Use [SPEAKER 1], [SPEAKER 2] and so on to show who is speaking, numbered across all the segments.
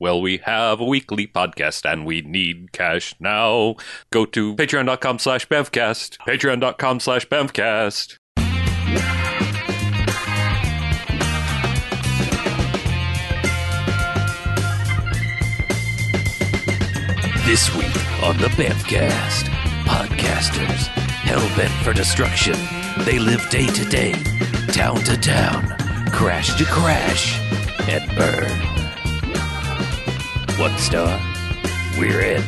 [SPEAKER 1] Well, we have a weekly podcast and we need cash now. Go to patreon.com slash bevcast. Patreon.com slash bevcast.
[SPEAKER 2] This week on the Bamcast, podcasters hellbent for destruction. They live day to day, town to town, crash to crash, and burn. One star, we're in.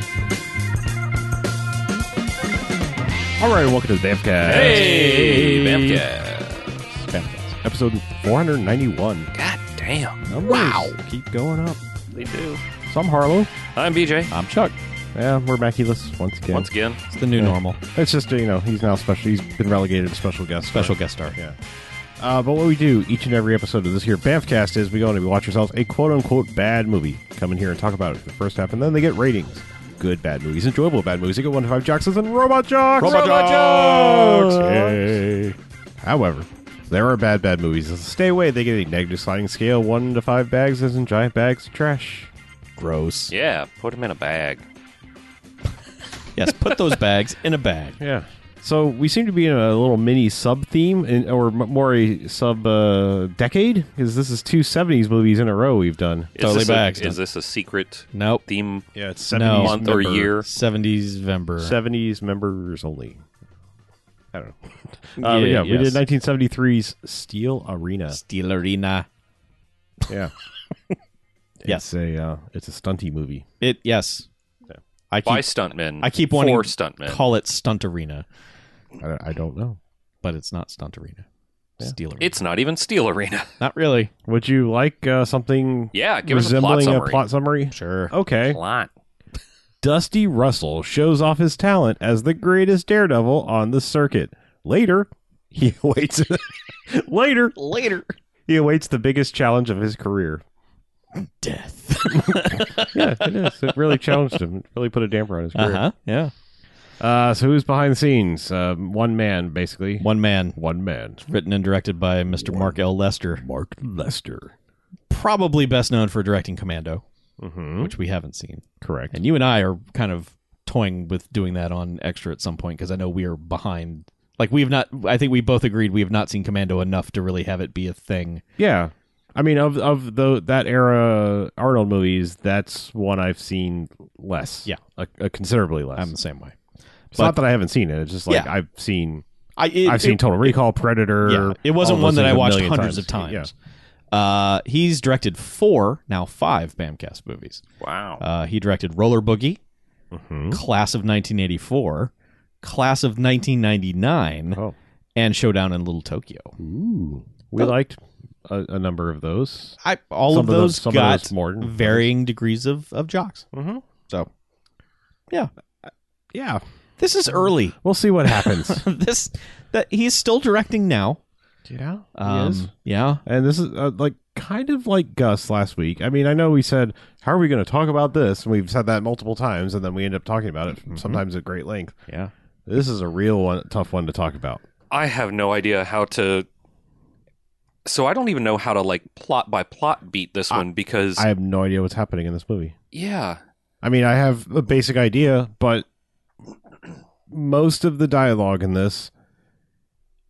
[SPEAKER 3] All right, welcome to the Bamcast.
[SPEAKER 1] Hey, Bevcast.
[SPEAKER 3] Bamcast. Episode 491.
[SPEAKER 2] God damn.
[SPEAKER 3] Numbers Keep going up.
[SPEAKER 1] They do.
[SPEAKER 3] So I'm Harlow.
[SPEAKER 1] I'm BJ.
[SPEAKER 4] I'm Chuck.
[SPEAKER 3] Yeah, we're Maculus once again.
[SPEAKER 1] Once again,
[SPEAKER 4] It's the new
[SPEAKER 3] Yeah.
[SPEAKER 4] normal.
[SPEAKER 3] It's just, you know, he's now special. He's been relegated to special guest.
[SPEAKER 4] Special guest star.
[SPEAKER 3] Yeah. Uh, but what we do each and every episode of this here Bamfcast is we go and we watch ourselves a quote unquote bad movie. Come in here and talk about it for the first half, and then they get ratings. Good bad movies, enjoyable bad movies. They get one to five jocks and robot jocks.
[SPEAKER 4] Robot Jocks!
[SPEAKER 3] Yay. However, there are bad bad movies. So stay away. They get a negative sliding scale. One to five bags isn't giant bags of trash.
[SPEAKER 4] Gross.
[SPEAKER 1] yeah, put him in a bag.
[SPEAKER 4] Yes, put those bags in a bag.
[SPEAKER 3] Yeah. So we seem to be in a little mini sub theme, or m- more a sub uh, decade, because this is two '70s movies in a row we've done.
[SPEAKER 1] Is
[SPEAKER 4] Totally
[SPEAKER 1] this a-
[SPEAKER 4] bags.
[SPEAKER 1] Is this a secret
[SPEAKER 4] Nope.
[SPEAKER 1] theme
[SPEAKER 3] Yeah, it's
[SPEAKER 4] No.
[SPEAKER 1] month or year?
[SPEAKER 4] 70s Vember.
[SPEAKER 3] Seventies members only. I don't know. Uh, but yeah,
[SPEAKER 4] Oh, Yeah,
[SPEAKER 3] we did
[SPEAKER 4] yes.
[SPEAKER 3] 1973's Steel Arena.
[SPEAKER 4] Steel Arena.
[SPEAKER 3] Yeah,
[SPEAKER 4] Yes.
[SPEAKER 3] it's a uh, it's a stunty movie.
[SPEAKER 4] It yes. I keep
[SPEAKER 1] By stuntmen.
[SPEAKER 4] I keep wanting
[SPEAKER 1] for
[SPEAKER 4] to
[SPEAKER 1] stuntmen.
[SPEAKER 4] call it Stunt Arena,
[SPEAKER 3] I don't, I don't know.
[SPEAKER 4] but it's not Stunt Arena.
[SPEAKER 3] Yeah.
[SPEAKER 4] Steel Arena.
[SPEAKER 1] it's not even Steel Arena.
[SPEAKER 4] not really.
[SPEAKER 3] Would you like uh, something
[SPEAKER 1] Yeah, give us a plot
[SPEAKER 3] resembling
[SPEAKER 1] summary.
[SPEAKER 3] summary?
[SPEAKER 4] Sure.
[SPEAKER 3] Okay.
[SPEAKER 1] Plot.
[SPEAKER 3] Dusty Russell shows off his talent as the greatest daredevil on the circuit. Later, he awaits. later,
[SPEAKER 4] Later.
[SPEAKER 3] he awaits the biggest challenge of his career.
[SPEAKER 4] Death.
[SPEAKER 3] Yeah, it is. It really challenged him. It really put a damper on his career.
[SPEAKER 4] uh-huh. Yeah.
[SPEAKER 3] Uh, so who's behind the scenes? Um, one man, basically.
[SPEAKER 4] One man.
[SPEAKER 3] One man.
[SPEAKER 4] Written and directed by Mr. Mark L. Lester.
[SPEAKER 3] Mark Lester.
[SPEAKER 4] Probably best known for directing Commando,
[SPEAKER 3] Mm-hmm.
[SPEAKER 4] which we haven't seen.
[SPEAKER 3] Correct.
[SPEAKER 4] And you and I are kind of toying with doing that on extra at some point because I know we are behind. Like we have not. I think we both agreed we have not seen Commando enough to really have it be a thing.
[SPEAKER 3] yeah, I mean, of of the that era Arnold movies, that's one I've seen less.
[SPEAKER 4] Yeah. Um,
[SPEAKER 3] a, a considerably less.
[SPEAKER 4] I'm the same way.
[SPEAKER 3] it's not that I haven't seen it. It's just like
[SPEAKER 4] Yeah.
[SPEAKER 3] I've seen
[SPEAKER 4] I it,
[SPEAKER 3] I've seen Total Recall, Predator.
[SPEAKER 4] It, yeah, it wasn't
[SPEAKER 3] all
[SPEAKER 4] one
[SPEAKER 3] those
[SPEAKER 4] that I
[SPEAKER 3] things a
[SPEAKER 4] watched
[SPEAKER 3] million
[SPEAKER 4] hundreds of times. Uh, he's directed four now five Bamcast movies.
[SPEAKER 1] Wow.
[SPEAKER 4] Uh, he directed Roller Boogie,
[SPEAKER 3] Yeah. Mhm.
[SPEAKER 4] Class of 1984, Class of 1999,
[SPEAKER 3] Oh.
[SPEAKER 4] and Showdown in Little Tokyo.
[SPEAKER 3] Ooh, we
[SPEAKER 4] Oh.
[SPEAKER 3] liked a, a number of those.
[SPEAKER 4] I all
[SPEAKER 3] Some
[SPEAKER 4] of those
[SPEAKER 3] some
[SPEAKER 4] got
[SPEAKER 3] of those more than others.
[SPEAKER 4] varying degrees of of jocks.
[SPEAKER 3] Mhm.
[SPEAKER 4] So
[SPEAKER 3] Yeah,
[SPEAKER 4] This is early.
[SPEAKER 3] we'll see what happens.
[SPEAKER 4] this that he's still directing now.
[SPEAKER 3] yeah, he
[SPEAKER 4] Um,
[SPEAKER 3] is.
[SPEAKER 4] Yeah.
[SPEAKER 3] And this is uh, like kind of like Gus last week. I mean, I know we said, "How are we going to talk about this?" And we've said that multiple times, and then we end up talking about it sometimes at great length.
[SPEAKER 4] Mm-hmm. Yeah.
[SPEAKER 3] This is a real one, tough one to talk about.
[SPEAKER 1] I have no idea how to. So I don't even know how to like plot by plot beat this one because
[SPEAKER 3] I have no idea what's happening in this movie.
[SPEAKER 1] yeah,
[SPEAKER 3] I mean, I have a basic idea, but most of the dialogue in this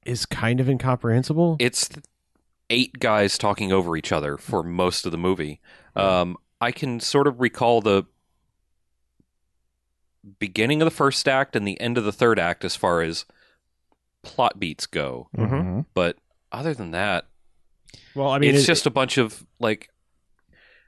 [SPEAKER 3] is kind of incomprehensible.
[SPEAKER 1] it's th- eight guys talking over each other for most of the movie. Um, I can sort of recall the beginning of the first act and the end of the third act as far as plot beats go,
[SPEAKER 4] Mm-hmm.
[SPEAKER 3] Mhm.
[SPEAKER 1] but other than that,
[SPEAKER 3] well, I mean,
[SPEAKER 1] it's
[SPEAKER 3] it,
[SPEAKER 1] just a bunch of like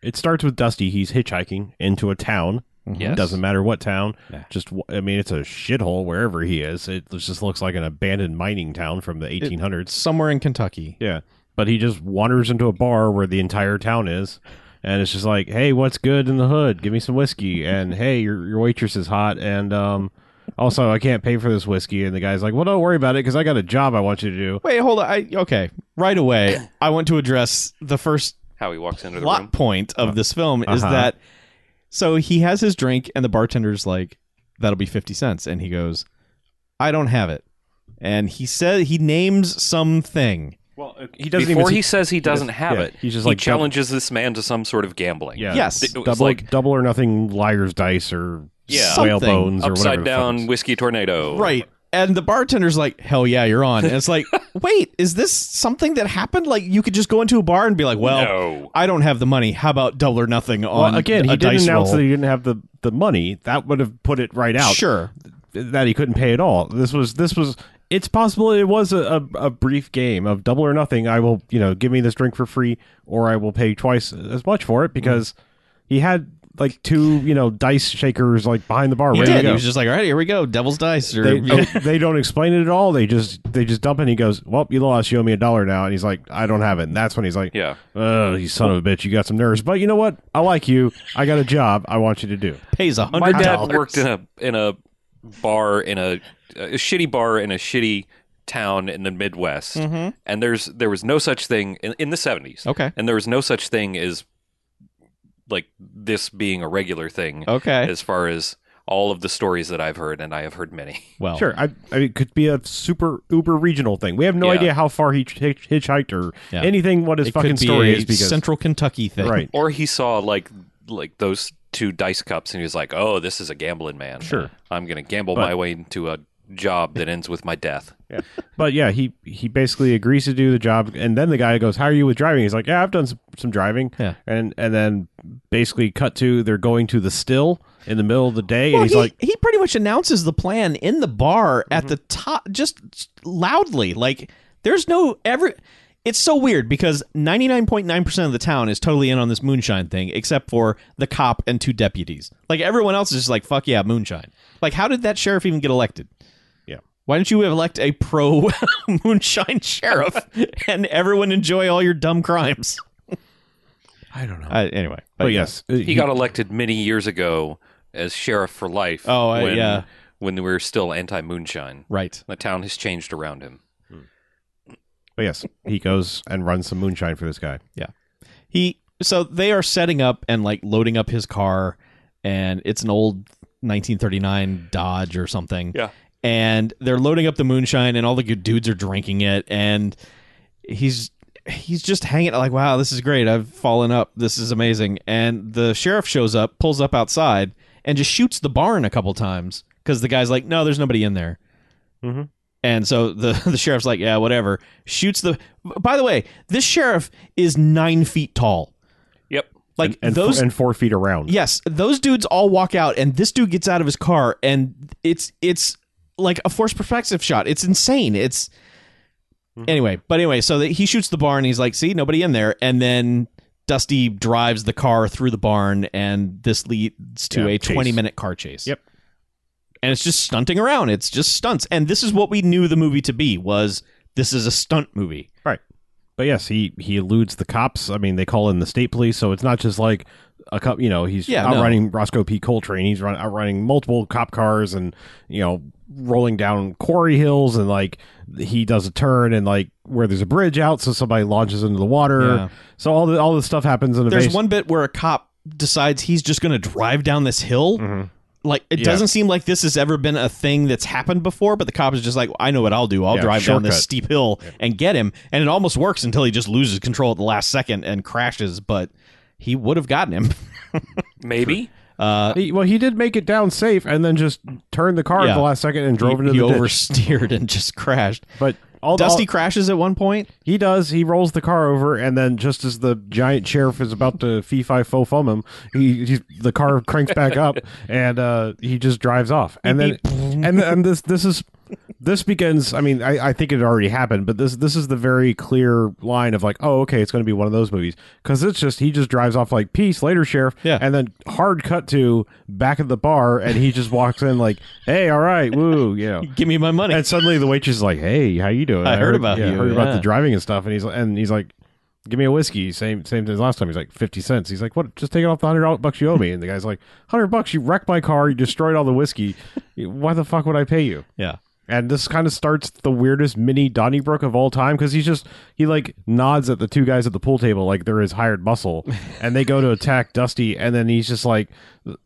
[SPEAKER 3] it starts with Dusty. He's hitchhiking into a town.
[SPEAKER 4] Mm-hmm.
[SPEAKER 1] yes,
[SPEAKER 3] Doesn't matter what town.
[SPEAKER 4] Yeah.
[SPEAKER 3] Just w- I mean, it's a shithole wherever he is. It just looks like an abandoned mining town from the 1800s.
[SPEAKER 4] Somewhere in Kentucky.
[SPEAKER 3] yeah, but he just wanders into a bar where the entire town is, and it's just like, hey, what's good in the hood? Give me some whiskey. And hey, your your waitress is hot. And um, also I can't pay for this whiskey. And the guy's like, well, don't worry about it because I got a job I want you to do.
[SPEAKER 4] Wait, hold on. I, okay, right away, I want to address the first
[SPEAKER 1] how he walks into the room.
[SPEAKER 4] plot point of this film is
[SPEAKER 3] Uh-huh.
[SPEAKER 4] that so he has his drink and the bartender's like, "That'll be fifty cents," and he goes, "I don't have it," and he said he names something.
[SPEAKER 3] Well, Well, he doesn't
[SPEAKER 1] Before
[SPEAKER 3] even.
[SPEAKER 1] he says he doesn't have
[SPEAKER 3] yeah,
[SPEAKER 1] it,
[SPEAKER 3] he's just
[SPEAKER 1] he
[SPEAKER 3] like dub-
[SPEAKER 1] challenges this man to some sort of gambling.
[SPEAKER 3] yeah,
[SPEAKER 4] Yes.
[SPEAKER 1] It was
[SPEAKER 3] double
[SPEAKER 1] like
[SPEAKER 3] double or nothing liars dice or
[SPEAKER 1] Yeah.
[SPEAKER 3] whale
[SPEAKER 4] Something.
[SPEAKER 3] bones or whatever.
[SPEAKER 1] upside
[SPEAKER 3] the fuck
[SPEAKER 1] down
[SPEAKER 3] it's-
[SPEAKER 1] whiskey tornado.
[SPEAKER 4] Right. And the bartender's like, hell yeah, you're on. And it's like, wait, is this something that happened? Like, you could just go into a bar and be like, well,
[SPEAKER 1] No.
[SPEAKER 4] I don't have the money. How about double or nothing on
[SPEAKER 3] Well, again,
[SPEAKER 4] a
[SPEAKER 3] he didn't
[SPEAKER 4] dice
[SPEAKER 3] announce
[SPEAKER 4] roll?
[SPEAKER 3] that he didn't have the, the money. That would have put it right out.
[SPEAKER 4] Sure.
[SPEAKER 3] that he couldn't pay at all. This was this was. It's possible it was a, a, a brief game of double or nothing. I will you know give me this drink for free, or I will pay twice as much for it because he had like two you know dice shakers like behind the bar
[SPEAKER 4] He
[SPEAKER 3] ready to
[SPEAKER 4] did. He
[SPEAKER 3] go.
[SPEAKER 4] was just like, all right, here we go. Devil's dice. Or,
[SPEAKER 3] they, they don't explain it at all. They just they just dump it. and He goes, "Well, you lost. You owe me a dollar now." And he's like, "I don't have it." And that's when he's like,
[SPEAKER 1] Yeah.
[SPEAKER 3] oh, you son of a bitch! You got some nerves, but you know what? I like you. I got a job. I want you to do."
[SPEAKER 4] pays a
[SPEAKER 1] My
[SPEAKER 4] hundred
[SPEAKER 1] dad
[SPEAKER 4] dollars.
[SPEAKER 1] worked in a in a bar in a, a shitty bar in a shitty town in the Midwest, and there's there was no such thing in, in the seventies,
[SPEAKER 4] Okay.
[SPEAKER 1] and there was no such thing as like this being a regular thing
[SPEAKER 4] Okay.
[SPEAKER 1] as far as all of the stories that I've heard, and I have heard many.
[SPEAKER 4] Well,
[SPEAKER 3] Sure, I, I mean, it could be a super uber regional thing. We have no
[SPEAKER 1] Yeah.
[SPEAKER 3] idea how far he hitch, hitchhiked or
[SPEAKER 4] Yeah.
[SPEAKER 3] anything. What his
[SPEAKER 4] It
[SPEAKER 3] fucking
[SPEAKER 4] could be
[SPEAKER 3] story
[SPEAKER 4] a
[SPEAKER 3] is because
[SPEAKER 4] Central Kentucky thing.
[SPEAKER 3] right,
[SPEAKER 1] Or he saw like like those two dice cups, and he was like, "Oh, this is a gambling man.
[SPEAKER 3] Sure.
[SPEAKER 1] I'm going to gamble
[SPEAKER 3] But-
[SPEAKER 1] my way into a job that ends with my death."
[SPEAKER 3] but yeah, he he basically agrees to do the job, and then the guy goes, "How are you with driving?" He's like, "Yeah, I've done some, some driving."
[SPEAKER 4] Yeah.
[SPEAKER 3] and and then basically cut to they're going to the still in the middle of the day,
[SPEAKER 4] Well,
[SPEAKER 3] and he's
[SPEAKER 4] he,
[SPEAKER 3] like, Mm-hmm.
[SPEAKER 4] he pretty much announces the plan in the bar at the top, just loudly. Like, there's no every. It's so weird because 99.9% of the town is totally in on this moonshine thing, except for the cop and two deputies. Like, everyone else is just like, fuck yeah, moonshine. Like, how did that sheriff even get elected?
[SPEAKER 3] Yeah.
[SPEAKER 4] Why don't you elect a pro moonshine sheriff and everyone enjoy all your dumb crimes?
[SPEAKER 3] "I don't know."
[SPEAKER 4] Uh, anyway.
[SPEAKER 3] Oh. but yes,
[SPEAKER 1] He, got elected many years ago as sheriff for life.
[SPEAKER 4] Oh, uh, yeah.
[SPEAKER 1] When we were still anti moonshine,
[SPEAKER 4] Right.
[SPEAKER 1] the town has changed around him.
[SPEAKER 3] but yes, he goes and runs some moonshine for this guy.
[SPEAKER 4] he so they are setting up and like loading up his car and it's an old 1939 dodge or something
[SPEAKER 1] Yeah.
[SPEAKER 4] and they're loading up the moonshine and all the good dudes are drinking it and he's he's just hanging out like wow this is great i've fallen up this is amazing and the sheriff shows up pulls up outside and just shoots the barn a couple times because the guy's like no there's nobody in there
[SPEAKER 3] Mhm.
[SPEAKER 4] and so the, the sheriff's like yeah whatever shoots the by the way this sheriff is nine feet tall
[SPEAKER 1] Yep.
[SPEAKER 4] like
[SPEAKER 3] And
[SPEAKER 4] those
[SPEAKER 3] f- and four feet around.
[SPEAKER 4] Yes, those dudes all walk out, and this dude gets out of his car, and it's it's like a forced perspective shot. It's insane. It's
[SPEAKER 3] Mm-hmm.
[SPEAKER 4] anyway, but anyway, so that he shoots the barn. He's like, "See, nobody in there," and then Dusty drives the car through the barn, and this leads to
[SPEAKER 3] Yeah,
[SPEAKER 4] a
[SPEAKER 3] chase.
[SPEAKER 4] twenty-minute car chase.
[SPEAKER 3] Yep.
[SPEAKER 4] and it's just stunting around. It's just stunts, and this is what we knew the movie to be was. This is a stunt movie.
[SPEAKER 3] But yes, he he eludes the cops. I mean, they call in the state police, so it's not just like a cop. You know, he's
[SPEAKER 4] Yeah, no.
[SPEAKER 3] outrunning Roscoe P. Coltrane. He's run, outrunning multiple cop cars, and you know, rolling down quarry hills, and like he does a turn, and like where there's a bridge out, so somebody launches into the water.
[SPEAKER 4] Yeah.
[SPEAKER 3] So all the all this stuff happens in a
[SPEAKER 4] There's
[SPEAKER 3] base-
[SPEAKER 4] one bit where a cop decides he's just going to drive down this hill. Like it
[SPEAKER 3] Mm-hmm. Yeah.
[SPEAKER 4] doesn't seem like this has ever been a thing that's happened before, but the cop is just like, "I know what I'll do. I'll
[SPEAKER 3] Yeah,
[SPEAKER 4] drive down this
[SPEAKER 3] shortcut.
[SPEAKER 4] steep hill and get him." And it almost works until he just loses control at the last second and crashes. But he would have gotten him.
[SPEAKER 1] Maybe.
[SPEAKER 4] Uh,
[SPEAKER 3] He- well, he did make it down safe, and then just turned the car
[SPEAKER 4] Yeah.
[SPEAKER 3] at the last second and drove
[SPEAKER 4] he,
[SPEAKER 3] into
[SPEAKER 4] he
[SPEAKER 3] the ditch.
[SPEAKER 4] oversteered and just crashed.
[SPEAKER 3] But all the-
[SPEAKER 4] Dusty crashes at one point.
[SPEAKER 3] He does. He rolls the car over, and then just as the giant sheriff is about to fee fi fo fum him, he he's, the car cranks back up, and uh, he just drives off. And then, and and this this is this begins. I mean, I, I think it already happened, but this this is the very clear line of like, oh, okay, it's going to be one of those movies because it's just he just drives off like peace later, sheriff.
[SPEAKER 4] Yeah.
[SPEAKER 3] And then hard cut to back at the bar, and he just walks in like, hey, all right, woo, you know.
[SPEAKER 4] Give me my money.
[SPEAKER 3] And suddenly the waitress is like, "Hey, how you doing?
[SPEAKER 4] I heard about
[SPEAKER 3] yeah, I
[SPEAKER 4] you,
[SPEAKER 3] heard about
[SPEAKER 4] yeah."
[SPEAKER 3] the driving and stuff." And he's and he's like, "Give me a whiskey." Same same thing as last time. He's like, 50 cents." He's like, "What? Just take it off the hundred bucks you owe me." And the guy's like, 100 bucks? You wrecked my car. You destroyed all the whiskey. Why the fuck would I pay you?"
[SPEAKER 4] yeah.
[SPEAKER 3] And this kind of starts the weirdest mini Donnybrook of all time because he's just he like nods at the two guys at the pool table like they're his hired muscle, and they go to attack Dusty, and then he's just like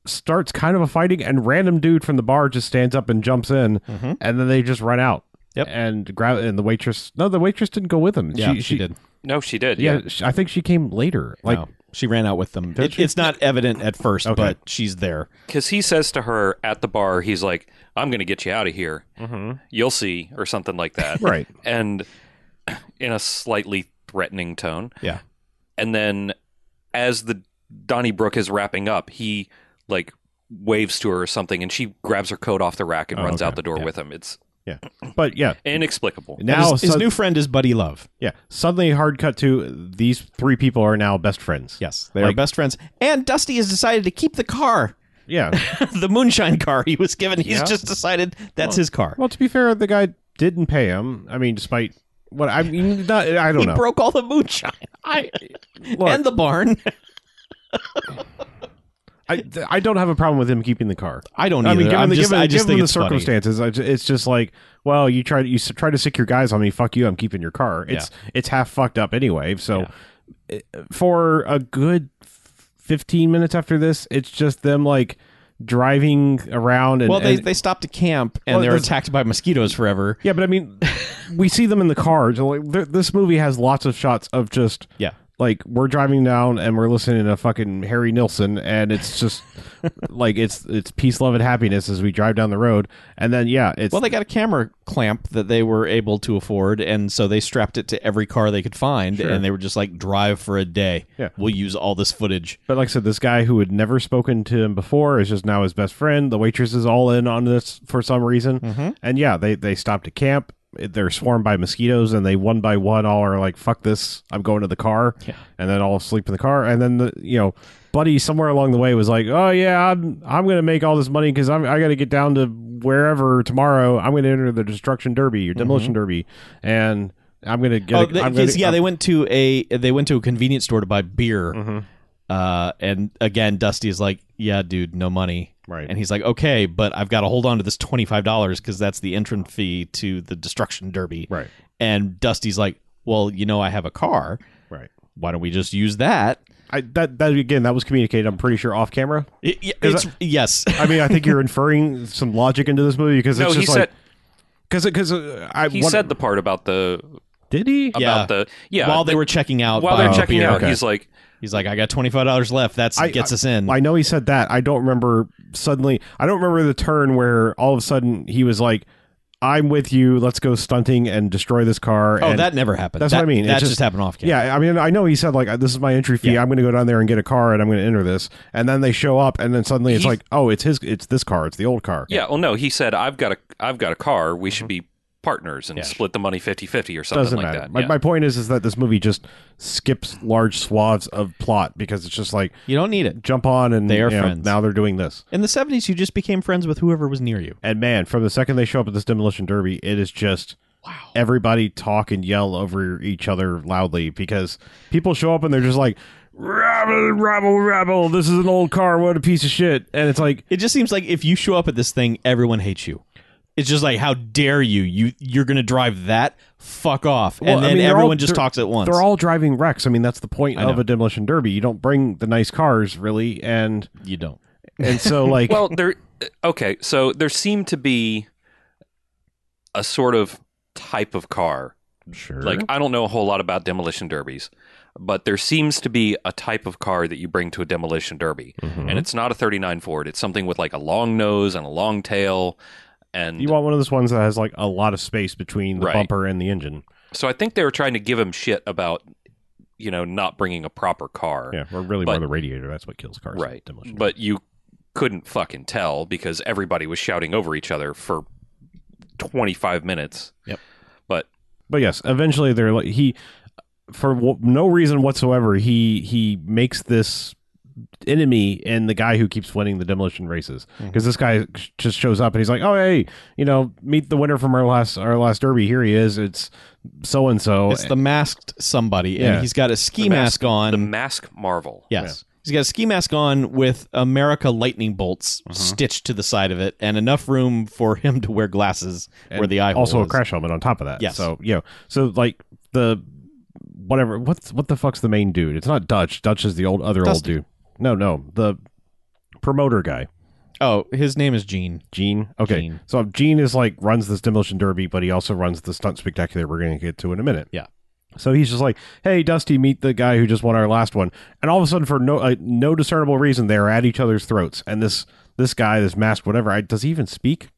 [SPEAKER 3] starts kind of a fighting, and random dude from the bar just stands up and jumps in, and then they just run out.
[SPEAKER 4] Mm-hmm. Yep.
[SPEAKER 3] And gra- and the waitress. No, the waitress didn't go with him.
[SPEAKER 4] Yeah, she, did.
[SPEAKER 1] No, she did.
[SPEAKER 3] Yeah, sh I think she came later. Like,
[SPEAKER 4] No, she ran out with them. It-
[SPEAKER 3] she?
[SPEAKER 4] it's not evident at first, but she's there.
[SPEAKER 1] Because he says to her at the bar, he's like, I'm going to get you out of here.
[SPEAKER 4] Mm-hmm.
[SPEAKER 1] You'll see, or something like that.
[SPEAKER 3] right?
[SPEAKER 1] And in a slightly threatening tone.
[SPEAKER 4] Yeah.
[SPEAKER 1] And then as the Donnybrook is wrapping up, he like waves to her or something, and she grabs her coat off the rack and
[SPEAKER 3] Oh,
[SPEAKER 1] runs
[SPEAKER 3] okay.
[SPEAKER 1] out the door
[SPEAKER 3] Yeah.
[SPEAKER 1] with him. It's
[SPEAKER 3] But yeah,
[SPEAKER 1] inexplicable.
[SPEAKER 4] And
[SPEAKER 3] now
[SPEAKER 4] his, his
[SPEAKER 3] sud-
[SPEAKER 4] new friend is Buddy Love.
[SPEAKER 3] yeah, suddenly hard cut to these three people are now best friends.
[SPEAKER 4] Yes, they are
[SPEAKER 3] Like-
[SPEAKER 4] best friends. And Dusty has decided to keep the car,
[SPEAKER 3] yeah.
[SPEAKER 4] the moonshine car he was given. He's
[SPEAKER 1] Yeah.
[SPEAKER 4] just decided that's his car.
[SPEAKER 3] Well, to be fair, the guy didn't pay him. I mean, despite what I mean, not, I don't
[SPEAKER 4] he
[SPEAKER 3] know.
[SPEAKER 4] broke all the moonshine I,
[SPEAKER 3] Look.
[SPEAKER 4] and the barn.
[SPEAKER 3] I th- I don't have a problem with him keeping the car.
[SPEAKER 4] I don't
[SPEAKER 3] I mean,
[SPEAKER 4] either.
[SPEAKER 3] given
[SPEAKER 4] I'm
[SPEAKER 3] the,
[SPEAKER 4] just-
[SPEAKER 3] given,
[SPEAKER 4] I just
[SPEAKER 3] given
[SPEAKER 4] think
[SPEAKER 3] the
[SPEAKER 4] it's funny.
[SPEAKER 3] circumstances, I ju- it's just like, well, you try to you s- try to sick your guys on me. Fuck you. I'm keeping your car. It's it's half fucked up anyway. So uh, for a good f- 15 minutes after this, it's just them like driving around and
[SPEAKER 4] Well, they,
[SPEAKER 3] and-
[SPEAKER 4] they stopped to camp and
[SPEAKER 3] Well,
[SPEAKER 4] they're
[SPEAKER 3] there's-
[SPEAKER 4] attacked by mosquitoes forever.
[SPEAKER 3] yeah, but I mean, we see them in the cars. and, Like th- this movie has lots of shots of just
[SPEAKER 4] Yeah.
[SPEAKER 3] like we're driving down and we're listening to fucking Harry Nilsson and it's just like it's it's peace, love, and happiness as we drive down the road. And then yeah, it's
[SPEAKER 4] Well, they got a camera clamp that they were able to afford, and so they strapped it to every car they could find, and they were just like, drive for a day.
[SPEAKER 3] Yeah.
[SPEAKER 4] We'll use all this footage.
[SPEAKER 3] but like I said, this guy who had never spoken to him before is just now his best friend. The waitress is all in on this for some reason.
[SPEAKER 4] Mm-hmm.
[SPEAKER 3] And yeah, they they stop to camp. They're swarmed by mosquitoes, and they one by one all are like, "Fuck this! I'm going to the car," and then all sleep in the car. And then the you know, Buddy somewhere along the way was like, "Oh yeah, I'm I'm gonna make all this money because I'm I gotta get down to wherever tomorrow. I'm gonna enter the destruction derby or demolition derby, and I'm gonna get.
[SPEAKER 4] Mm-hmm. Oh,
[SPEAKER 3] a-
[SPEAKER 4] they-
[SPEAKER 3] I'm
[SPEAKER 4] 'cause,
[SPEAKER 3] gonna-
[SPEAKER 4] yeah, they went to a they went to a convenience store to buy beer,
[SPEAKER 3] Mm-hmm.
[SPEAKER 4] uh, and again, Dusty is like, "Yeah, dude, no money."
[SPEAKER 3] Right.
[SPEAKER 4] and he's like, "Okay, but I've got to hold on to this twenty five dollars because that's the entrance fee to the destruction derby."
[SPEAKER 3] Right.
[SPEAKER 4] and Dusty's like, "Well, you know, I have a car.
[SPEAKER 3] right.
[SPEAKER 4] Why don't we just use that?"
[SPEAKER 3] I, that that again, that was communicated. I'm pretty sure off camera.
[SPEAKER 4] It- yeah, it's, yes,
[SPEAKER 3] I mean, I think you're inferring some logic into this movie because
[SPEAKER 1] No,
[SPEAKER 3] it's
[SPEAKER 1] he
[SPEAKER 3] just
[SPEAKER 1] said
[SPEAKER 3] like because because I
[SPEAKER 1] he
[SPEAKER 3] one-
[SPEAKER 1] said the part about the
[SPEAKER 3] did he?
[SPEAKER 1] about
[SPEAKER 4] Yeah.
[SPEAKER 1] the yeah
[SPEAKER 4] while they
[SPEAKER 1] the-
[SPEAKER 4] were checking out,
[SPEAKER 1] while they're
[SPEAKER 4] buying
[SPEAKER 1] checking
[SPEAKER 4] beer,
[SPEAKER 1] out,
[SPEAKER 3] okay.
[SPEAKER 1] he's like,
[SPEAKER 4] he's like, "I got twenty five dollars left. That's
[SPEAKER 3] I-
[SPEAKER 4] gets us in."
[SPEAKER 3] I know he said that. I don't remember suddenly. I don't remember the turn where all of a sudden he was like, "I'm with you. Let's go stunting and destroy this car."
[SPEAKER 4] oh,
[SPEAKER 3] and-
[SPEAKER 4] that never happened.
[SPEAKER 3] That's
[SPEAKER 4] That-
[SPEAKER 3] what I mean. It
[SPEAKER 4] That just,
[SPEAKER 3] just-
[SPEAKER 4] happened off camera.
[SPEAKER 3] Yeah, I mean, I know he said like, "This is my entry fee. I'm going to go down there and get a car, and I'm going to enter this." And then they show up, and then suddenly it's
[SPEAKER 1] He's-
[SPEAKER 3] like, "Oh, it's his. It's this car. It's the old car."
[SPEAKER 1] yeah, well, no, he said, I've got a, I've got a car. We should be partners and split the money 50-50 or something
[SPEAKER 3] Mm-hmm. doesn't
[SPEAKER 1] like
[SPEAKER 3] matter.
[SPEAKER 1] that.
[SPEAKER 3] My,
[SPEAKER 1] yeah.
[SPEAKER 3] my point is, is that this movie just skips large swaths of plot because it's just like
[SPEAKER 4] you don't need it.
[SPEAKER 3] jump on and
[SPEAKER 4] They are
[SPEAKER 3] you know,
[SPEAKER 4] friends.
[SPEAKER 3] now they're doing this.
[SPEAKER 4] In the 70s, you just became friends with whoever was near you.
[SPEAKER 3] And man, from the second they show up at this demolition derby, it is just wow. Everybody talk and yell over each other loudly because people show up and they're just like rabble, rabble, rabble. This is an old car. What a piece of shit. And it's like
[SPEAKER 4] It just seems like if you show up at this thing, everyone hates you. It's just like, how dare you? You you're gonna drive that? Fuck off!
[SPEAKER 3] Well,
[SPEAKER 4] and
[SPEAKER 3] I
[SPEAKER 4] then
[SPEAKER 3] mean, they're all-
[SPEAKER 4] everyone just
[SPEAKER 3] they're-
[SPEAKER 4] talks at once.
[SPEAKER 3] They're all driving wrecks. I mean, that's the point
[SPEAKER 4] I
[SPEAKER 3] of
[SPEAKER 4] know.
[SPEAKER 3] a demolition derby. You don't bring the nice cars, really, and
[SPEAKER 4] you don't.
[SPEAKER 3] and so like
[SPEAKER 1] well there okay so there seemed to be a sort of type of car
[SPEAKER 3] sure.
[SPEAKER 1] like i don't know a whole lot about demolition derbies but there seems to be a type of car that you bring to a demolition derby
[SPEAKER 3] Mm-hmm.
[SPEAKER 1] and it's not a 39 ford it's something with like a long nose and a long tail and
[SPEAKER 3] You want one of those ones that has like a lot of space between the
[SPEAKER 1] Right.
[SPEAKER 3] bumper and the engine.
[SPEAKER 1] so i think they were trying to give him shit about you know not bringing a proper car
[SPEAKER 3] Yeah, or really
[SPEAKER 1] But-
[SPEAKER 3] more the radiator. That's what kills cars.
[SPEAKER 1] right
[SPEAKER 3] Demolition.
[SPEAKER 1] but you couldn't fucking tell because everybody was shouting over each other for 25 minutes
[SPEAKER 4] Yep.
[SPEAKER 1] but
[SPEAKER 3] but yes, eventually they're like he, for w- no reason whatsoever, he he makes this enemy in the guy who keeps winning the demolition races
[SPEAKER 4] Mm-hmm.
[SPEAKER 3] because this guy sh- just shows up and he's like, oh hey, you know, meet the winner from our last our last derby. Here he is. It's so and so.
[SPEAKER 4] It's the masked somebody,
[SPEAKER 3] Yeah.
[SPEAKER 4] and he's got a ski
[SPEAKER 1] The
[SPEAKER 4] mask, on.
[SPEAKER 1] the mask marvel
[SPEAKER 4] yes, he's got a ski mask on with America lightning bolts
[SPEAKER 3] Uh-huh.
[SPEAKER 4] stitched to the side of it, and enough room for him to wear glasses where the eye hole
[SPEAKER 3] also a
[SPEAKER 4] is.
[SPEAKER 3] crash helmet on top of that.
[SPEAKER 4] Yes.
[SPEAKER 3] So you know, so like the whatever what's what the fuck's the main dude? It's not Dutch. Dutch is the old other old
[SPEAKER 4] Dusty.
[SPEAKER 3] dude. No, no, the promoter guy.
[SPEAKER 4] Oh, his name is Gene.
[SPEAKER 3] Gene. Okay.
[SPEAKER 4] Gene.
[SPEAKER 3] So Gene is like runs this demolition derby, but he also runs the stunt spectacular we're going to get to in a minute.
[SPEAKER 4] Yeah.
[SPEAKER 3] So he's just like, "Hey, Dusty, meet the guy who just won our last one." And all of a sudden, for no uh, no discernible reason, they are at each other's throats. And this this guy, this masked whatever, I, does he even speak?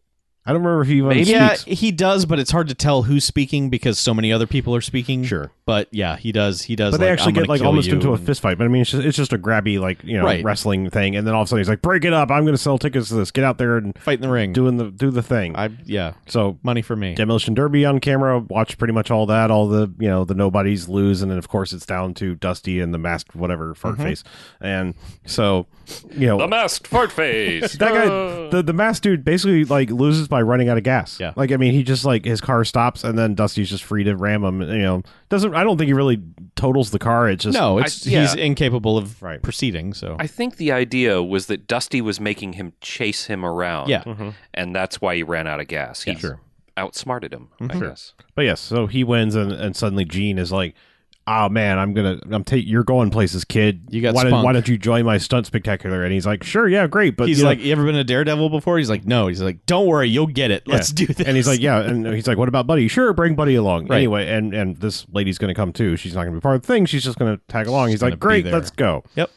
[SPEAKER 3] I don't remember if he even
[SPEAKER 4] yeah,
[SPEAKER 3] speaks.
[SPEAKER 4] uh, he does, but it's hard to tell who's speaking because so many other people are speaking.
[SPEAKER 3] Sure.
[SPEAKER 4] but yeah, he does. He does.
[SPEAKER 3] But they
[SPEAKER 4] like,
[SPEAKER 3] actually
[SPEAKER 4] "I'm
[SPEAKER 3] get
[SPEAKER 4] gonna
[SPEAKER 3] like
[SPEAKER 4] kill
[SPEAKER 3] almost
[SPEAKER 4] you,"
[SPEAKER 3] into a
[SPEAKER 4] and-
[SPEAKER 3] fist fight. But I mean, it's just, it's just a grabby like you know
[SPEAKER 4] Right.
[SPEAKER 3] wrestling thing. And then all of a sudden, he's like, "Break it up! I'm going to sell tickets to this. Get out there and
[SPEAKER 4] fight in the ring.
[SPEAKER 3] doing the do the thing."
[SPEAKER 4] I yeah,
[SPEAKER 3] so
[SPEAKER 4] money for me.
[SPEAKER 3] demolition derby on camera watched pretty much all that all the you know the nobodies lose and then of course it's down to dusty and the masked whatever fart
[SPEAKER 4] Mm-hmm.
[SPEAKER 3] face and so you know
[SPEAKER 1] The masked fart face.
[SPEAKER 3] that guy
[SPEAKER 1] Uh,
[SPEAKER 3] the, the masked dude basically like loses by running out of gas
[SPEAKER 4] Yeah.
[SPEAKER 3] like i mean he just like his car stops and then dusty's just free to ram him you know doesn't i don't think he really totals the car it's just
[SPEAKER 4] No, it's
[SPEAKER 1] I- yeah.
[SPEAKER 4] he's incapable of
[SPEAKER 3] Right.
[SPEAKER 4] proceeding. So
[SPEAKER 1] I think the idea was that Dusty was making him chase him around.
[SPEAKER 4] Yeah.
[SPEAKER 1] And that's why he ran out of gas. He
[SPEAKER 3] Sure. Mm-hmm.
[SPEAKER 1] outsmarted him, I guess.
[SPEAKER 3] But yes, so he wins, and, and suddenly Gene is like, "Oh man, I'm gonna, I'm take, you're going places, kid.
[SPEAKER 4] You got
[SPEAKER 3] why, don't,
[SPEAKER 4] spunk.
[SPEAKER 3] why don't you join my stunt spectacular?" And he's like, "Sure, yeah, great." But
[SPEAKER 4] he's
[SPEAKER 3] you know-
[SPEAKER 4] like, you ever been a daredevil before? He's like, no. He's like, don't worry, you'll get it.
[SPEAKER 3] Yeah.
[SPEAKER 4] Let's do this.
[SPEAKER 3] and he's like, "Yeah," and he's like, "What about Buddy? Sure, bring Buddy along
[SPEAKER 4] Right.
[SPEAKER 3] anyway." And and this lady's gonna come too. She's not gonna be part of the thing. She's just gonna tag along. He's
[SPEAKER 4] gonna
[SPEAKER 3] like,
[SPEAKER 4] be
[SPEAKER 3] "Great,
[SPEAKER 4] there."
[SPEAKER 3] let's go."
[SPEAKER 4] yep.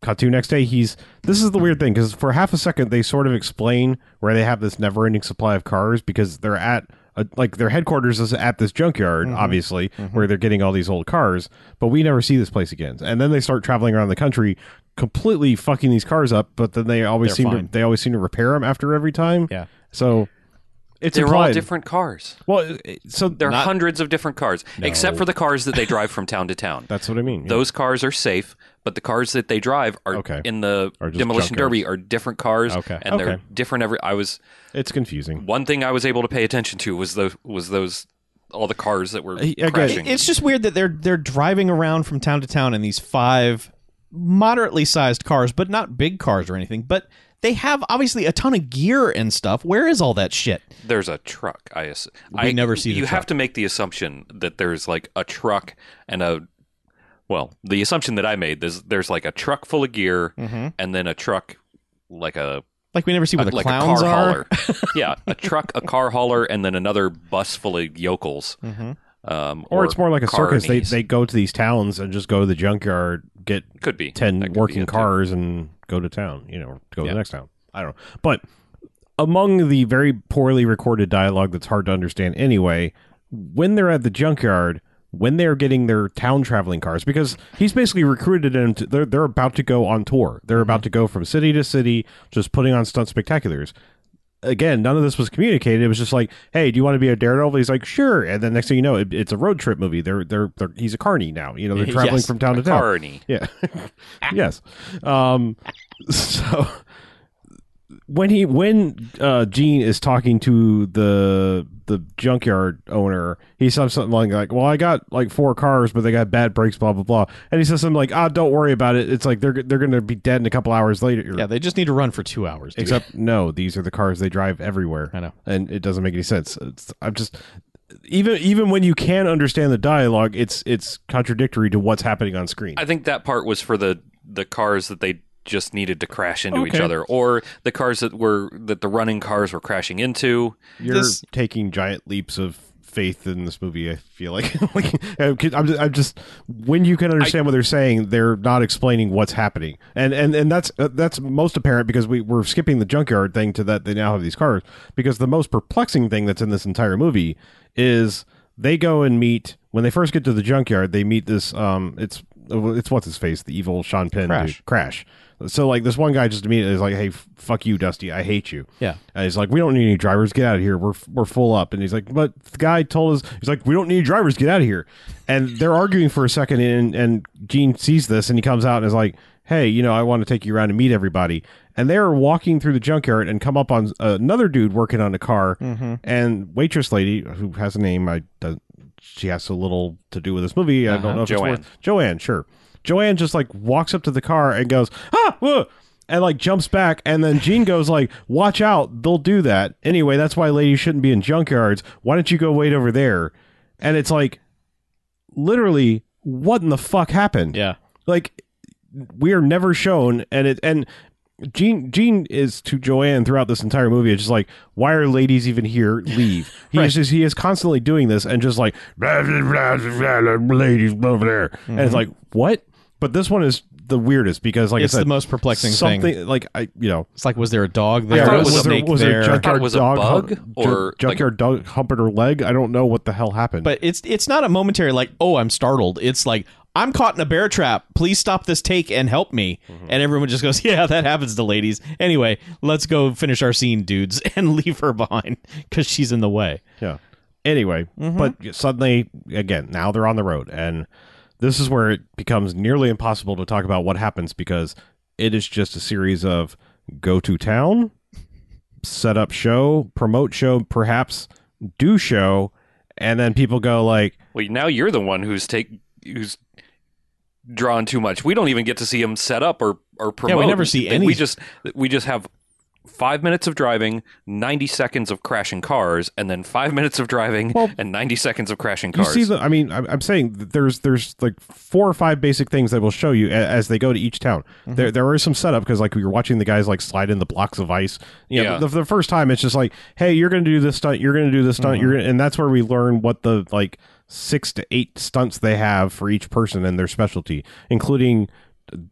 [SPEAKER 3] Cut to next day. He's this is the weird thing because for half a second they sort of explain where they have this never-ending supply of cars because they're at a, like their headquarters is at this junkyard, obviously, where they're getting all these old cars. But we never see this place again. And then they start traveling around the country, completely fucking these cars up. But then they always
[SPEAKER 4] They're
[SPEAKER 3] seem
[SPEAKER 4] fine.
[SPEAKER 3] to they always seem to repair them after every time.
[SPEAKER 4] Yeah.
[SPEAKER 3] So it's
[SPEAKER 1] They're
[SPEAKER 3] implied.
[SPEAKER 1] all different cars.
[SPEAKER 3] Well, it- so
[SPEAKER 1] There are hundreds of different cars, except for the cars that they drive from town to town.
[SPEAKER 3] that's what I mean.
[SPEAKER 1] Those cars are safe, but the cars that they drive are
[SPEAKER 3] Okay.
[SPEAKER 1] in the
[SPEAKER 3] Are just
[SPEAKER 1] demolition
[SPEAKER 3] junk
[SPEAKER 1] derby are different cars,
[SPEAKER 3] Okay.
[SPEAKER 1] and they're
[SPEAKER 3] Okay.
[SPEAKER 1] different every. I was
[SPEAKER 3] it's confusing.
[SPEAKER 1] one thing I was able to pay attention to was the was those all the cars that were
[SPEAKER 3] I- I get-
[SPEAKER 1] crashing.
[SPEAKER 4] It's just weird that they're they're driving around from town to town in these five moderately sized cars, but not big cars or anything. But they have obviously a ton of gear and stuff. Where is all that shit?
[SPEAKER 1] there's a truck. I ass- I
[SPEAKER 4] never see the
[SPEAKER 1] You have to make the assumption that there's like a truck and a well, the assumption that I made there's there's like a truck full of gear
[SPEAKER 3] Hmm.
[SPEAKER 1] and then a truck like a
[SPEAKER 4] Like we never see where the
[SPEAKER 1] like
[SPEAKER 4] clowns
[SPEAKER 1] a car
[SPEAKER 4] are.
[SPEAKER 1] hauler. yeah, a truck, a car hauler, and then another bus full of yokels. Um,
[SPEAKER 3] Mm-hmm. Or, it's more like a
[SPEAKER 1] car
[SPEAKER 3] circus. They
[SPEAKER 1] niece.
[SPEAKER 3] they go to these towns and just go to the junkyard, get
[SPEAKER 1] could be
[SPEAKER 3] 10
[SPEAKER 1] That could be
[SPEAKER 3] working
[SPEAKER 1] it, too.
[SPEAKER 3] cars and go to town, you know, or go to
[SPEAKER 4] Yeah.
[SPEAKER 3] the next town. I don't know. But among the very poorly recorded dialogue that's hard to understand anyway, when they're at the junkyard, when they're getting their town traveling cars, because he's basically recruited them to, they're, they're about to go on tour.
[SPEAKER 1] Mm-hmm.
[SPEAKER 3] They're about to go from city to city, just putting on stunt spectaculars. Again, none of this was communicated. It was just like, "Hey, do you want to be a daredevil?" He's like, "Sure." And then next thing you know, it, it's a road trip movie. They're they're, they're he's a carny now. You know, they're traveling
[SPEAKER 4] Yes,
[SPEAKER 3] from town to town.
[SPEAKER 1] Carney.
[SPEAKER 3] Yeah. yes. Um, so when he when uh, Gene is talking to the the junkyard owner, he says something like, like, "Well, I got like four cars, but they got bad brakes, blah blah blah," and he says something like, "Ah, don't worry about it. It's like they're they're gonna be dead in a couple hours later."
[SPEAKER 4] Yeah, they just need to run for two hours. dude.
[SPEAKER 3] Except no, these are the cars they drive everywhere.
[SPEAKER 4] I know.
[SPEAKER 3] and it doesn't make any sense. It's, I'm just even even when you can understand the dialogue, it's it's contradictory to what's happening on screen.
[SPEAKER 1] I think that part was for the the cars that they just needed to crash into each
[SPEAKER 3] Okay.
[SPEAKER 1] other, or the cars that were that the running cars were crashing into.
[SPEAKER 3] you're
[SPEAKER 4] This-
[SPEAKER 3] taking giant leaps of faith in this movie. I feel like, like I'm, just, I'm just when you can understand what they're saying, they're not explaining what's happening, and and and that's uh, that's most apparent because we we're skipping the junkyard thing to that they now have these cars because the most perplexing thing that's in this entire movie is they go and meet when they first get to the junkyard. They meet this um, it's it's what's his face, the evil Sean Penn
[SPEAKER 4] Crash.
[SPEAKER 3] dude, Crash. So like this one guy just immediately is like, "Hey, f- fuck you, Dusty. I hate you."
[SPEAKER 4] Yeah.
[SPEAKER 3] And he's like, "We don't need any drivers. Get out of here. We're we're full up." And he's like, "But the guy told us." He's like, "We don't need drivers. Get out of here." And they're arguing for a second, and and Gene sees this, and he comes out and is like, "Hey, you know, I want to take you around and meet everybody." And they are walking through the junkyard and come up on another dude working on a car, and waitress lady who has a name I don't- she has so little to do with this movie. I don't know if
[SPEAKER 1] Joanne.
[SPEAKER 3] it's worth Joanne, sure. Joanne just like walks up to the car and goes, ah, whoa, and like jumps back, and then Gene goes like, watch out, they'll do that anyway. That's why ladies shouldn't be in junkyards. Why don't you go wait over there? And it's like, literally, what in the fuck happened?
[SPEAKER 4] Yeah.
[SPEAKER 3] like we are never shown and it and Gene Gene is to Joanne throughout this entire movie. It's just like, why are ladies even here? Leave. He is just, he is constantly doing this and just like blah, blah, blah, blah, blah, ladies over there, and it's like what? But this one is the weirdest because like
[SPEAKER 4] Mm-hmm. It's
[SPEAKER 3] I said,
[SPEAKER 4] the most perplexing
[SPEAKER 3] something
[SPEAKER 4] thing.
[SPEAKER 3] like I you know.
[SPEAKER 4] It's like, was there a dog there?
[SPEAKER 1] I thought it
[SPEAKER 4] Was
[SPEAKER 1] was
[SPEAKER 4] a
[SPEAKER 1] a-
[SPEAKER 3] there,
[SPEAKER 4] snake
[SPEAKER 3] was there
[SPEAKER 4] there?
[SPEAKER 3] a junkyard
[SPEAKER 1] was a
[SPEAKER 3] dog
[SPEAKER 1] bug
[SPEAKER 3] hump-
[SPEAKER 1] or, like-
[SPEAKER 3] junkyard dog humping her leg? I don't know what the hell happened.
[SPEAKER 4] but it's it's not a momentary like, oh, I'm startled. It's like I'm caught in a bear trap. Please stop this take and help me.
[SPEAKER 1] Mm-hmm.
[SPEAKER 4] And everyone just goes, yeah, that happens to ladies. Anyway, let's go finish our scene, dudes, and leave her behind because she's in the way.
[SPEAKER 3] Yeah. Anyway, but suddenly again, now they're on the road and this is where it becomes nearly impossible to talk about what happens because it is just a series of go to town, set up show, promote show, perhaps do show, and then people go like,
[SPEAKER 1] Well, now you're the one who's take who's drawn too much. We don't even get to see him set up or or promote.
[SPEAKER 4] never see
[SPEAKER 1] Th-
[SPEAKER 4] any-
[SPEAKER 1] We just we just have five minutes of driving, ninety seconds of crashing cars, and then five minutes of driving and ninety seconds of crashing
[SPEAKER 3] you
[SPEAKER 1] cars.
[SPEAKER 3] see the I mean, I'm, I'm saying that there's there's like four or five basic things that will show you a- as they go to each town. There
[SPEAKER 1] Mm-hmm.
[SPEAKER 3] there is some setup because like we were watching the guys like slide in the blocks of ice. You know,
[SPEAKER 1] Yeah.
[SPEAKER 3] The, the first time it's just like, hey, you're going to do this stunt, you're going to do this stunt, you're gonna, and that's where we learn what the like six to eight stunts they have for each person and their specialty, including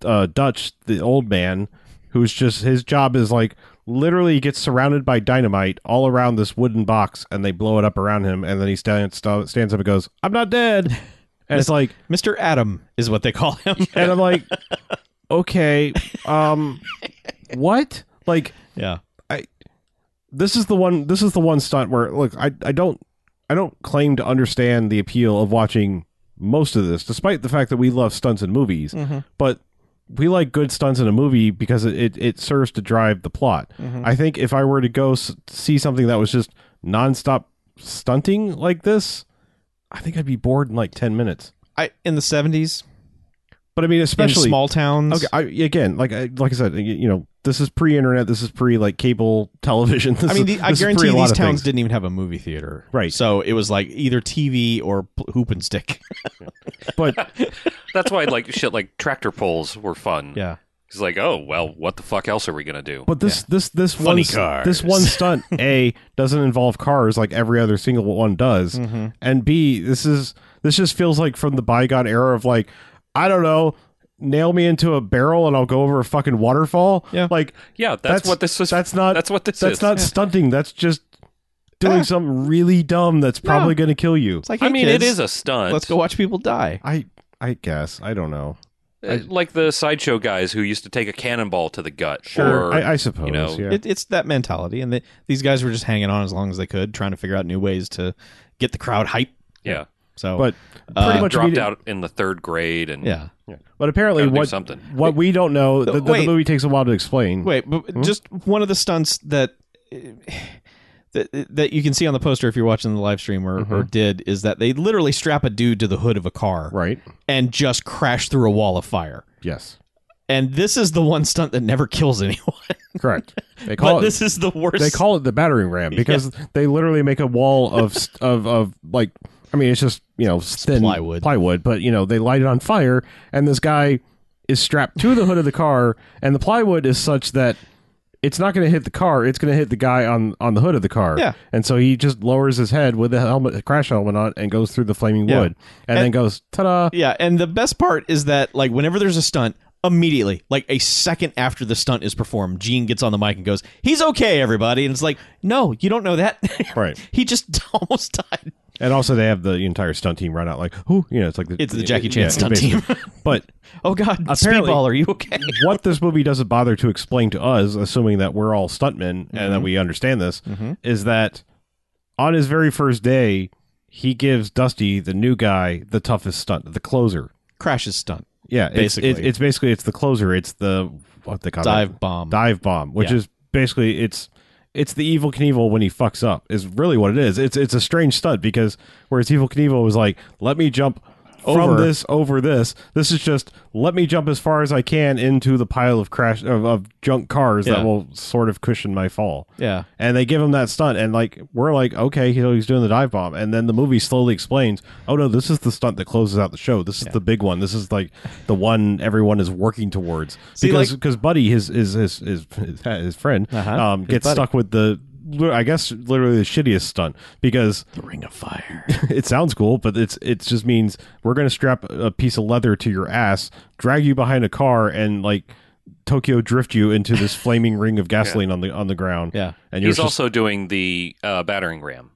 [SPEAKER 3] uh, Dutch, the old man, who's just his job is like literally gets surrounded by dynamite all around this wooden box, and they blow it up around him, and then he stands st- stands up and goes, "I'm not dead," and it's like,
[SPEAKER 4] Mr. Adam is what they call him.
[SPEAKER 3] and I'm like, okay, um, what? Like
[SPEAKER 4] yeah.
[SPEAKER 3] this is the one. This is the one stunt where look, I I don't I don't claim to understand the appeal of watching most of this, despite the fact that we love stunts in movies,
[SPEAKER 4] Mm-hmm.
[SPEAKER 3] but we like good stunts in a movie because it, it, it serves to drive the plot.
[SPEAKER 4] Mm-hmm.
[SPEAKER 3] I think if I were to go s- see something that was just nonstop stunting like this, I think I'd be bored in like 10 minutes.
[SPEAKER 4] I in the 70s,
[SPEAKER 3] But I mean, especially
[SPEAKER 4] in small towns.
[SPEAKER 3] Okay, I, again, like I, like I said, you, you know, this is pre-internet, this is pre like cable television. This
[SPEAKER 4] I mean,
[SPEAKER 3] is-
[SPEAKER 4] the, I
[SPEAKER 3] this is
[SPEAKER 4] guarantee
[SPEAKER 3] pre a lot
[SPEAKER 4] these
[SPEAKER 3] of
[SPEAKER 4] towns
[SPEAKER 3] things.
[SPEAKER 4] didn't even have a movie theater.
[SPEAKER 3] Right.
[SPEAKER 4] So it was like either TV or pl- hoop and stick.
[SPEAKER 3] but
[SPEAKER 1] That's why like shit like tractor pulls were fun.
[SPEAKER 4] yeah.
[SPEAKER 1] It's like, oh well, what the fuck else are we gonna do?
[SPEAKER 3] But this this this
[SPEAKER 4] Funny
[SPEAKER 3] one st- this one stunt a doesn't involve cars like every other single one does,
[SPEAKER 1] Mm-hmm.
[SPEAKER 3] and b this is this just feels like from the bygone era of like I don't know, nail me into a barrel and I'll go over a fucking waterfall.
[SPEAKER 4] Yeah.
[SPEAKER 3] like
[SPEAKER 1] yeah, that's, what this is.
[SPEAKER 3] That's not
[SPEAKER 1] That's what this
[SPEAKER 3] that's
[SPEAKER 1] is. Ah.
[SPEAKER 3] not stunting. That's just doing
[SPEAKER 4] Yeah.
[SPEAKER 3] something really dumb that's probably going to kill you.
[SPEAKER 4] It's like,
[SPEAKER 1] I
[SPEAKER 4] hey,
[SPEAKER 1] mean, it
[SPEAKER 4] kids,
[SPEAKER 1] is a stunt.
[SPEAKER 4] Let's go watch people die.
[SPEAKER 3] I I guess I don't know.
[SPEAKER 1] Uh, like the sideshow guys who used to take a cannonball to the gut. Or,
[SPEAKER 3] I, I suppose.
[SPEAKER 1] know,
[SPEAKER 3] yeah.
[SPEAKER 4] It, it's that mentality, and they, these guys were just hanging on as long as they could, trying to figure out new ways to get the crowd hype.
[SPEAKER 1] yeah,
[SPEAKER 4] So,
[SPEAKER 3] but
[SPEAKER 4] uh,
[SPEAKER 3] pretty much
[SPEAKER 1] dropped
[SPEAKER 3] immedi-
[SPEAKER 1] out in the third grade and
[SPEAKER 4] yeah.
[SPEAKER 3] But apparently,
[SPEAKER 1] Gotta do
[SPEAKER 3] what
[SPEAKER 1] something.
[SPEAKER 3] what we don't know, the, the,
[SPEAKER 4] wait.
[SPEAKER 3] movie takes a while to explain.
[SPEAKER 4] Wait, but
[SPEAKER 1] Hmm?
[SPEAKER 4] just one of the stunts that that that you can see on the poster if you're watching the live stream or, or did is that they literally strap a dude to the hood of a car
[SPEAKER 3] Right?
[SPEAKER 4] and just crash through a wall of fire.
[SPEAKER 3] Yes.
[SPEAKER 4] And this is the one stunt that never kills anyone.
[SPEAKER 3] Correct. They
[SPEAKER 4] but
[SPEAKER 3] call it,
[SPEAKER 4] this is the worst.
[SPEAKER 3] they call it the battering ram because they literally make a wall of s- of of like I mean it's just you know thin
[SPEAKER 4] plywood.
[SPEAKER 3] plywood, but you know they light it on fire and this guy is strapped to the hood of the car and the plywood is such that it's not going to hit the car; it's going to hit the guy on on the hood of the car.
[SPEAKER 4] Yeah.
[SPEAKER 3] and so he just lowers his head with the helmet, crash helmet on, and goes through the flaming
[SPEAKER 4] Yeah.
[SPEAKER 3] wood, and, then
[SPEAKER 4] And-
[SPEAKER 3] goes ta da.
[SPEAKER 4] Yeah, and the best part is that like whenever there's a stunt, immediately, like a second after the stunt is performed, Gene gets on the mic and goes, "He's okay, everybody." And it's like, "No, you don't know that."
[SPEAKER 3] Right.
[SPEAKER 4] he just almost died.
[SPEAKER 3] And also, they have the entire stunt team run out like, who? You know, it's like the,
[SPEAKER 4] It's the Jackie Chan
[SPEAKER 3] yeah,
[SPEAKER 4] stunt team.
[SPEAKER 3] basically. but
[SPEAKER 4] oh god,
[SPEAKER 3] Apparently-
[SPEAKER 4] Speedball, are you okay?
[SPEAKER 3] what this movie doesn't bother to explain to us, assuming that we're all stuntmen and
[SPEAKER 4] Mm-hmm.
[SPEAKER 3] that we understand this, is that on his very first day, he gives Dusty, the new guy, the toughest stunt, the closer.
[SPEAKER 4] Crashes stunt.
[SPEAKER 3] Yeah, it's-
[SPEAKER 4] Basically.
[SPEAKER 3] it's, it's basically it's the closer. It's the what they call
[SPEAKER 4] Dive
[SPEAKER 3] it?
[SPEAKER 4] bomb.
[SPEAKER 3] dive bomb, which
[SPEAKER 4] Yeah.
[SPEAKER 3] is basically it's it's the evil Knievel when he fucks up is really what it is. It's it's a strange stunt because whereas evil Knievel was like, let me jump from
[SPEAKER 4] Over.
[SPEAKER 3] this over this. This is just let me jump as far as I can into the pile of crash of, of junk cars
[SPEAKER 4] Yeah.
[SPEAKER 3] that will sort of cushion my fall.
[SPEAKER 4] Yeah.
[SPEAKER 3] And they give him that stunt, and like we're like, okay, so he's doing the dive bomb, and then the movie slowly explains, oh no, this is the stunt that closes out the show. This is the big one. This is like the one everyone is working towards.
[SPEAKER 4] See,
[SPEAKER 3] because
[SPEAKER 4] like-
[SPEAKER 3] because Buddy, his his his his, his, his friend,
[SPEAKER 4] Uh-huh.
[SPEAKER 3] um,
[SPEAKER 4] His
[SPEAKER 3] gets
[SPEAKER 4] buddy.
[SPEAKER 3] stuck with the, I guess, literally the shittiest stunt because
[SPEAKER 4] The Ring of Fire.
[SPEAKER 3] it sounds cool, but it's it just means we're going to strap a piece of leather to your ass, drag you behind a car, and like Tokyo drift you into this flaming ring of gasoline on the on the ground.
[SPEAKER 4] Yeah.
[SPEAKER 3] and you're
[SPEAKER 1] He's
[SPEAKER 3] just,
[SPEAKER 1] also doing the uh, battering ram.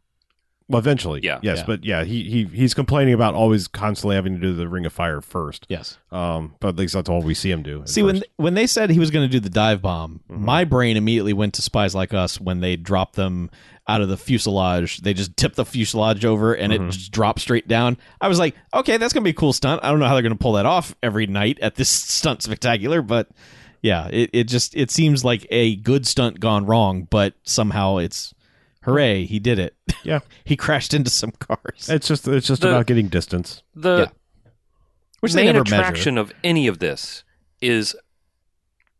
[SPEAKER 3] well, eventually.
[SPEAKER 1] Yeah.
[SPEAKER 3] yes,
[SPEAKER 4] Yeah.
[SPEAKER 3] but yeah, he he he's complaining about always constantly having to do the ring of fire first.
[SPEAKER 4] Yes.
[SPEAKER 3] Um, but at least that's all we see him do. at
[SPEAKER 4] See when
[SPEAKER 3] first.
[SPEAKER 4] when they said he was going to do the dive bomb,
[SPEAKER 1] Mm-hmm.
[SPEAKER 4] my brain immediately went to Spies Like Us when they dropped them out of the fuselage. They just tipped the fuselage over and
[SPEAKER 1] Mm-hmm.
[SPEAKER 4] it just dropped straight down. I was like, okay, that's going to be a cool stunt. I don't know how they're going to pull that off every night at this stunt spectacular, but yeah, it, it just it seems like a good stunt gone wrong, but somehow it's hooray he did it.
[SPEAKER 3] yeah,
[SPEAKER 4] he crashed into some cars,
[SPEAKER 1] Uh,
[SPEAKER 3] it's just it's just
[SPEAKER 1] The-
[SPEAKER 3] about getting distance.
[SPEAKER 1] The
[SPEAKER 4] Yeah. which they
[SPEAKER 1] main
[SPEAKER 4] never measure.
[SPEAKER 1] attraction of any of this is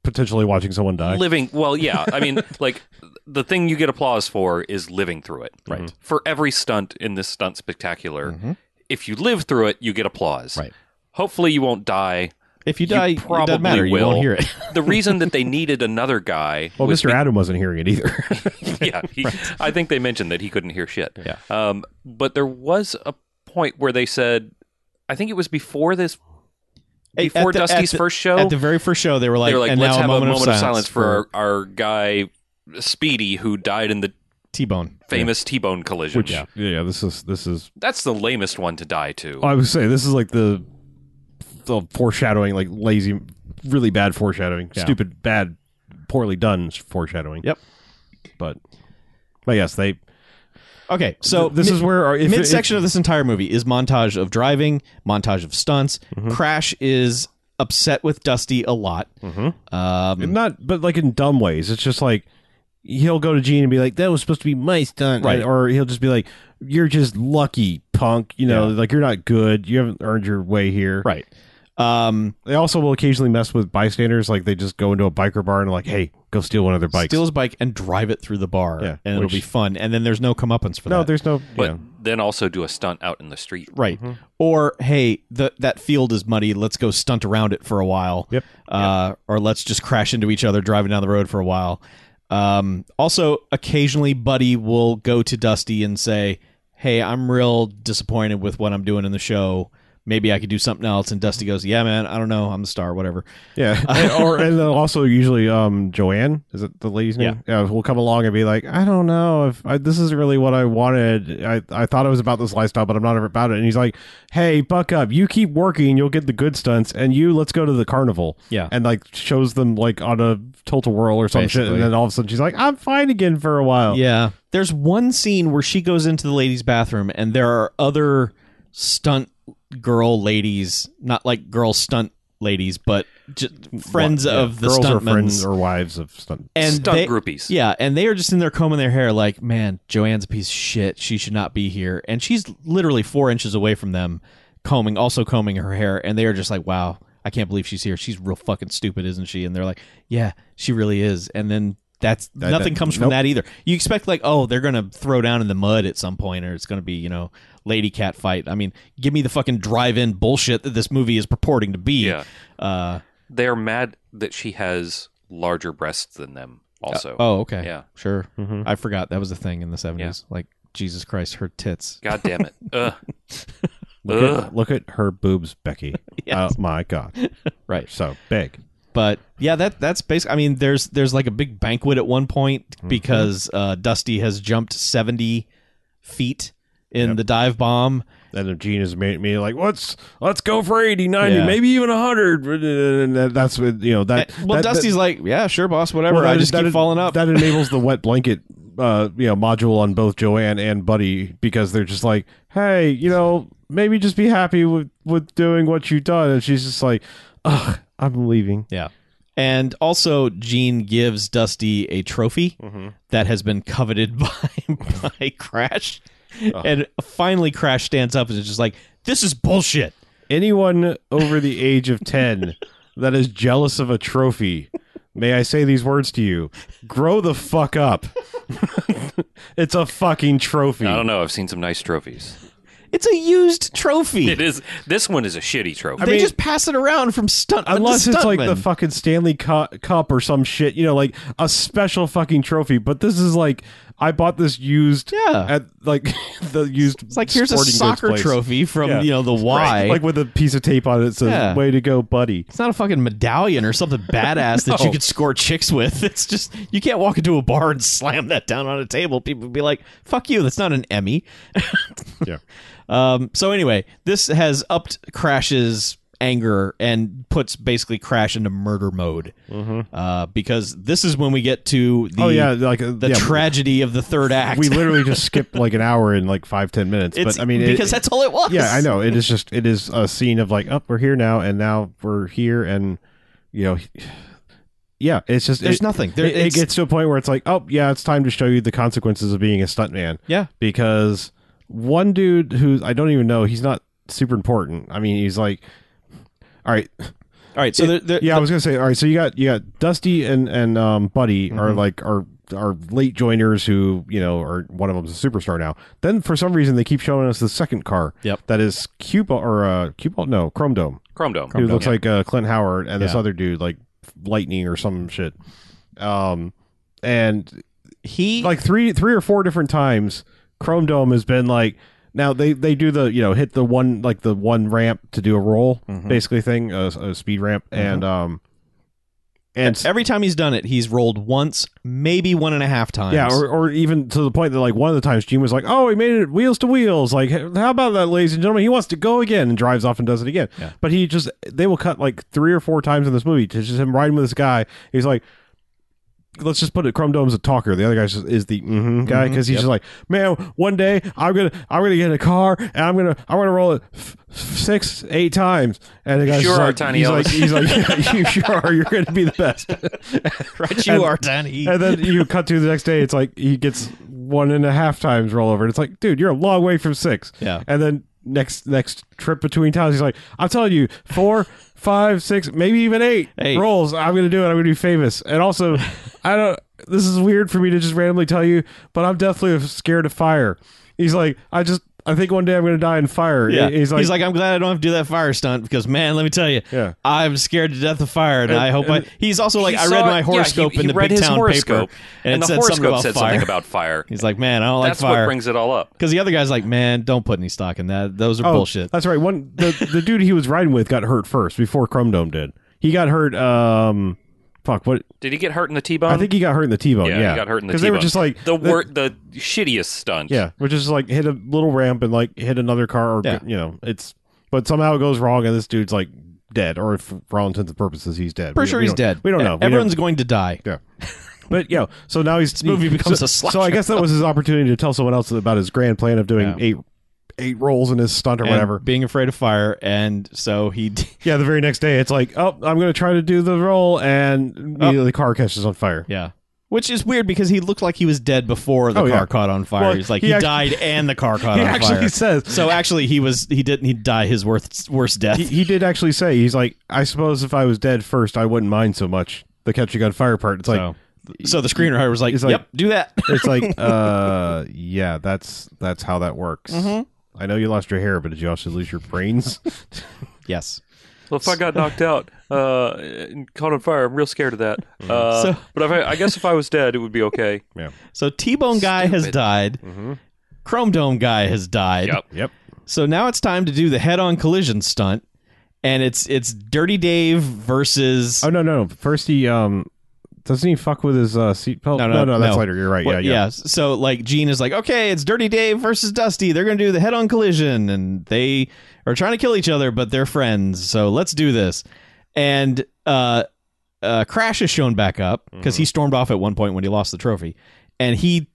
[SPEAKER 3] Potentially watching someone die.
[SPEAKER 1] living well yeah i mean like the thing you get applause for is living through it right for every stunt in this stunt spectacular if you live through it you get applause
[SPEAKER 4] Mm-hmm. Right.
[SPEAKER 1] hopefully you won't die
[SPEAKER 4] If you die, it
[SPEAKER 1] probably
[SPEAKER 4] doesn't matter.
[SPEAKER 1] will
[SPEAKER 4] You won't hear it.
[SPEAKER 1] the reason that they needed another guy
[SPEAKER 3] well,
[SPEAKER 1] was
[SPEAKER 3] Mr. Adam wasn't hearing it either.
[SPEAKER 1] yeah, he, I think they mentioned that he couldn't hear shit.
[SPEAKER 4] Yeah.
[SPEAKER 1] Um, but there was a point where they said, I think it was before this,
[SPEAKER 4] At-
[SPEAKER 1] before
[SPEAKER 4] at the-
[SPEAKER 1] Dusty's
[SPEAKER 4] at the-
[SPEAKER 1] first show.
[SPEAKER 4] At the very first show, they were like,
[SPEAKER 1] they were like,
[SPEAKER 4] and
[SPEAKER 1] "Let's
[SPEAKER 4] now
[SPEAKER 1] have
[SPEAKER 4] a moment,
[SPEAKER 1] of, silence for our, our guy Speedy who died in the
[SPEAKER 4] T-Bone."
[SPEAKER 1] famous T-bone collision."
[SPEAKER 3] Which, yeah, yeah, this is this is
[SPEAKER 1] That's the lamest one to die to.
[SPEAKER 3] I would say this is like the the foreshadowing, like lazy, really bad foreshadowing,
[SPEAKER 4] Yeah.
[SPEAKER 3] stupid, bad, poorly done foreshadowing.
[SPEAKER 4] Yep.
[SPEAKER 3] But but yes, they.
[SPEAKER 4] Okay, so
[SPEAKER 3] this is where our if, if-
[SPEAKER 4] midsection of this entire movie is montage of driving, montage of stunts. Crash is upset with Dusty a lot. Um,
[SPEAKER 3] not, but like in dumb ways. It's just like he'll go to Gene and be like, "That was supposed to be my stunt,"
[SPEAKER 4] Right.
[SPEAKER 3] Or he'll just be like, "You're just lucky, punk. You know, like you're not good. You haven't earned your way here."
[SPEAKER 4] right. Um,
[SPEAKER 3] They also will occasionally mess with bystanders. Like they just go into a biker bar and like, "Hey, go steal one of their bikes."
[SPEAKER 4] steal his bike and drive it through the bar,
[SPEAKER 3] Yeah,
[SPEAKER 4] and it'll
[SPEAKER 3] which-
[SPEAKER 4] be fun. And then there's no comeuppance for
[SPEAKER 3] no,
[SPEAKER 4] that.
[SPEAKER 3] there's no.
[SPEAKER 1] but
[SPEAKER 3] yeah.
[SPEAKER 1] then also do a stunt out in the street.
[SPEAKER 4] Right.
[SPEAKER 3] Mm-hmm.
[SPEAKER 4] Or hey, the, that field is muddy. Let's go stunt around it for a while.
[SPEAKER 3] Yep.
[SPEAKER 4] Uh, Or let's just crash into each other driving down the road for a while. Um, also, occasionally, Buddy will go to Dusty and say, "Hey, I'm real disappointed with what I'm doing in the show. Maybe I could do something else." And Dusty goes, "Yeah, man. I don't know. I'm the star. Whatever."
[SPEAKER 3] Yeah, and, or and then also usually um Joanne is it the lady's name? Yeah, will come along and be like, I don't know if I, this is really what I wanted. I I thought it was about this lifestyle, but I'm not ever about it. And he's like, Hey, buck up! You keep working, you'll get the good stunts, and you let's go to the carnival.
[SPEAKER 4] Yeah.
[SPEAKER 3] and like shows them like on a tilt a whirl or some shit,
[SPEAKER 4] Basically.
[SPEAKER 3] and then all of a sudden she's like, I'm fine again for a while.
[SPEAKER 4] Yeah. Oh. There's one scene where she goes into the ladies' bathroom and there are other stunt girl ladies, not like girl stunt ladies, but just friends
[SPEAKER 3] Yeah,
[SPEAKER 4] of the
[SPEAKER 3] girls are
[SPEAKER 4] stuntmen.
[SPEAKER 3] friends or wives of stunt.
[SPEAKER 4] and
[SPEAKER 1] Stunt
[SPEAKER 4] they-
[SPEAKER 1] groupies.
[SPEAKER 4] Yeah, and they are just in there combing their hair like, man, Joanne's a piece of shit. She should not be here. And she's literally four inches away from them, combing, also combing her hair. And they are just like, wow, I can't believe she's here. She's real fucking stupid, isn't she? And they're like, yeah, she really is. And then that's nothing
[SPEAKER 3] that-
[SPEAKER 4] comes from
[SPEAKER 3] nope.
[SPEAKER 4] that either. You expect like, oh, they're gonna throw down in the mud at some point, or it's gonna be you know, lady cat fight. I mean, give me the fucking drive-in bullshit that this movie is purporting to be.
[SPEAKER 1] Yeah.
[SPEAKER 4] Uh,
[SPEAKER 1] They're mad that she has larger breasts than them. Also,
[SPEAKER 4] oh, okay.
[SPEAKER 1] Yeah.
[SPEAKER 4] Sure.
[SPEAKER 3] Mm-hmm.
[SPEAKER 4] I forgot that was a thing in the 70s. Like, Jesus Christ, her tits.
[SPEAKER 1] God damn it. Ugh.
[SPEAKER 3] Look
[SPEAKER 1] Ugh.
[SPEAKER 3] at, look at her boobs, Becky.
[SPEAKER 4] Yes.
[SPEAKER 3] Oh my god,
[SPEAKER 4] Right.
[SPEAKER 3] so big.
[SPEAKER 4] But yeah, that that's basically I mean, there's there's like a big banquet at one point because uh, Dusty has jumped 70 feet in the dive bomb.
[SPEAKER 3] And if Gene is made me like, let's let's go for 80, 90,
[SPEAKER 4] Yeah.
[SPEAKER 3] maybe even hundred. And that- that's what you know that.
[SPEAKER 4] well,
[SPEAKER 3] that-
[SPEAKER 4] Dusty's
[SPEAKER 3] that-
[SPEAKER 4] like, "Yeah, sure, boss, whatever.
[SPEAKER 3] well,
[SPEAKER 4] I
[SPEAKER 3] that-
[SPEAKER 4] just
[SPEAKER 3] that-
[SPEAKER 4] keep falling up."
[SPEAKER 3] That enables the wet blanket, uh, you know, module on both Joanne and Buddy because they're just like, hey, you know, maybe just be happy with with doing what you've done. And she's just like, ugh, I'm leaving.
[SPEAKER 4] Yeah. And also, Gene gives Dusty a trophy
[SPEAKER 3] Mm-hmm.
[SPEAKER 4] that has been coveted by, by Crash. And finally, Crash stands up and is just like, This is bullshit.
[SPEAKER 3] Anyone over the age of 10 that is jealous of a trophy, may I say these words to you? Grow the fuck up. it's a fucking trophy.
[SPEAKER 1] I don't know. I've seen some nice trophies.
[SPEAKER 4] It's a used trophy.
[SPEAKER 1] It is. This one is a shitty trophy.
[SPEAKER 4] they
[SPEAKER 3] mean-
[SPEAKER 4] just pass it around from stuntman
[SPEAKER 3] Unless
[SPEAKER 4] to
[SPEAKER 3] it's like the
[SPEAKER 4] stuntman.
[SPEAKER 3] fucking Stanley Cu- Cup or some shit, you know, like a special fucking trophy. But this is like, I bought this used
[SPEAKER 4] Yeah.
[SPEAKER 3] at like the used.
[SPEAKER 4] It's like here's a
[SPEAKER 3] sporting goods
[SPEAKER 4] soccer
[SPEAKER 3] place.
[SPEAKER 4] trophy from
[SPEAKER 3] Yeah.
[SPEAKER 4] you know the Y.
[SPEAKER 3] like with a piece of tape on it that says
[SPEAKER 4] Yeah.
[SPEAKER 3] "Way to go, buddy."
[SPEAKER 4] it's not a fucking medallion or something badass that you
[SPEAKER 3] No.
[SPEAKER 4] could score chicks with. It's just you can't walk into a bar and slam that down on a table. People would be like, "Fuck you, that's not an Emmy."
[SPEAKER 3] Yeah.
[SPEAKER 4] Um, so anyway, this has upped Crash's anger and puts basically Crash into murder mode uh, because this is when we get to the
[SPEAKER 3] oh yeah, like uh,
[SPEAKER 4] the
[SPEAKER 3] yeah,
[SPEAKER 4] tragedy of the third act.
[SPEAKER 3] We literally just skipped like an hour and like five ten minutes.
[SPEAKER 4] It's-
[SPEAKER 3] but I mean, it-
[SPEAKER 4] because that's all it was.
[SPEAKER 3] yeah, I know it is just it is a scene of like, oh, we're here now, and now we're here, and you know, yeah, it's just
[SPEAKER 4] There's
[SPEAKER 3] it,
[SPEAKER 4] nothing. There,
[SPEAKER 3] it, it
[SPEAKER 4] it's-
[SPEAKER 3] gets to a point where it's like, oh yeah, it's time to show you the consequences of being a stuntman.
[SPEAKER 4] yeah.
[SPEAKER 3] because one dude who I don't even know, he's not super important. I mean, he's like, all right,
[SPEAKER 4] All right. So there, there,
[SPEAKER 3] yeah, I was gonna say. All right, so you got you got Dusty and and um, Buddy are
[SPEAKER 4] Mm-hmm.
[SPEAKER 3] like are are late joiners who you know are one of them's a superstar now. Then for some reason they keep showing us the second car.
[SPEAKER 4] Yep.
[SPEAKER 3] That is Cuba or uh Cuba no Chrome Dome
[SPEAKER 1] Chrome Dome.
[SPEAKER 3] who looks like uh, Clint Howard and this
[SPEAKER 4] Yeah.
[SPEAKER 3] other dude like Lightning or some shit. Um, and
[SPEAKER 4] he
[SPEAKER 3] like three three or four different times Chrome Dome has been like now they they do the you know hit the one like the one ramp to do a roll basically thing a, a speed ramp and um and
[SPEAKER 4] every time he's done it, he's rolled once, maybe one and a half times.
[SPEAKER 3] yeah or, or even to the point that like one of the times Gene was like oh he made it wheels to wheels like how about that ladies and gentlemen he wants to go again and drives off and does it again
[SPEAKER 4] Yeah.
[SPEAKER 3] but he just they will cut like three or four times in this movie to just him riding with this guy he's like let's just put it chrome dome's a talker the other guy is, is the mm-hmm guy because he's just like man one day i'm gonna i'm gonna get in a car and i'm gonna i'm gonna roll it f- f- six eight times and the guy's
[SPEAKER 1] Sure
[SPEAKER 3] just
[SPEAKER 1] are,
[SPEAKER 3] like,
[SPEAKER 1] Tiny
[SPEAKER 3] he's
[SPEAKER 1] Elvis.
[SPEAKER 3] like he's like you sure are you're gonna be the best
[SPEAKER 4] right, you
[SPEAKER 3] and-
[SPEAKER 4] are Danny.
[SPEAKER 3] and then you cut to the next day it's like he gets one and a half times rollover and it's like dude you're a long way from six
[SPEAKER 4] Yeah.
[SPEAKER 3] and then next next trip between towns he's like i'm telling you four five six maybe even eight
[SPEAKER 4] Hey.
[SPEAKER 3] rolls i'm gonna do it i'm gonna be famous and also i don't this is weird for me to just randomly tell you but i'm definitely scared of fire he's like i just i think one day i'm gonna die in fire
[SPEAKER 4] Yeah.
[SPEAKER 3] he's like,
[SPEAKER 4] I'm glad I don't have to do that fire stunt because, man, let me tell you,
[SPEAKER 3] Yeah.
[SPEAKER 4] I'm scared to death of fire, and, I hope I. He's also like,
[SPEAKER 1] He
[SPEAKER 4] I
[SPEAKER 1] saw
[SPEAKER 4] read
[SPEAKER 1] it- yeah,
[SPEAKER 4] my
[SPEAKER 1] he-
[SPEAKER 4] horoscope
[SPEAKER 1] he
[SPEAKER 4] in the
[SPEAKER 1] read
[SPEAKER 4] big
[SPEAKER 1] his
[SPEAKER 4] town
[SPEAKER 1] horoscope,
[SPEAKER 4] paper, and,
[SPEAKER 1] and the
[SPEAKER 4] it said something
[SPEAKER 1] horoscope
[SPEAKER 4] about
[SPEAKER 1] said
[SPEAKER 4] fire.
[SPEAKER 1] something about fire.
[SPEAKER 4] He's like, man, I don't like
[SPEAKER 1] That's
[SPEAKER 4] fire.
[SPEAKER 1] what brings it all up.
[SPEAKER 4] because the other guy's like, man, don't put any stock in that. Those are
[SPEAKER 3] Oh,
[SPEAKER 4] bullshit.
[SPEAKER 3] That's right. One the, the dude he was riding with got hurt first before Chrome Dome did. He got hurt. Um, fuck. What
[SPEAKER 1] Did he get hurt in the T-bone?
[SPEAKER 3] I think he got hurt in the T-bone. Yeah,
[SPEAKER 1] Um, he got hurt in the
[SPEAKER 3] they were
[SPEAKER 1] T-bone.
[SPEAKER 3] just like
[SPEAKER 1] the
[SPEAKER 3] they-
[SPEAKER 1] wor- the shittiest stunt.
[SPEAKER 3] Yeah, which is like hit a little ramp and like hit another car or
[SPEAKER 4] Yeah.
[SPEAKER 3] you know it's but somehow it goes wrong and this dude's like dead or if for all intents and purposes he's dead.
[SPEAKER 4] Pretty
[SPEAKER 3] We-
[SPEAKER 4] sure
[SPEAKER 3] we
[SPEAKER 4] he's
[SPEAKER 3] don't-
[SPEAKER 4] dead.
[SPEAKER 3] We don't
[SPEAKER 4] E-
[SPEAKER 3] know. We
[SPEAKER 4] Everyone's
[SPEAKER 3] don't-
[SPEAKER 4] going to die.
[SPEAKER 3] yeah. But yeah, so now he's this
[SPEAKER 4] movie becomes
[SPEAKER 3] so,
[SPEAKER 4] a slasher
[SPEAKER 3] So I guess that was his opportunity to tell someone else about his grand plan of doing
[SPEAKER 4] Yeah.
[SPEAKER 3] eight eight rolls in his stunt or
[SPEAKER 4] and
[SPEAKER 3] whatever.
[SPEAKER 4] Being afraid of fire, and so he. d-
[SPEAKER 3] Yeah, the very next day, it's like, oh, I'm going to try to do the roll, and
[SPEAKER 4] Oh.
[SPEAKER 3] immediately the car catches on fire.
[SPEAKER 4] Yeah. Which is weird because he looked like he was dead before the
[SPEAKER 3] Oh,
[SPEAKER 4] car
[SPEAKER 3] yeah.
[SPEAKER 4] caught on fire.
[SPEAKER 3] Well,
[SPEAKER 4] He's like he,
[SPEAKER 3] he act-
[SPEAKER 4] died and the car caught
[SPEAKER 3] He
[SPEAKER 4] on
[SPEAKER 3] actually
[SPEAKER 4] fire.
[SPEAKER 3] says
[SPEAKER 4] so actually, he was he didn't he die his worst worst death.
[SPEAKER 3] he, he did actually say he's like, I suppose if I was dead first, I wouldn't mind so much the catching on fire part. It's like,
[SPEAKER 4] so, so the screenwriter was like,
[SPEAKER 3] He's like-
[SPEAKER 4] "Yep, do that."
[SPEAKER 3] it's like, uh, yeah, that's that's how that works. I know you lost your hair, but did you also lose your brains?
[SPEAKER 4] yes.
[SPEAKER 1] Well, if I got knocked out uh, and caught on fire, I'm real scared of that. Uh,
[SPEAKER 4] So-
[SPEAKER 1] but if I, I guess if I was dead, it would be okay.
[SPEAKER 3] yeah.
[SPEAKER 4] So T Bone guy has died.
[SPEAKER 3] Mm-hmm.
[SPEAKER 4] Chrome Dome guy has died.
[SPEAKER 1] Yep.
[SPEAKER 3] Yep.
[SPEAKER 4] So now it's time to do the head on collision stunt, and it's it's Dirty Dave versus.
[SPEAKER 3] Oh no, no. First he um doesn't he fuck with his uh, seatbelt?
[SPEAKER 4] No, no,
[SPEAKER 3] no, That's
[SPEAKER 4] no.
[SPEAKER 3] later. You're right.
[SPEAKER 4] Well,
[SPEAKER 3] yeah, yeah.
[SPEAKER 4] So like Gene is like, okay, it's Dirty Dave versus Dusty. They're gonna do the head-on collision, and they are trying to kill each other, but they're friends. So let's do this. And uh, uh, Crash is shown back up because
[SPEAKER 3] Mm-hmm.
[SPEAKER 4] he stormed off at one point when he lost the trophy, and he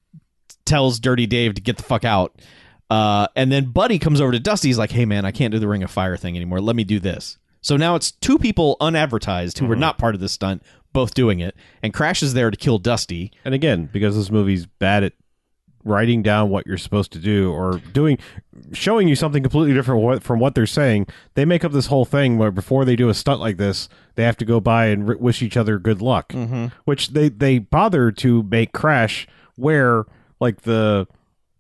[SPEAKER 4] tells Dirty Dave to get the fuck out. Uh, and then Buddy comes over to Dusty. He's like, hey man, I can't do the Ring of Fire thing anymore. Let me do this. So now it's two people unadvertised who were
[SPEAKER 3] Mm-hmm.
[SPEAKER 4] not part of this stunt, both doing it. And Crash is there to kill Dusty.
[SPEAKER 3] And again, because this movie's bad at writing down what you're supposed to do or doing showing you something completely different what, from what they're saying they make up this whole thing where before they do a stunt like this they have to go by and r- wish each other good luck
[SPEAKER 4] Mm-hmm.
[SPEAKER 3] which they they bother to make crash wear like the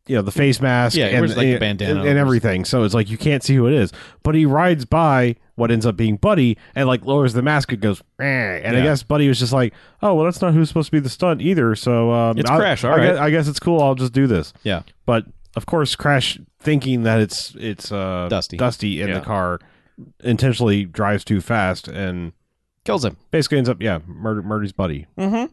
[SPEAKER 3] you know the face mask
[SPEAKER 4] Yeah, he
[SPEAKER 3] and,
[SPEAKER 4] wears, like, the
[SPEAKER 3] and-
[SPEAKER 4] bandana
[SPEAKER 3] and, and
[SPEAKER 4] over
[SPEAKER 3] everything so it's like you can't see who it is but he rides by what ends up being buddy and like lowers the mask and goes "Eh." and i
[SPEAKER 4] Yeah.
[SPEAKER 3] guess buddy was just like oh well that's not who's supposed to be the stunt either so um,
[SPEAKER 4] It's
[SPEAKER 3] I-
[SPEAKER 4] Crash, all
[SPEAKER 3] I
[SPEAKER 4] right.
[SPEAKER 3] guess, I guess it's cool i'll just do this
[SPEAKER 4] Yeah.
[SPEAKER 3] but of course crash thinking that it's it's uh
[SPEAKER 4] Dusty.
[SPEAKER 3] dusty in the car intentionally drives too fast and
[SPEAKER 4] Kills him.
[SPEAKER 3] basically ends up yeah murder murders buddy
[SPEAKER 4] Mm-hmm.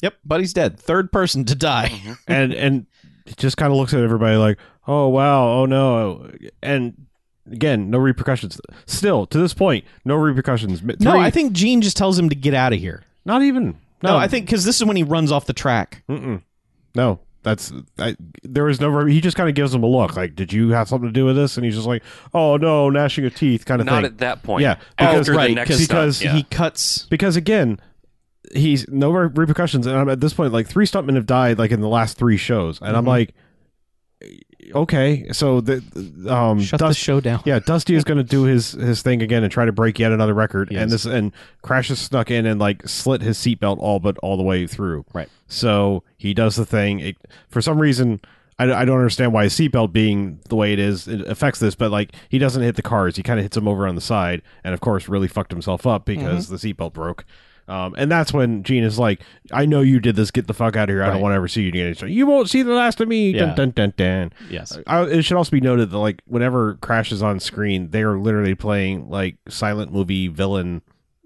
[SPEAKER 4] Yep, buddy's dead. Third person to die.
[SPEAKER 3] and and he just kind of looks at everybody like, "Oh wow, oh no," and again, no repercussions. Still to this point, no repercussions. Mi-
[SPEAKER 4] No,
[SPEAKER 3] three-
[SPEAKER 4] I think Gene just tells him to get out of here.
[SPEAKER 3] not even.
[SPEAKER 4] No,
[SPEAKER 3] No,
[SPEAKER 4] I think because this is when he runs off the track.
[SPEAKER 3] Mm-mm. no. That's I, there was no. He just kind of gives him a look, like, "Did you have something to do with this?" And he's just like, "Oh no, gnashing of teeth," kind of
[SPEAKER 1] Not
[SPEAKER 3] thing.
[SPEAKER 1] at that point.
[SPEAKER 3] Yeah, because-
[SPEAKER 1] after
[SPEAKER 3] right,
[SPEAKER 1] the next stunt,
[SPEAKER 3] because
[SPEAKER 1] yeah.
[SPEAKER 4] He cuts.
[SPEAKER 3] because again, he's no re- repercussions, and I'm at this point like three stuntmen have died like in the last three shows, and I'm
[SPEAKER 4] Mm-hmm.
[SPEAKER 3] like, okay, so the the, um
[SPEAKER 4] Shut the
[SPEAKER 3] Dust-
[SPEAKER 4] show down.
[SPEAKER 3] Yeah, Dusty is going to do his his thing again and try to break yet another record.
[SPEAKER 4] Yes.
[SPEAKER 3] And this and Crash has snuck in and like slit his seatbelt all but all the way through.
[SPEAKER 4] Right.
[SPEAKER 3] So he does the thing. It, for some reason, I, I don't understand why his seatbelt being the way it is it affects this, but like he doesn't hit the cars. He kind of hits him over on the side, and of course, really fucked himself up because
[SPEAKER 4] Mm-hmm.
[SPEAKER 3] the seatbelt broke. Um, and that's when Gene is like, "I know you did this. Get the fuck out of here. I don't
[SPEAKER 4] Right.
[SPEAKER 3] want to ever see you again." He's like, you won't see the last of me.
[SPEAKER 4] Yeah.
[SPEAKER 3] Dun, dun, dun, dun.
[SPEAKER 4] Yes.
[SPEAKER 3] I, it should also be noted that like whenever Crash is on screen, they are literally playing like silent movie villain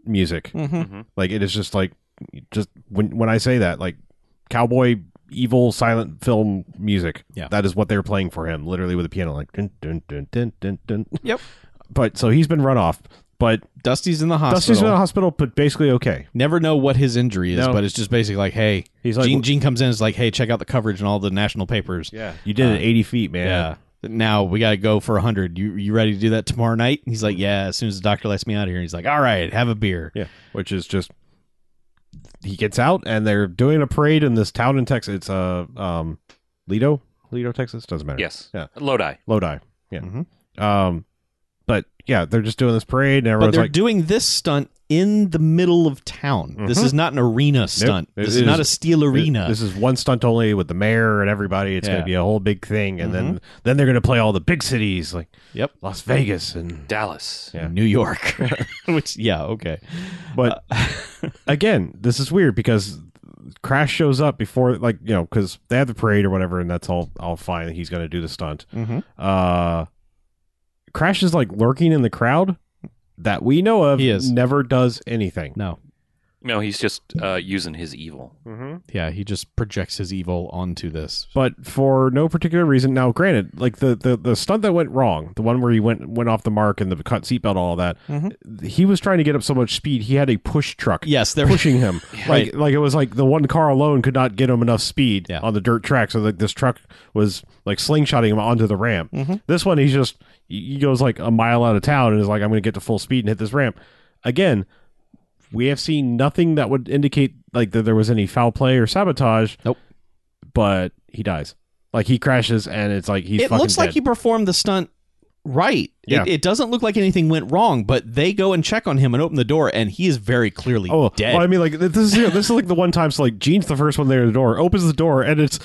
[SPEAKER 3] music.
[SPEAKER 4] Mm-hmm.
[SPEAKER 3] Like it is just like just when when I say that like cowboy evil silent film music.
[SPEAKER 4] Yeah.
[SPEAKER 3] that is what they're playing for him. Literally with a piano like dun dun dun dun dun dun.
[SPEAKER 4] Yep.
[SPEAKER 3] But so he's been run off. But
[SPEAKER 4] Dusty's in the hospital.
[SPEAKER 3] Dusty's in the hospital, but basically okay.
[SPEAKER 4] Never know what his injury is,
[SPEAKER 3] No.
[SPEAKER 4] but it's just basically like, hey,
[SPEAKER 3] He's like-
[SPEAKER 4] Gene, Gene comes in and is like, hey, check out the coverage in all the national papers.
[SPEAKER 3] Yeah, you did it eighty feet, man.
[SPEAKER 4] Uh, Yeah. Now we got to go for 100. You you ready to do that tomorrow night? And He's like, yeah, as soon as the doctor lets me out of here. He's like, all right, have a beer.
[SPEAKER 3] Yeah, which is just he gets out and they're doing a parade in this town in Texas. It's uh um Lido, Lido, Texas. Doesn't matter.
[SPEAKER 1] yes,
[SPEAKER 3] Yeah.
[SPEAKER 1] Lodi.
[SPEAKER 3] Lodi. Yeah.
[SPEAKER 4] Mhm.
[SPEAKER 3] Um, but yeah, they're just doing this parade and
[SPEAKER 4] But
[SPEAKER 3] everyone's
[SPEAKER 4] they're
[SPEAKER 3] like,
[SPEAKER 4] doing this stunt in the middle of town. This
[SPEAKER 3] Mhm.
[SPEAKER 4] is not an arena stunt.
[SPEAKER 3] It
[SPEAKER 4] this is, not a
[SPEAKER 3] is-
[SPEAKER 4] steel arena.
[SPEAKER 3] This is one stunt only with the mayor and everybody. It's
[SPEAKER 4] Yeah. Mm-hmm.
[SPEAKER 3] gonna be a whole big thing, and then then they're gonna play all the big cities like
[SPEAKER 4] Yep.
[SPEAKER 3] Las Vegas and.
[SPEAKER 1] Dallas.
[SPEAKER 3] Yeah.
[SPEAKER 4] New York. Which yeah, okay. uh,
[SPEAKER 3] But again, this is weird because Crash shows up before like you know because they have the parade or whatever, and that's all all fine. He's gonna do the stunt. uh crash is like lurking in the crowd that we know of
[SPEAKER 4] He is.
[SPEAKER 3] never does anything
[SPEAKER 4] No.
[SPEAKER 1] No, he's just uh, using his evil.
[SPEAKER 4] Yeah, he just projects his evil onto this.
[SPEAKER 3] but for no particular reason now granted like the, the the stunt that went wrong the one where he went went off the mark and the cut seatbelt all that he was trying to get up so much speed he had a push truck
[SPEAKER 4] Yes, there
[SPEAKER 3] pushing him like
[SPEAKER 4] Right.
[SPEAKER 3] like it was like the one car alone could not get him enough speed
[SPEAKER 4] Yeah.
[SPEAKER 3] on the dirt track so like this truck was like slingshotting him onto the ramp
[SPEAKER 4] Mm-hmm.
[SPEAKER 3] this one he's just he goes like a mile out of town and is like i'm gonna get to full speed and hit this ramp again we have seen nothing that would indicate like that there was any foul play or sabotage
[SPEAKER 4] Nope.
[SPEAKER 3] but he dies like he crashes and it's like he's
[SPEAKER 4] it
[SPEAKER 3] fucking
[SPEAKER 4] looks like
[SPEAKER 3] dead.
[SPEAKER 4] he performed the stunt right.
[SPEAKER 3] Yeah.
[SPEAKER 4] It, it doesn't look like anything went wrong, but they go and check on him and open the door, and he is very clearly
[SPEAKER 3] Oh,
[SPEAKER 4] dead.
[SPEAKER 3] well, I mean, like this is you know, this is like the one time. So, like, Gene's the first one there at the door, opens the door, and it's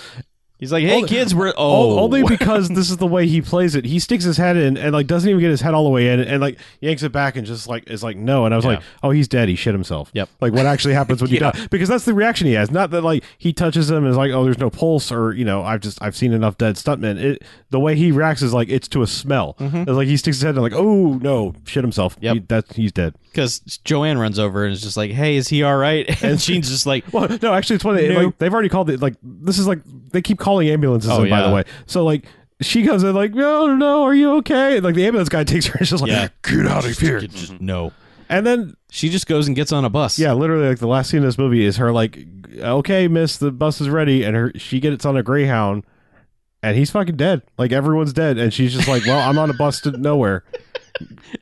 [SPEAKER 4] He's like, "Hey, kids, we're oh,
[SPEAKER 3] All, only because this is the way he plays it. He sticks his head in and like doesn't even get his head all the way in and like yanks it back and just like is like no. And I was like, oh, he's dead. He shit himself.
[SPEAKER 4] Yep.
[SPEAKER 3] Like what actually happens when you die? Because that's the reaction he has. Not that like he touches him and is like, oh, there's no pulse or you know, I've just I've seen enough dead stuntmen. It the way he reacts is like it's to a smell. It's like he sticks his head in like oh no, shit himself.
[SPEAKER 4] Mm-hmm. Yep.
[SPEAKER 3] He- that's he's dead.
[SPEAKER 4] because Joanne runs over and is just like, "Hey, is he all right?" And Gene's just like,
[SPEAKER 3] Well, no, actually, it's funny.
[SPEAKER 4] No.
[SPEAKER 3] Like, they've already called it. Like, this is like they keep calling ambulances.
[SPEAKER 4] Oh,
[SPEAKER 3] in, by
[SPEAKER 4] yeah.
[SPEAKER 3] the way, so like she comes in, like, no, no, are you okay? And, like the ambulance guy takes her and she's like,
[SPEAKER 4] Yeah.
[SPEAKER 3] get out of here.
[SPEAKER 4] just, "No."
[SPEAKER 3] And then,
[SPEAKER 4] She just goes and gets on a bus.
[SPEAKER 3] yeah, literally, like the last scene of this movie is her like, okay, miss, the bus is ready, and her she gets on a Greyhound, and he's fucking dead. Like everyone's dead, and she's just like, well, I'm on a bus to nowhere.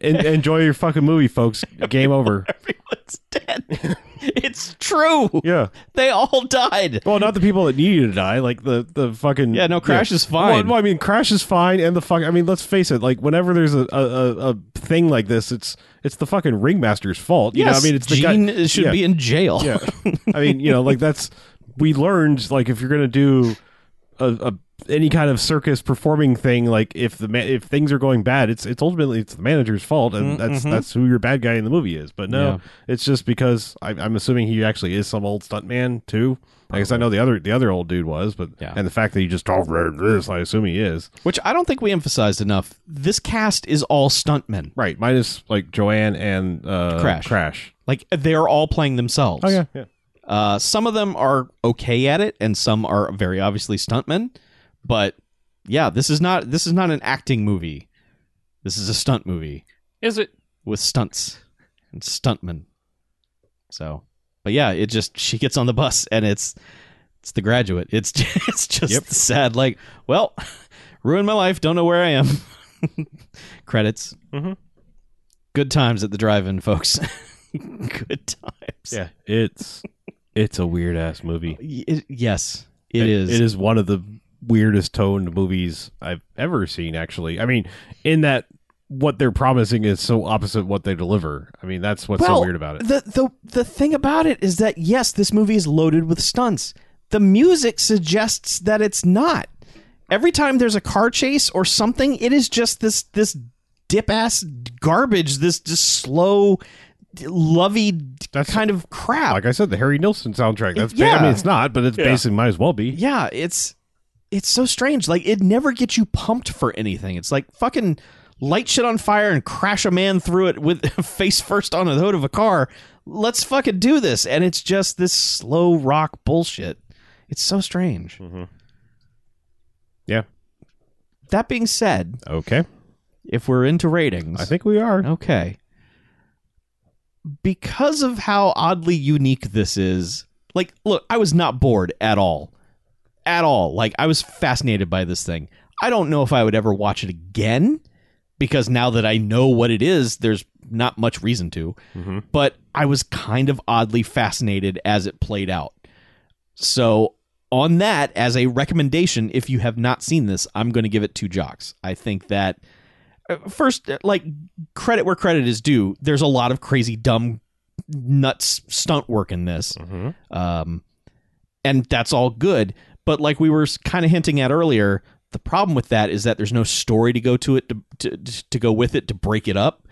[SPEAKER 3] En- enjoy your fucking movie, folks. Game over.
[SPEAKER 4] Everyone's dead. it's true.
[SPEAKER 3] Yeah.
[SPEAKER 4] They all died.
[SPEAKER 3] Well, not the people that need you to die, like the the fucking
[SPEAKER 4] Yeah, no, Crash is
[SPEAKER 3] Well,
[SPEAKER 4] fine.
[SPEAKER 3] well, I mean, Crash is fine, and the fuck. I mean, let's face it. Like, whenever there's a a, a, a thing like this, it's it's the fucking ringmaster's fault. You know,
[SPEAKER 4] yes,
[SPEAKER 3] I mean, it's the
[SPEAKER 4] Gene
[SPEAKER 3] guy,
[SPEAKER 4] should
[SPEAKER 3] yeah.
[SPEAKER 4] be in jail.
[SPEAKER 3] Yeah, I mean, you know, like that's we learned. Like, if you're gonna do a, a any kind of circus performing thing, like if the ma- if things are going bad, it's it's ultimately it's the manager's fault, and that's that's who your bad guy in the movie is. But no, it's just because I, I'm assuming he actually is some old stuntman too. I guess I know the other the other old dude was, but
[SPEAKER 4] Yeah.
[SPEAKER 3] and the fact that he just talked this, I assume he is
[SPEAKER 4] Which I don't think we emphasized enough. This cast is all stuntmen.
[SPEAKER 3] right. Minus like Joanne and uh,
[SPEAKER 4] Crash.
[SPEAKER 3] Crash.
[SPEAKER 4] Like they're all playing themselves.
[SPEAKER 3] Oh yeah, yeah.
[SPEAKER 4] Uh, some of them are okay at it, and some are very obviously stuntmen. But yeah, this is not this is not an acting movie. This is a stunt movie
[SPEAKER 1] Is it?
[SPEAKER 4] with stunts and stuntmen. So, but yeah, it just she gets on the bus and it's it's the graduate. It's just, it's just
[SPEAKER 3] Yep.
[SPEAKER 4] sad. Like, well, ruined my life. Don't know where I am. Credits.
[SPEAKER 3] Mhm.
[SPEAKER 4] Good times at the drive-in, folks. Good times.
[SPEAKER 3] Yeah, it's it's a weird ass movie.
[SPEAKER 4] Y- it- yes, it is.
[SPEAKER 3] It is one of the weirdest toned movies I've ever seen. Actually, I mean, in that what they're promising is so opposite what they deliver. I mean, that's what's so weird about it.
[SPEAKER 4] The the the thing about it is that yes, this movie is loaded with stunts. The music suggests that it's not. Every time there's a car chase or something, it is just this this dip ass garbage, this just slow, lovey
[SPEAKER 3] That's-
[SPEAKER 4] kind of crap.
[SPEAKER 3] Like I said, the Harry Nilsson soundtrack. That's ba-
[SPEAKER 4] Yeah.
[SPEAKER 3] I mean, it's not, but it's basically might as well be.
[SPEAKER 4] yeah, it's it's so strange. Like it never gets you pumped for anything. It's like fucking light shit on fire and crash a man through it with face first on the hood of a car. Let's fucking do this. And it's just this slow rock bullshit. It's so strange.
[SPEAKER 3] Mm-hmm. Yeah.
[SPEAKER 4] That being said,
[SPEAKER 3] Okay.
[SPEAKER 4] if we're into ratings,
[SPEAKER 3] I think we are.
[SPEAKER 4] Okay. Because of how oddly unique this is, like, look, I was not bored at all. At all. Like, I was fascinated by this thing. I don't know if I would ever watch it again because now that I know what it is, there's not much reason to. But I was kind of oddly fascinated as it played out. So, on that, as a recommendation, if you have not seen this, I'm going to give it two jocks. I think that uh, first, uh, like credit where credit is due, there's a lot of crazy, dumb, nuts stunt work in this, um, and that's all good. But like we were kind of hinting at earlier, the problem with that is that there's no story to go to it to to, to go with it to break it up.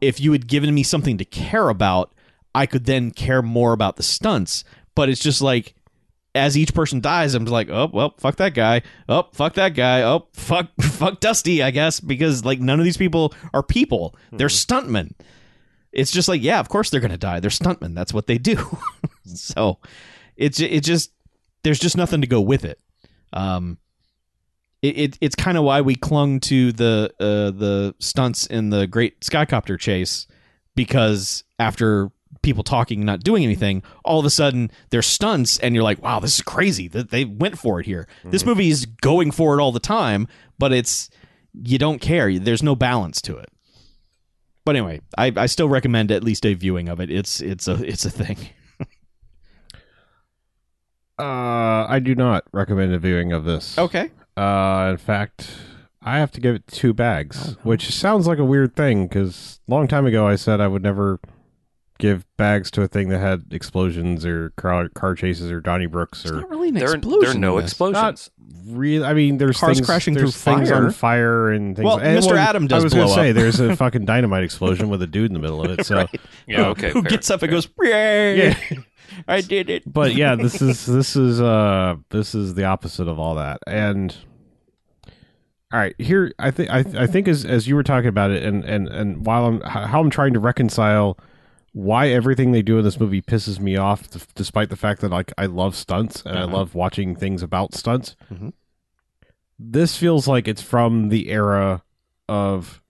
[SPEAKER 4] If you had given me something to care about, I could then care more about the stunts. But it's just like as each person dies, I'm like, oh well, fuck that guy. Oh fuck that guy. Oh fuck fuck Dusty, I guess, because like none of these people are people. They're stuntmen. It's just like, yeah, of course they're gonna die. They're stuntmen. That's what they do. so it's it just there's just nothing to go with it. Um, it, it it's kind of why we clung to the uh, the stunts in the Great Skycopter Chase because after people talking and not doing anything, all of a sudden there's stunts and you're like, wow, this is crazy that they went for it here.
[SPEAKER 1] Mm-hmm.
[SPEAKER 4] This movie is going for it all the time, but it's you don't care. There's no balance to it. But anyway, I, I still recommend at least a viewing of it. It's it's a it's a thing.
[SPEAKER 3] Uh, I do not recommend a viewing of this.
[SPEAKER 4] Okay.
[SPEAKER 3] Uh, in fact, I have to give it two
[SPEAKER 4] Oh,
[SPEAKER 3] bags, which sounds like a weird thing because long time ago I said I would never give bags to a thing that had explosions or car, car chases or Donny Brooks or
[SPEAKER 4] really an
[SPEAKER 1] There, are- there are no explosions.
[SPEAKER 3] real. I mean, there's
[SPEAKER 4] Cars
[SPEAKER 3] things,
[SPEAKER 4] crashing
[SPEAKER 3] there's
[SPEAKER 4] through
[SPEAKER 3] things
[SPEAKER 4] fire.
[SPEAKER 3] on fire and things.
[SPEAKER 4] Well,
[SPEAKER 3] and
[SPEAKER 4] Mr.
[SPEAKER 3] well,
[SPEAKER 4] Adam
[SPEAKER 3] I
[SPEAKER 4] does
[SPEAKER 3] was gonna
[SPEAKER 4] blow
[SPEAKER 3] say
[SPEAKER 4] up.
[SPEAKER 3] there's a fucking dynamite explosion with a dude in the middle of it. So,
[SPEAKER 1] yeah, okay.
[SPEAKER 4] Who
[SPEAKER 1] fair,
[SPEAKER 4] gets up and
[SPEAKER 1] fair.
[SPEAKER 4] goes, yeah. I did it.
[SPEAKER 3] but yeah, this is this is uh this is the opposite of all that. And all right, here I think I I think as as you were talking about it, and and and while I'm how how I'm trying to reconcile why everything they do in this movie pisses me off, d- despite the fact that like I love stunts and I love watching things about stunts.
[SPEAKER 4] Mhm.
[SPEAKER 3] This feels like it's from the era of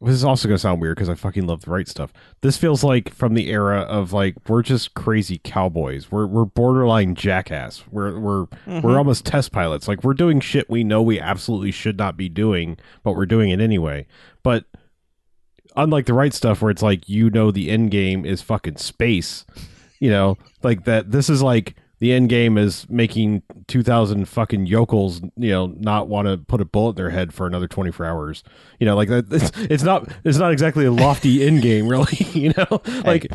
[SPEAKER 3] this is also gonna sound weird because I fucking love the right stuff. This feels like from the era of like we're just crazy cowboys. We're we're borderline jackass. We're we're we're almost test pilots. Like we're doing shit we know we absolutely should not be doing, but we're doing it anyway. But unlike the right stuff where it's like you know the end game is fucking space you know like that this is like the end game is making 2000 fucking yokels you know not want to put a bullet in their head for another 24 hours you know like that it's, it's not it's not exactly a lofty end game really you know like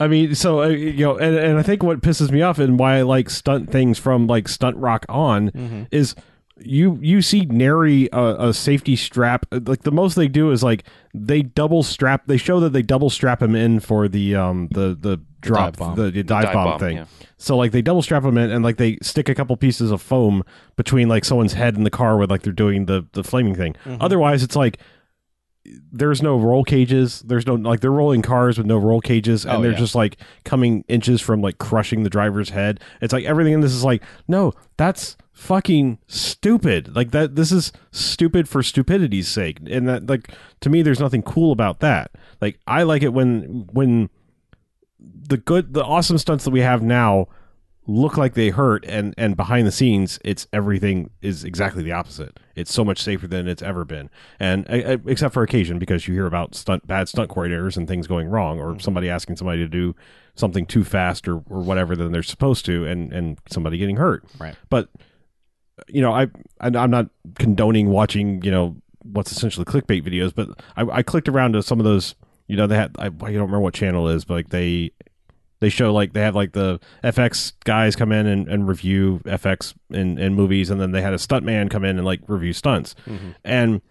[SPEAKER 3] I mean, so uh, you know, and, and I think what pisses me off and why I like stunt things from like stunt rock on is you you see nary a, a safety strap. Like the most they do is like they double strap. They show that they double strap him in for the um the the drop
[SPEAKER 4] bomb.
[SPEAKER 3] the, the dive,
[SPEAKER 1] dive
[SPEAKER 3] bomb,
[SPEAKER 1] bomb,
[SPEAKER 3] thing.
[SPEAKER 1] yeah.
[SPEAKER 3] So like they double strap him in and like they stick a couple pieces of foam between like someone's head and the car where like they're doing the the flaming thing. Otherwise, it's like there's no roll cages. There's no like they're rolling cars with no roll cages, and
[SPEAKER 4] Oh,
[SPEAKER 3] they're
[SPEAKER 4] yeah.
[SPEAKER 3] just like coming inches from like crushing the driver's head. It's like everything in this is like no, that's fucking stupid. Like that, this is stupid for stupidity's sake, and that like to me, there's nothing cool about that. Like I like it when when the good, the awesome stunts that we have now look like they hurt and and behind the scenes it's everything is exactly the opposite it's so much safer than it's ever been and I, I- except for occasion because you hear about stunt bad stunt coordinators and things going wrong or somebody asking somebody to do something too fast or, or whatever than they're supposed to and and somebody getting hurt
[SPEAKER 4] Right.
[SPEAKER 3] but you know, I I- I'm not condoning watching you know what's essentially clickbait videos, but I, I clicked around to some of those. You know, they had I, I don't remember what channel it is, but like they they show like they have like the FX guys come in and, and review FX in, in movies, and then they had a stunt man come in and like review stunts. And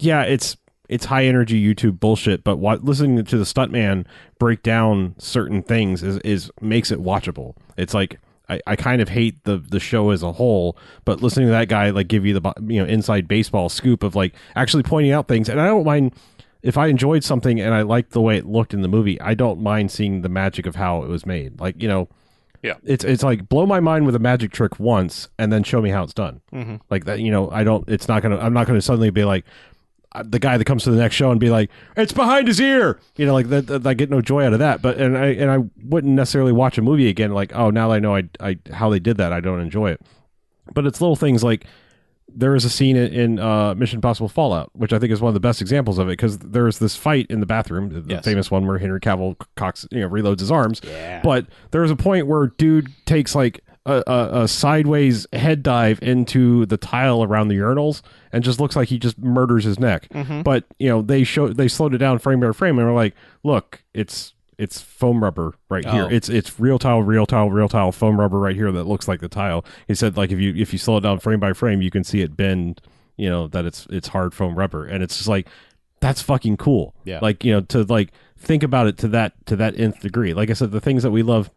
[SPEAKER 3] yeah, it's it's high energy YouTube bullshit, but what, listening to the stuntman break down certain things is, is makes it watchable. It's like I, I kind of hate the the show as a whole, but listening to that guy like give you the bo- you know inside baseball scoop of like actually pointing out things, and I don't mind if I enjoyed something and I liked the way it looked in the movie. I don't mind seeing the magic of how it was made. Like you know,
[SPEAKER 1] Yeah.
[SPEAKER 3] it's it's like blow my mind with a magic trick once and then show me how it's done. Like that, you know, I don't. It's not gonna. I'm not gonna suddenly be like uh, the guy that comes to the next show and be like, "It's behind his ear," you know, like that. that- I get no joy out of that. But and I and I wouldn't necessarily watch a movie again. Like, oh, now that I know I, I how they did that, I don't enjoy it. But it's little things like there is a scene in, in uh, Mission Impossible Fallout, which I think is one of the best examples of it, because there is this fight in the bathroom, the, the
[SPEAKER 4] Yes.
[SPEAKER 3] famous one where Henry Cavill c- cocks, you know, reloads his arms. But there is a point where dude takes like a, a, a sideways head dive into the tile around the urinals and just looks like he just murders his neck. But you know, they show they slowed it down frame by frame and were like, look, it's it's foam rubber right here.
[SPEAKER 4] Oh.
[SPEAKER 3] It's it's real tile, real tile, real tile foam rubber right here that looks like the tile. He said like if you if you slow it down frame by frame, you can see it bend. You know that it's it's hard foam rubber, and it's just like that's fucking cool.
[SPEAKER 4] Yeah.
[SPEAKER 3] like you know to like think about it to that to that nth degree. Like I said, the things that we love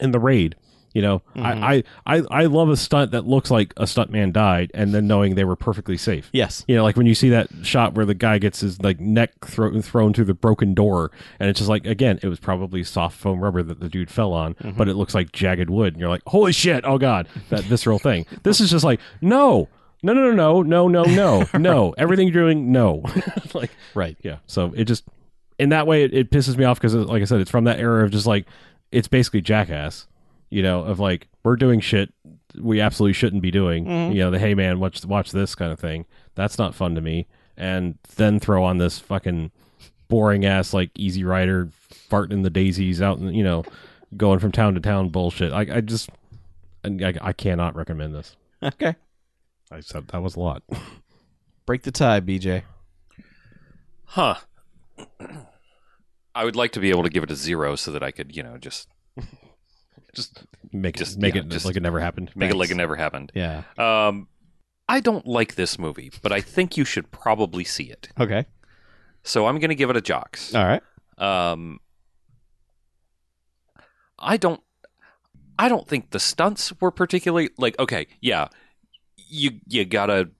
[SPEAKER 3] in the raid. You know,
[SPEAKER 4] Mm-hmm.
[SPEAKER 3] I, I, I I love a stunt that looks like a stuntman died, and then knowing they were perfectly safe.
[SPEAKER 4] Yes.
[SPEAKER 3] You know, like when you see that shot where the guy gets his like neck thro- thrown through the broken door, and it's just like again, it was probably soft foam rubber that the dude fell on, but it looks like jagged wood, and you're like, holy shit, oh god, that visceral thing. This is just like no, no, no, no, no, no, no, no, no. Everything you're doing, no. like
[SPEAKER 4] Right.
[SPEAKER 3] yeah, so it just in that way it, it pisses me off because like I said, it's from that era of just like it's basically jackass, you know, of like we're doing shit we absolutely shouldn't be doing.
[SPEAKER 1] Mm-hmm.
[SPEAKER 3] You know, the hey man, watch watch this kind of thing. That's not fun to me. And then throw on this fucking boring ass like Easy Rider farting in the daisies out and you know going from town to town bullshit. I I just and I, I cannot recommend this.
[SPEAKER 4] Okay.
[SPEAKER 3] I said that was a lot.
[SPEAKER 4] Break the tie, BJ.
[SPEAKER 1] Huh. I would like to be able to give it a zero so that I could, you know, just
[SPEAKER 3] Just make
[SPEAKER 1] Just,
[SPEAKER 3] it make
[SPEAKER 1] yeah,
[SPEAKER 3] it
[SPEAKER 1] just
[SPEAKER 3] like it never happened.
[SPEAKER 1] make it like it never happened.
[SPEAKER 4] Yeah.
[SPEAKER 1] Um, I don't like this movie, but I think you should probably see it.
[SPEAKER 4] Okay.
[SPEAKER 1] So I'm going to give it a jocks.
[SPEAKER 4] All right.
[SPEAKER 1] Um, I don't, I don't think the stunts were particularly like. Okay, yeah, you you gotta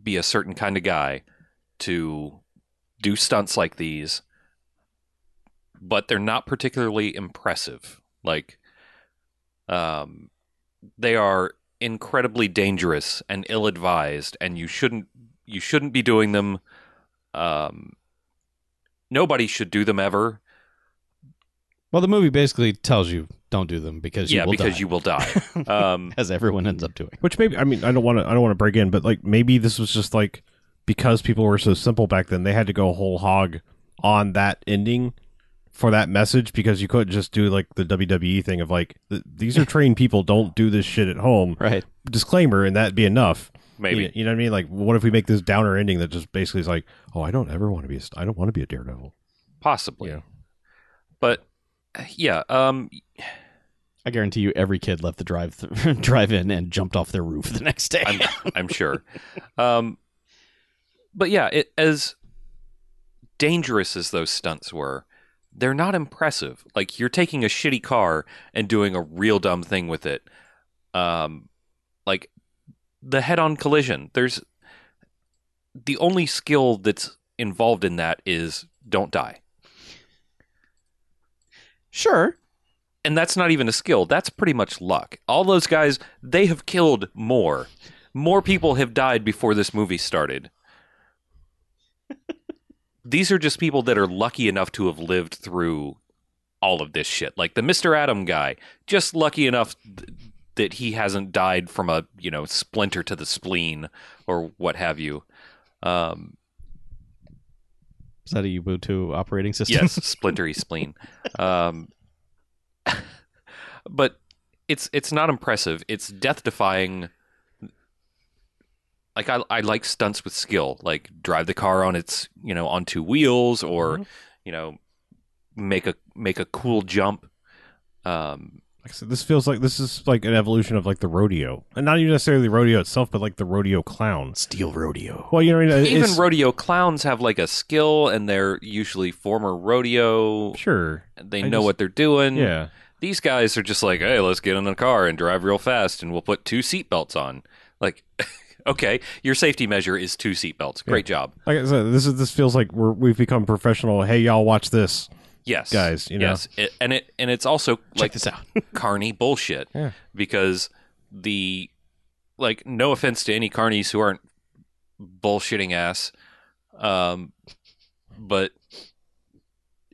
[SPEAKER 1] be a certain kind of guy to do stunts like these, but they're not particularly impressive. Like, um, they are incredibly dangerous and ill-advised, and you shouldn't you shouldn't be doing them. Um, nobody should do them ever.
[SPEAKER 5] Well, the movie basically tells you don't do them because you
[SPEAKER 1] yeah,
[SPEAKER 5] will
[SPEAKER 1] because
[SPEAKER 5] die,
[SPEAKER 1] you will die. Um,
[SPEAKER 5] as everyone ends up doing.
[SPEAKER 3] Which maybe I mean I don't want to I don't want to break in, but like maybe this was just like because people were so simple back then, they had to go whole hog on that ending for that message because you couldn't just do like the WWE thing of like th- these are trained people, don't do this shit at home.
[SPEAKER 5] Right.
[SPEAKER 3] Disclaimer, and that'd be enough.
[SPEAKER 1] maybe.
[SPEAKER 3] you, you know what I mean. Like, what if we make this downer ending that just basically is like, oh, I don't ever want to be a st- I don't want to be a daredevil.
[SPEAKER 1] possibly.
[SPEAKER 3] Yeah.
[SPEAKER 1] But yeah, um,
[SPEAKER 5] I guarantee you, every kid left the drive th- drive in and jumped off their roof the next day.
[SPEAKER 1] I'm I'm sure. Um, but yeah, it, as dangerous as those stunts were, they're not impressive. Like you're taking a shitty car and doing a real dumb thing with it. Um, like the head-on collision. There's the only skill that's involved in that is don't die.
[SPEAKER 4] Sure.
[SPEAKER 1] and that's not even a skill. That's pretty much luck. All those guys, they have killed more. More people have died before this movie started. These are just people that are lucky enough to have lived through all of this shit. Like the Mr. Adam guy, just lucky enough th- that he hasn't died from a, you know, splinter to the spleen or what have you. Um,
[SPEAKER 5] Is that a Ubuntu operating system?
[SPEAKER 1] yes, splintery spleen. Um, but it's it's not impressive. It's death defying. Like I, I like stunts with skill, like drive the car on its you know on two wheels or
[SPEAKER 3] Mm-hmm.
[SPEAKER 1] you know make a make a cool jump. Um,
[SPEAKER 3] Like I said, this feels like this is like an evolution of like the rodeo, and not even necessarily the rodeo itself, but like the rodeo clowns.
[SPEAKER 5] Steel rodeo.
[SPEAKER 3] Well, you know, what I mean?
[SPEAKER 1] even
[SPEAKER 3] It's-
[SPEAKER 1] rodeo clowns have like a skill, and they're usually former rodeo.
[SPEAKER 3] sure,
[SPEAKER 1] They
[SPEAKER 3] I
[SPEAKER 1] know
[SPEAKER 3] just-
[SPEAKER 1] what they're doing.
[SPEAKER 3] yeah.
[SPEAKER 1] these guys are just like, hey, let's get in the car and drive real fast, and we'll put two seatbelts on. Like, okay, your safety measure is two seatbelts. Great job.
[SPEAKER 3] Like I said, this is this feels like we're we've become professional. Hey, y'all, watch this.
[SPEAKER 1] Yes,
[SPEAKER 3] Guys, you know.
[SPEAKER 1] yes, It- and it and it's also
[SPEAKER 5] Check
[SPEAKER 1] like
[SPEAKER 5] this out.
[SPEAKER 1] carny bullshit
[SPEAKER 3] Yeah.
[SPEAKER 1] because the like no offense to any carnies who aren't bullshitting ass, um, but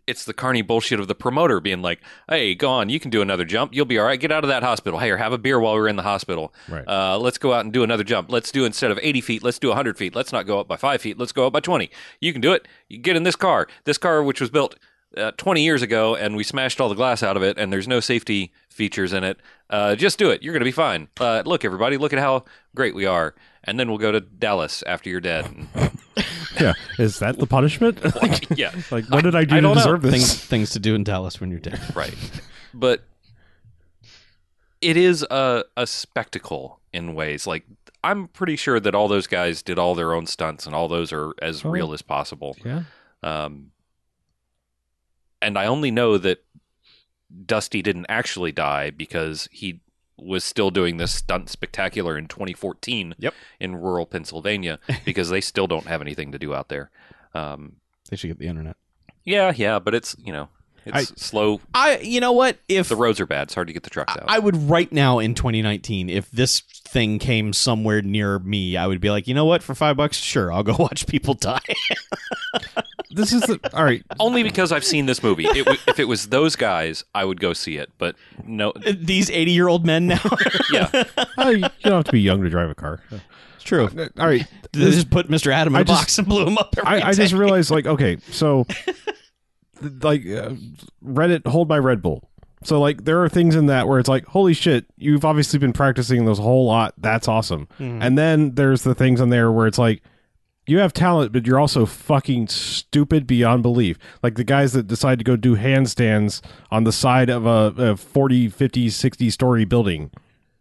[SPEAKER 1] it's the carny bullshit of the promoter being like, "Hey, go on, you can do another jump. You'll be all right. Get out of that hospital. Hey, or have a beer while we're in the hospital.
[SPEAKER 3] Right.
[SPEAKER 1] Uh, let's go out and do another jump. Let's do instead of 80 feet, let's do 100 feet. Let's not go up by five feet. Let's go up by 20. You can do it. You get in this car. This car, which was built uh, 20 years ago, and we smashed all the glass out of it, and there's no safety features in it. Uh, just do it. You're going to be fine. Uh, look, everybody, look at how great we are. And then we'll go to Dallas after you're dead.
[SPEAKER 3] yeah, is that the punishment? like,
[SPEAKER 1] yeah.
[SPEAKER 3] what did I do
[SPEAKER 1] I
[SPEAKER 3] to
[SPEAKER 1] don't know.
[SPEAKER 3] deserve
[SPEAKER 5] Things
[SPEAKER 3] this?
[SPEAKER 5] things to do in Dallas when you're dead.
[SPEAKER 1] right but it is a, a spectacle in ways like i'm pretty sure that all those guys did all their own stunts and all those are as
[SPEAKER 3] Oh.
[SPEAKER 1] real as possible
[SPEAKER 3] Yeah,
[SPEAKER 1] um, and i only know that dusty didn't actually die because he was still doing this stunt spectacular in 2014
[SPEAKER 5] Yep.
[SPEAKER 1] in rural pennsylvania because they still don't have anything to do out there um,
[SPEAKER 5] They should get the internet.
[SPEAKER 1] yeah yeah but it's you know it's slow
[SPEAKER 4] I you know what? If
[SPEAKER 1] the roads are bad it's hard to get the trucks out
[SPEAKER 5] I would right now in 2019, if this thing came somewhere near me, I would be like, you know what? For five bucks, sure, I'll go watch people die.
[SPEAKER 3] this is the all right.
[SPEAKER 1] Only because I've seen this movie. It w- if it was those guys, I would go see it. But no,
[SPEAKER 5] These 80 year old men now.
[SPEAKER 1] yeah,
[SPEAKER 3] Oh, you you don't have to be young to drive a car.
[SPEAKER 5] it's true.
[SPEAKER 3] All right,
[SPEAKER 5] They just put Mr. Adam in
[SPEAKER 3] I
[SPEAKER 5] a box
[SPEAKER 3] just-
[SPEAKER 5] and blew him up. every
[SPEAKER 3] I, I just
[SPEAKER 5] day.
[SPEAKER 3] realized like okay, so th- like uh, Reddit, hold my Red Bull. So like there are things in that where it's like holy shit, you've obviously been practicing those a whole lot. That's awesome. And then there's the things on there where it's like you have talent, but you're also fucking stupid beyond belief. Like the guys that decide to go do handstands on the side of a, a 40, 50, 60 story building.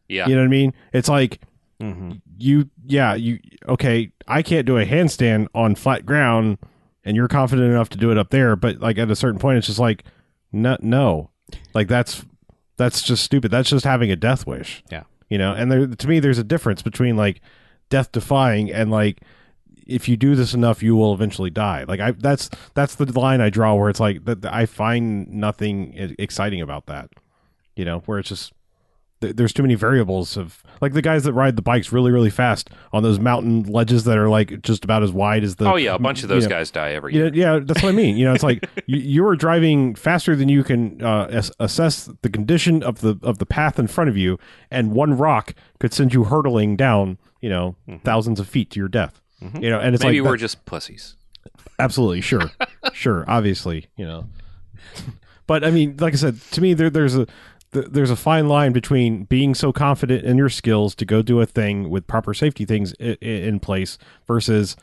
[SPEAKER 1] yeah.
[SPEAKER 3] You know what I mean? It's like you, yeah, you. Okay, I can't do a handstand on flat ground, and you're confident enough to do it up there. But like at a certain point, it's just like, no, no, like that's that's just stupid. That's just having a death wish.
[SPEAKER 5] Yeah.
[SPEAKER 3] you know. And there, to me, there's a difference between like death defying and like if you do this enough, you will eventually die. Like I, that's that's the line I draw where it's like that I find nothing e- exciting about that. You know, where it's just th- there's too many variables of like the guys that ride the bikes really really fast on those mountain ledges that are like just about as wide as the
[SPEAKER 1] Oh yeah, a bunch of those
[SPEAKER 3] you know,
[SPEAKER 1] guys die every
[SPEAKER 3] yeah,
[SPEAKER 1] year.
[SPEAKER 3] yeah, that's what I mean. You know, it's like you, you are driving faster than you can uh, ass- assess the condition of the of the path in front of you, and one rock could send you hurtling down, you know, thousands of feet to your death. You know, and it's
[SPEAKER 1] Maybe
[SPEAKER 3] like
[SPEAKER 1] we're just pussies.
[SPEAKER 3] absolutely sure, sure, obviously, you know. But I mean, like I said, to me, there, there's a th- there's a fine line between being so confident in your skills to go do a thing with proper safety things in, in place versus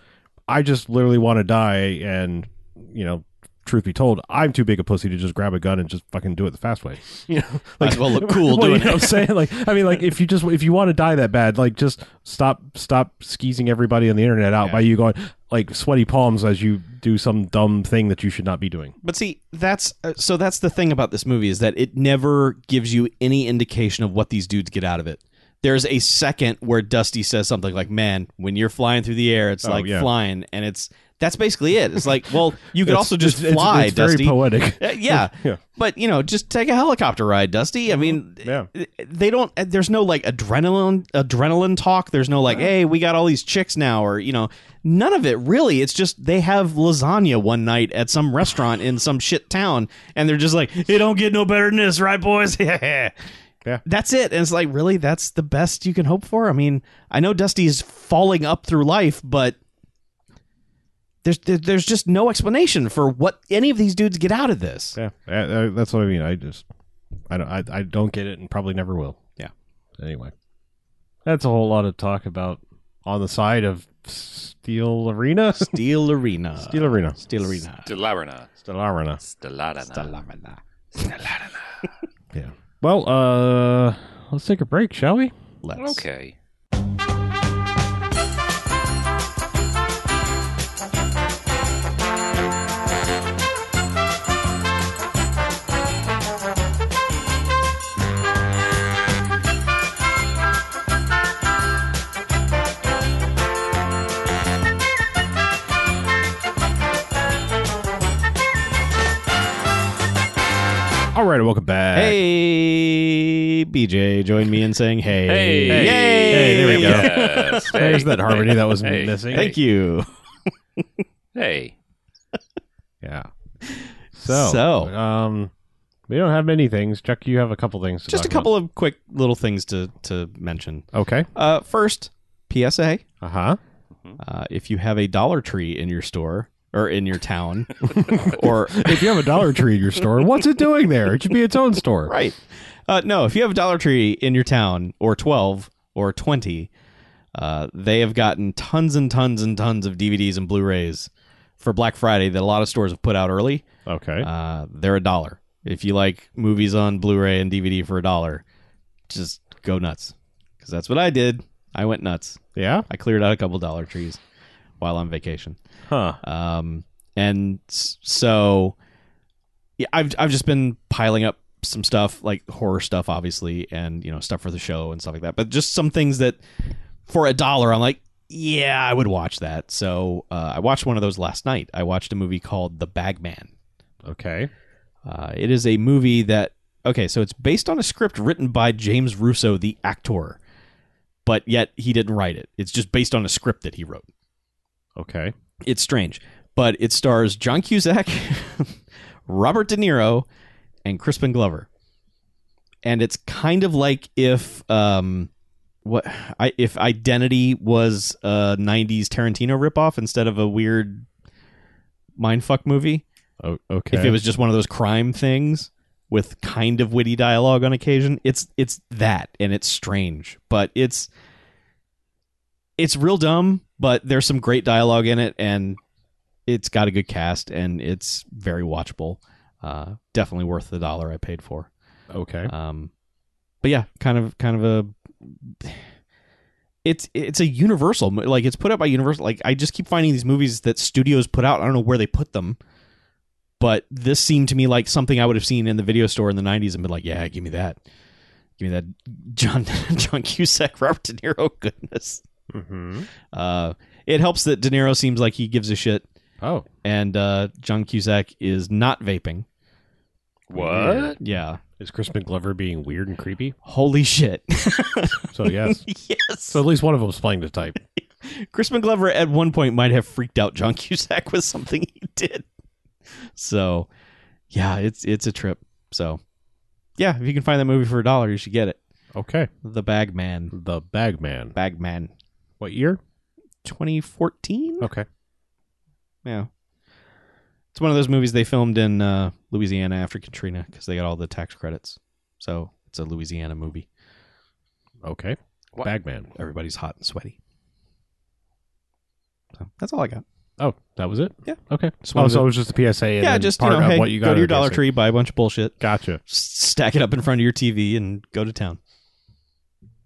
[SPEAKER 3] I just literally want to die and you know. Truth be told, I'm too big a pussy to just grab a gun and just fucking do it the fast way. You know, like
[SPEAKER 4] as well look cool
[SPEAKER 3] well, you
[SPEAKER 4] doing
[SPEAKER 3] know what I'm saying? Like, I mean, like if you just if you want to die that bad, like just stop stop skeezing everybody on the internet out by you going like sweaty palms as you do some dumb thing that you should not be doing.
[SPEAKER 4] But see, that's uh, so that's the thing about this movie is that it never gives you any indication of what these dudes get out of it. There's a second where Dusty says something like, "Man, when you're flying through the
[SPEAKER 5] Oh,
[SPEAKER 4] air, it's like
[SPEAKER 3] yeah.
[SPEAKER 4] flying," and it's that's basically it. It's like, well, you could
[SPEAKER 3] It's-
[SPEAKER 4] also just
[SPEAKER 3] it's- it's-
[SPEAKER 4] fly,
[SPEAKER 3] it's
[SPEAKER 4] Dusty.
[SPEAKER 3] Very poetic.
[SPEAKER 4] Uh, yeah.
[SPEAKER 3] Yeah. Mm-hmm.
[SPEAKER 4] but you know, just take a helicopter ride, Dusty. I mean,
[SPEAKER 3] Yeah.
[SPEAKER 4] they don't. uh, There's no like adrenaline, adrenaline talk. There's no like, hey, we got all these chicks now, or you know, none of it really. It's just they have lasagna one night at some restaurant in some shit town, and they're just like, it don't get no better than this, right, boys? yeah. That's it. And it's like, really, that's the best you can hope for. I mean, I know Dusty's falling up through life, but there's there- there's just no explanation for what any of these dudes get out of this.
[SPEAKER 3] Yeah, Uh, uh, that's what I mean. I just I don't I, I don't get it and probably never will.
[SPEAKER 4] Yeah.
[SPEAKER 3] Anyway, that's a whole lot of talk about on the side of Steel Arena.
[SPEAKER 4] Steel Arena.
[SPEAKER 3] Steel Arena.
[SPEAKER 4] Steel Arena.
[SPEAKER 1] Delarana.
[SPEAKER 3] Steel Arena.
[SPEAKER 1] Delarana.
[SPEAKER 3] Yeah. Well, uh, let's take a break, shall we?
[SPEAKER 4] Let's.
[SPEAKER 1] Okay.
[SPEAKER 3] All right, welcome back.
[SPEAKER 4] Hey, BJ, Uh, join me in saying hey.
[SPEAKER 1] Hey.
[SPEAKER 4] Yay.
[SPEAKER 3] Hey, there we go.
[SPEAKER 1] Yes.
[SPEAKER 3] There's
[SPEAKER 1] Hey.
[SPEAKER 3] that harmony that was
[SPEAKER 1] Hey.
[SPEAKER 3] missing.
[SPEAKER 4] Thank you.
[SPEAKER 1] Hey.
[SPEAKER 3] Yeah. So,
[SPEAKER 4] So.
[SPEAKER 3] um, we don't have many things. Chuck, you have a couple things. To
[SPEAKER 4] Just a
[SPEAKER 3] talk
[SPEAKER 4] couple of quick little things to, to mention.
[SPEAKER 3] About. Okay.
[SPEAKER 4] Uh, first, PSA.
[SPEAKER 3] Uh huh.
[SPEAKER 4] Uh, if you have a Dollar Tree in your store or in your town, or
[SPEAKER 3] If you have a Dollar Tree in your store, what's it doing there? It should be its own store.
[SPEAKER 4] right, uh, no, if you have a Dollar Tree in your town or twelve or twenty, uh, they have gotten tons and tons and tons of DVDs and Blu-rays for Black Friday that a lot of stores have put out early.
[SPEAKER 3] Okay.
[SPEAKER 4] Uh, they're a dollar. If you like movies on Blu-ray and DVD for a dollar, just go nuts because that's what I did. I went nuts.
[SPEAKER 3] yeah.
[SPEAKER 4] I cleared out a couple Dollar Trees while on vacation.
[SPEAKER 3] Huh.
[SPEAKER 4] Um, and s- so, yeah, I've I've just been piling up some stuff like horror stuff, obviously, and you know stuff for the show and stuff like that. But just some things that for a dollar, I'm like, yeah, I would watch that. So uh, I watched one of those last night. I watched a movie called The Bagman.
[SPEAKER 3] Okay.
[SPEAKER 4] Uh, it is a movie that okay, so it's based on a script written by James Russo, the actor, but yet he didn't write it. It's just based on a script that he wrote
[SPEAKER 3] Okay.
[SPEAKER 4] it's strange, but it stars John Cusack, Robert De Niro, and Crispin Glover. And it's kind of like if um what I if Identity was a 90s Tarantino ripoff instead of a weird mindfuck movie.
[SPEAKER 3] O- okay.
[SPEAKER 4] If it was just one of those crime things with kind of witty dialogue on occasion, it's it's that and it's strange, but it's it's real dumb, but there's some great dialogue in it and it's got a good cast and it's very watchable. Uh, definitely worth the dollar I paid for.
[SPEAKER 3] okay.
[SPEAKER 4] Um, but yeah, kind of, kind of a. It's it's a Universal mo- like it's put out by Universal. Like I just keep finding these movies that studios put out. I don't know where they put them, but this seemed to me like something I would have seen in the video store in the '90s and been like, "Yeah, give me that, give me that John John Cusack, Robert De Niro goodness."
[SPEAKER 3] mm-hmm.
[SPEAKER 4] Uh, it helps that De Niro seems like he gives a shit,
[SPEAKER 3] Oh.
[SPEAKER 4] and uh, John Cusack is not vaping.
[SPEAKER 1] What?
[SPEAKER 4] Yeah,
[SPEAKER 3] Is Crispin Glover being weird and creepy?
[SPEAKER 4] Holy shit.
[SPEAKER 3] So yes.
[SPEAKER 4] yes.
[SPEAKER 3] so at least one of them's playing the type.
[SPEAKER 4] Crispin Glover at one point might have freaked out John Cusack with something he did. So, yeah, it's it's a trip. So, yeah, if you can find that movie for a dollar, you should get it.
[SPEAKER 3] Okay.
[SPEAKER 4] The Bagman.
[SPEAKER 3] The Bagman.
[SPEAKER 4] Bagman.
[SPEAKER 3] What year?
[SPEAKER 4] 2014?
[SPEAKER 3] Okay.
[SPEAKER 4] Yeah. It's one of those movies they filmed in uh, Louisiana after Katrina because they got all the tax credits. So, it's a Louisiana movie.
[SPEAKER 3] Okay.
[SPEAKER 1] What?
[SPEAKER 3] Bagman.
[SPEAKER 4] Everybody's hot and sweaty. So, that's all I got.
[SPEAKER 3] Oh, that was it.
[SPEAKER 4] Yeah.
[SPEAKER 3] Okay.
[SPEAKER 4] Just
[SPEAKER 3] Oh,
[SPEAKER 4] wanted
[SPEAKER 3] so
[SPEAKER 4] to-
[SPEAKER 3] it was just a PSA. And
[SPEAKER 4] yeah,
[SPEAKER 3] then
[SPEAKER 4] just
[SPEAKER 3] part
[SPEAKER 4] you know,
[SPEAKER 3] of
[SPEAKER 4] hey,
[SPEAKER 3] what you got.
[SPEAKER 4] go to your
[SPEAKER 3] are
[SPEAKER 4] Dollar
[SPEAKER 3] guessing.
[SPEAKER 4] Tree, buy a bunch of bullshit.
[SPEAKER 3] Gotcha.
[SPEAKER 4] s- stack it up in front of your TV and go to town.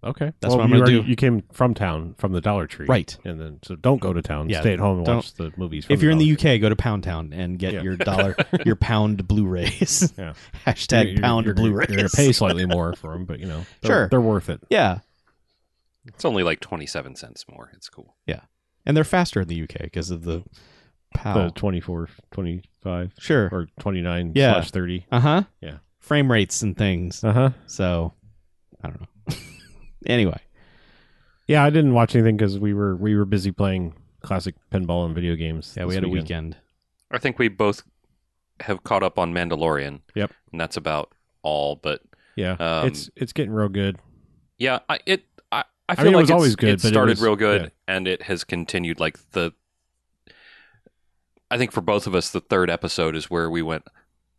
[SPEAKER 3] Okay.
[SPEAKER 4] That's
[SPEAKER 3] Well,
[SPEAKER 4] what I'm
[SPEAKER 3] you
[SPEAKER 4] gonna
[SPEAKER 3] already-
[SPEAKER 4] do.
[SPEAKER 3] You came from town from the Dollar Tree,
[SPEAKER 4] Right.
[SPEAKER 3] And then so don't go to town.
[SPEAKER 4] Yeah,
[SPEAKER 3] Stay at home and
[SPEAKER 4] don't-
[SPEAKER 3] watch the movies.
[SPEAKER 4] if you're in the
[SPEAKER 3] Dollar Tree.
[SPEAKER 4] UK, go to Pound Town and get
[SPEAKER 3] Yeah.
[SPEAKER 4] your dollar, your pound Blu-rays.
[SPEAKER 3] Yeah.
[SPEAKER 4] Hashtag
[SPEAKER 3] You're-
[SPEAKER 4] pound
[SPEAKER 3] you're,
[SPEAKER 4] Blu-rays.
[SPEAKER 3] You're gonna pay slightly more for them, but you know, they're,
[SPEAKER 4] Sure.
[SPEAKER 3] they're worth it.
[SPEAKER 4] Yeah,
[SPEAKER 1] It's only like 27 cents more. It's cool.
[SPEAKER 4] and they're faster in the UK because of the
[SPEAKER 3] The
[SPEAKER 4] pound.
[SPEAKER 3] 24, 25,
[SPEAKER 4] Oh. Sure.
[SPEAKER 3] or 29
[SPEAKER 4] Yeah.
[SPEAKER 3] slash 30.
[SPEAKER 4] Uh huh.
[SPEAKER 3] Yeah.
[SPEAKER 4] Frame rates and things.
[SPEAKER 3] Uh huh.
[SPEAKER 4] So, I don't know. anyway,
[SPEAKER 3] Yeah, I didn't watch anything because we were we were busy playing classic pinball and video games.
[SPEAKER 4] yeah,
[SPEAKER 3] this
[SPEAKER 4] we had a weekend.
[SPEAKER 1] I think we both have caught up on Mandalorian.
[SPEAKER 3] Yep.
[SPEAKER 1] And that's about all. But
[SPEAKER 3] Yeah,
[SPEAKER 1] Um,
[SPEAKER 3] it's it's getting real good.
[SPEAKER 1] yeah, I, it. I, I feel
[SPEAKER 3] mean, it
[SPEAKER 1] like
[SPEAKER 3] was
[SPEAKER 1] it's-
[SPEAKER 3] always good,
[SPEAKER 1] It
[SPEAKER 3] but it
[SPEAKER 1] started
[SPEAKER 3] was-
[SPEAKER 1] real good,
[SPEAKER 3] yeah.
[SPEAKER 1] and it has continued. Like the, I think for both of us, the third episode is where we went.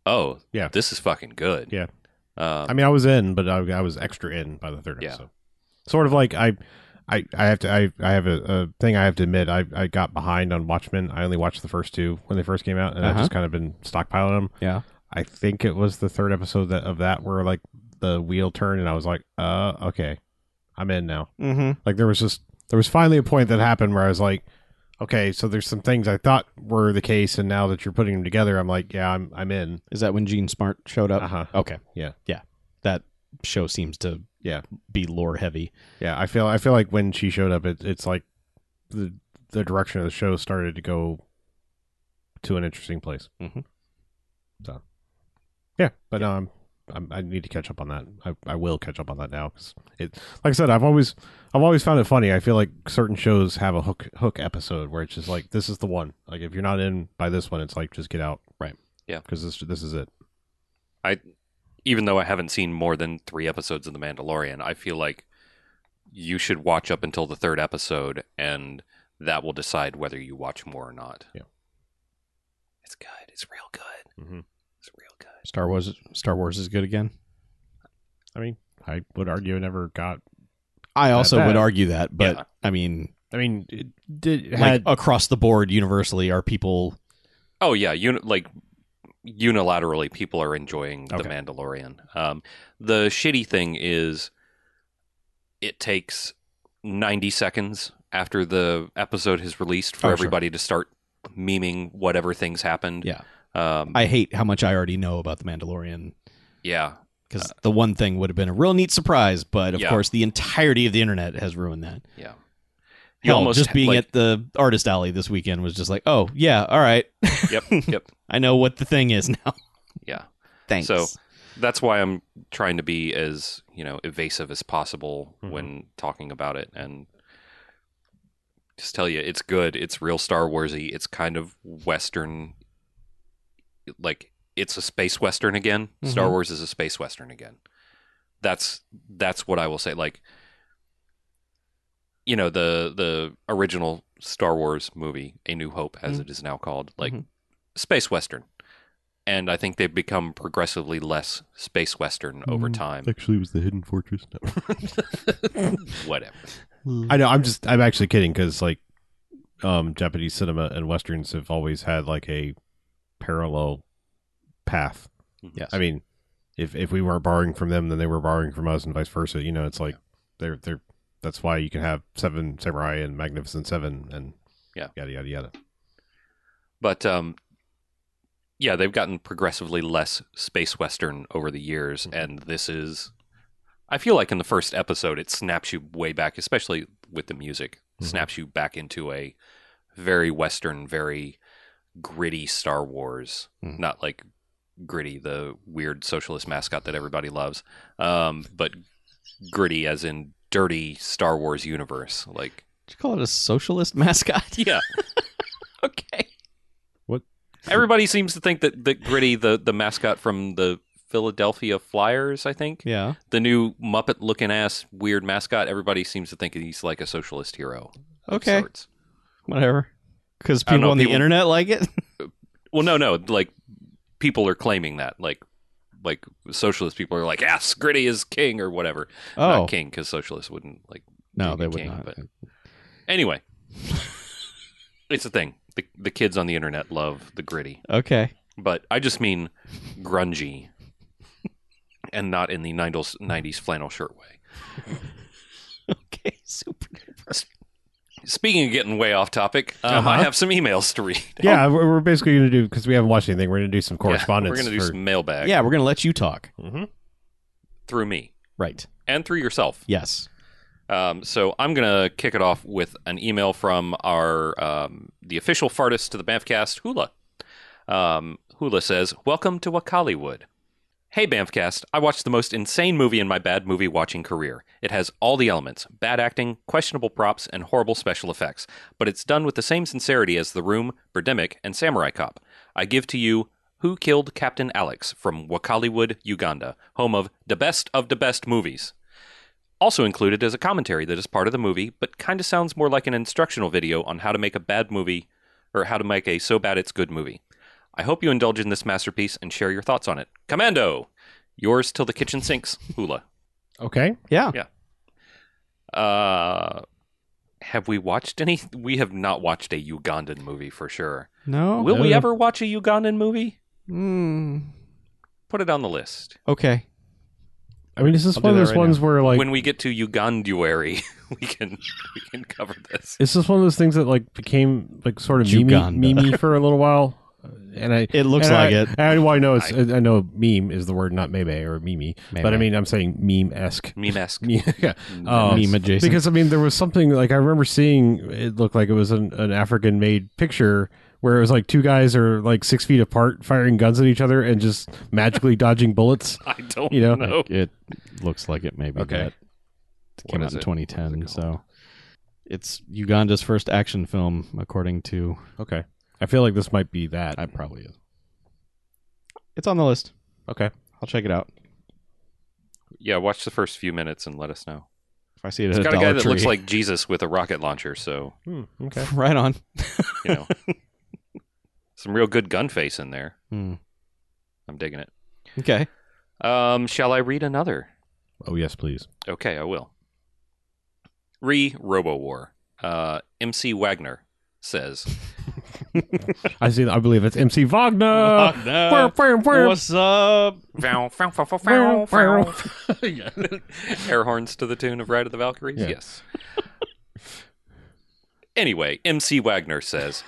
[SPEAKER 1] Oh,
[SPEAKER 3] Yeah.
[SPEAKER 1] this is fucking good.
[SPEAKER 3] Yeah.
[SPEAKER 1] Um,
[SPEAKER 3] I mean, I was in, but I, I was extra in by the third
[SPEAKER 1] Yeah.
[SPEAKER 3] episode. Sort of like I, I, I have to. I, I have a, a thing I have to admit. I, I got behind on Watchmen. I only watched the first two when they first came out, and I've
[SPEAKER 4] Uh-huh.
[SPEAKER 3] just kind of been stockpiling them.
[SPEAKER 4] Yeah.
[SPEAKER 3] I think it was the third episode that, of that where like the wheel turned, and I was like, uh, okay, I'm in now.
[SPEAKER 4] Mm-hmm.
[SPEAKER 3] Like there was just there was finally a point that happened where I was like, okay, so there's some things I thought were the case, and now that you're putting them together, I'm like, yeah, I'm I'm in.
[SPEAKER 4] Is that when Gene Smart showed up?
[SPEAKER 3] Uh-huh.
[SPEAKER 4] Okay.
[SPEAKER 3] Yeah.
[SPEAKER 4] Yeah. That show seems to
[SPEAKER 3] Yeah.
[SPEAKER 4] be lore heavy.
[SPEAKER 3] Yeah, I feel I feel like when she showed up, it, it's like the the direction of the show started to go to an interesting place.
[SPEAKER 4] Mhm.
[SPEAKER 3] So, yeah, but um, I'm, I need to catch up on that. I, I will catch up on that now because it, like I said, I've always I've always found it funny. I feel like certain shows have a hook hook episode where it's just like this is the one. Like if you're not in by this one, it's like just get out.
[SPEAKER 4] Right.
[SPEAKER 1] Yeah.
[SPEAKER 3] Because this this is it.
[SPEAKER 1] even though I haven't seen more than three episodes of The Mandalorian, I feel like you should watch up until the third episode, and that will decide whether you watch more or not.
[SPEAKER 3] Yeah.
[SPEAKER 1] it's good. It's real good.
[SPEAKER 4] Mm-hmm.
[SPEAKER 3] Mhm.
[SPEAKER 1] It's real good.
[SPEAKER 4] Star Wars. Star Wars is good again.
[SPEAKER 3] I mean, I would argue I never got.
[SPEAKER 4] I also
[SPEAKER 3] bad.
[SPEAKER 4] would argue that, but
[SPEAKER 1] Yeah.
[SPEAKER 4] I mean,
[SPEAKER 3] I mean, it did
[SPEAKER 4] like
[SPEAKER 3] had
[SPEAKER 4] across the board, universally, are people
[SPEAKER 1] Oh yeah, uni- like unilaterally, people are enjoying
[SPEAKER 3] Okay.
[SPEAKER 1] The Mandalorian. Um, the shitty thing is, it takes ninety seconds after the episode has released for
[SPEAKER 4] Oh, sure.
[SPEAKER 1] everybody to start memeing whatever things happened.
[SPEAKER 4] Yeah.
[SPEAKER 1] Um,
[SPEAKER 4] I hate how much I already know about the Mandalorian
[SPEAKER 1] yeah.
[SPEAKER 4] because the one thing would have been a real neat surprise, but
[SPEAKER 1] Uh,
[SPEAKER 4] of
[SPEAKER 1] Yeah.
[SPEAKER 4] course, the entirety of the internet has ruined that.
[SPEAKER 1] Yeah. You
[SPEAKER 4] Hell,
[SPEAKER 1] almost
[SPEAKER 4] just being
[SPEAKER 1] like-
[SPEAKER 4] at the artist alley this weekend was just like, oh yeah, all right,
[SPEAKER 1] yep, yep.
[SPEAKER 4] I know what the thing is now.
[SPEAKER 1] Yeah.
[SPEAKER 4] Thanks.
[SPEAKER 1] So- That's why I'm trying to be as, you know, evasive as possible
[SPEAKER 3] Mhm.
[SPEAKER 1] when talking about it and just tell you it's good. It's real Star Warsy. It's kind of western like it's a space western again. Star
[SPEAKER 4] Mhm.
[SPEAKER 1] Wars is a space western again. That's that's what I will say like you know the the original Star Wars movie, A New Hope as
[SPEAKER 4] Mhm.
[SPEAKER 1] it is now called, like
[SPEAKER 4] Mhm.
[SPEAKER 1] space western. and I think they've become progressively less space western over time.
[SPEAKER 6] Hmm. Actually, it was the Hidden Fortress. No.
[SPEAKER 1] Whatever.
[SPEAKER 3] I know. I'm just. I'm actually kidding because like, um, Japanese cinema and westerns have always had like a parallel path.
[SPEAKER 4] Yes.
[SPEAKER 3] I mean, if if we weren't borrowing from them, then they were borrowing from us, and vice versa. You know, it's like they're they're. That's why you can have Seven Samurai and Magnificent Seven and
[SPEAKER 1] Yeah.
[SPEAKER 3] yada yada yada.
[SPEAKER 1] But um, yeah, they've gotten progressively less space western over the years, and this is. I feel like in the first episode, it snaps you way back, especially with the music,
[SPEAKER 3] Mhm.
[SPEAKER 1] snaps you back into a very western, very gritty Star Wars,
[SPEAKER 4] Mhm.
[SPEAKER 1] not like Gritty, the weird socialist mascot that everybody loves, um, but Gritty as in dirty Star Wars universe. Like,
[SPEAKER 4] Did you call it a socialist mascot?
[SPEAKER 1] yeah,
[SPEAKER 4] okay.
[SPEAKER 1] everybody seems to think that, that Gritty, the, the mascot from the Philadelphia Flyers, I think,
[SPEAKER 4] Yeah.
[SPEAKER 1] the new Muppet looking ass weird mascot, everybody seems to think he's like a socialist hero. of
[SPEAKER 4] Okay.
[SPEAKER 1] sorts.
[SPEAKER 4] Whatever. Because
[SPEAKER 1] I don't
[SPEAKER 4] people
[SPEAKER 1] know,
[SPEAKER 4] on the
[SPEAKER 1] people-
[SPEAKER 4] internet like it.
[SPEAKER 1] Well, no, no. Like people are claiming that, like, like socialist people are like, "Yes, Gritty is king" or whatever.
[SPEAKER 4] Oh
[SPEAKER 1] Not king, because socialists wouldn't like.
[SPEAKER 4] no,
[SPEAKER 1] King
[SPEAKER 4] they
[SPEAKER 1] and
[SPEAKER 4] would
[SPEAKER 1] King,
[SPEAKER 4] not.
[SPEAKER 1] but- Anyway, it's a thing. The the kids on the internet love the gritty,
[SPEAKER 4] Okay.
[SPEAKER 1] but I just mean grungy, and not in the nineties nineties flannel shirt way.
[SPEAKER 4] Okay. Super.
[SPEAKER 1] Speaking of getting way off topic, um,
[SPEAKER 3] Uh-huh.
[SPEAKER 1] I have some emails to read.
[SPEAKER 3] Yeah, we're we're basically going to do because we haven't watched anything. We're going to do some correspondence.
[SPEAKER 1] we're going to do
[SPEAKER 3] for-
[SPEAKER 1] some mailbag
[SPEAKER 4] Yeah, we're gonna let you talk.
[SPEAKER 1] through me
[SPEAKER 4] Right.
[SPEAKER 1] and through yourself.
[SPEAKER 4] Yes.
[SPEAKER 1] Um, so I'm gonna kick it off with an email from our um, the official fartist to the Banffcast, Hula. Um, Hula says, "Welcome to Wakaliwood." Hey Banffcast, I watched the most insane movie in my bad movie watching career. It has all the elements: bad acting, questionable props, and horrible special effects. But it's done with the same sincerity as The Room, Birdemic, and Samurai Cop. I give to you. Who Killed Captain Alex from Wakaliwood, Uganda, home of the best of the best movies. Also included is a commentary that is part of the movie, but kind of sounds more like an instructional video on how to make a bad movie or how to make a so bad it's good movie. I hope you indulge in this masterpiece and share your thoughts on it. Commando! Yours till the kitchen sinks, Hula.
[SPEAKER 3] okay.
[SPEAKER 4] Yeah.
[SPEAKER 1] Uh, have we watched any? We have not watched a Ugandan movie for sure.
[SPEAKER 4] No.
[SPEAKER 1] Will we
[SPEAKER 3] Oh, no.
[SPEAKER 1] ever watch a Ugandan movie?
[SPEAKER 4] Mm.
[SPEAKER 1] Put it on the list.
[SPEAKER 4] Okay.
[SPEAKER 3] I mean, this is
[SPEAKER 4] I'll
[SPEAKER 3] one
[SPEAKER 4] do
[SPEAKER 3] of
[SPEAKER 4] that
[SPEAKER 3] those
[SPEAKER 4] right
[SPEAKER 3] ones where like
[SPEAKER 1] when we get to Uganduary, we can we can cover this.
[SPEAKER 3] it's just one of those things that like became like sort of meme
[SPEAKER 4] Uganda.
[SPEAKER 3] meme for a little while, and I
[SPEAKER 4] It looks
[SPEAKER 3] and
[SPEAKER 4] like
[SPEAKER 3] I,
[SPEAKER 4] it.
[SPEAKER 3] I, well, I know it's I, I know meme is the word, not meme or meme, but I
[SPEAKER 4] Meme.
[SPEAKER 3] mean I'm saying meme esque.
[SPEAKER 1] Meme-esque.
[SPEAKER 3] yeah, um,
[SPEAKER 4] Meme adjacent.
[SPEAKER 3] Because I mean, there was something like I remember seeing. It looked like it was an, an African made picture where it was like two guys are like six feet apart, firing guns at each other, and just magically dodging bullets.
[SPEAKER 1] I don't
[SPEAKER 3] You know,
[SPEAKER 1] know.
[SPEAKER 4] It looks like it maybe.
[SPEAKER 1] Okay.
[SPEAKER 4] That it
[SPEAKER 1] What
[SPEAKER 4] came out
[SPEAKER 1] is
[SPEAKER 4] in
[SPEAKER 1] it?
[SPEAKER 4] 2010,
[SPEAKER 1] What's it
[SPEAKER 4] so it's Uganda's first action film, according to.
[SPEAKER 3] Okay, I feel like this might be that.
[SPEAKER 4] I probably is. It's on the list.
[SPEAKER 3] Okay.
[SPEAKER 4] I'll check it out
[SPEAKER 1] Yeah, watch the first few minutes and let us know.
[SPEAKER 4] if I see it.
[SPEAKER 1] It's
[SPEAKER 4] at
[SPEAKER 1] got a
[SPEAKER 4] Dollar
[SPEAKER 1] guy that looks
[SPEAKER 4] Tree.
[SPEAKER 1] like Jesus with a rocket launcher, so
[SPEAKER 3] Hmm, okay.
[SPEAKER 4] right on.
[SPEAKER 1] you know, some real good gun face in there.
[SPEAKER 4] Hmm.
[SPEAKER 1] I'm digging it.
[SPEAKER 4] Okay.
[SPEAKER 1] Um, shall I read another?
[SPEAKER 3] Oh yes, please.
[SPEAKER 1] Okay, I will. Re Robo War. Uh, MC Wagner says,
[SPEAKER 3] I see. I believe it's MC
[SPEAKER 1] Uh,
[SPEAKER 3] Wagner.
[SPEAKER 4] Wagner.
[SPEAKER 3] Wham, wham,
[SPEAKER 4] Oh, What's up?
[SPEAKER 1] "Vow, vow, vow, vow,
[SPEAKER 3] wham,
[SPEAKER 1] vow, vow."
[SPEAKER 3] wham.
[SPEAKER 1] air horns to the tune of Ride of the Valkyries?
[SPEAKER 3] Yeah.
[SPEAKER 1] Yes. anyway, MC Wagner says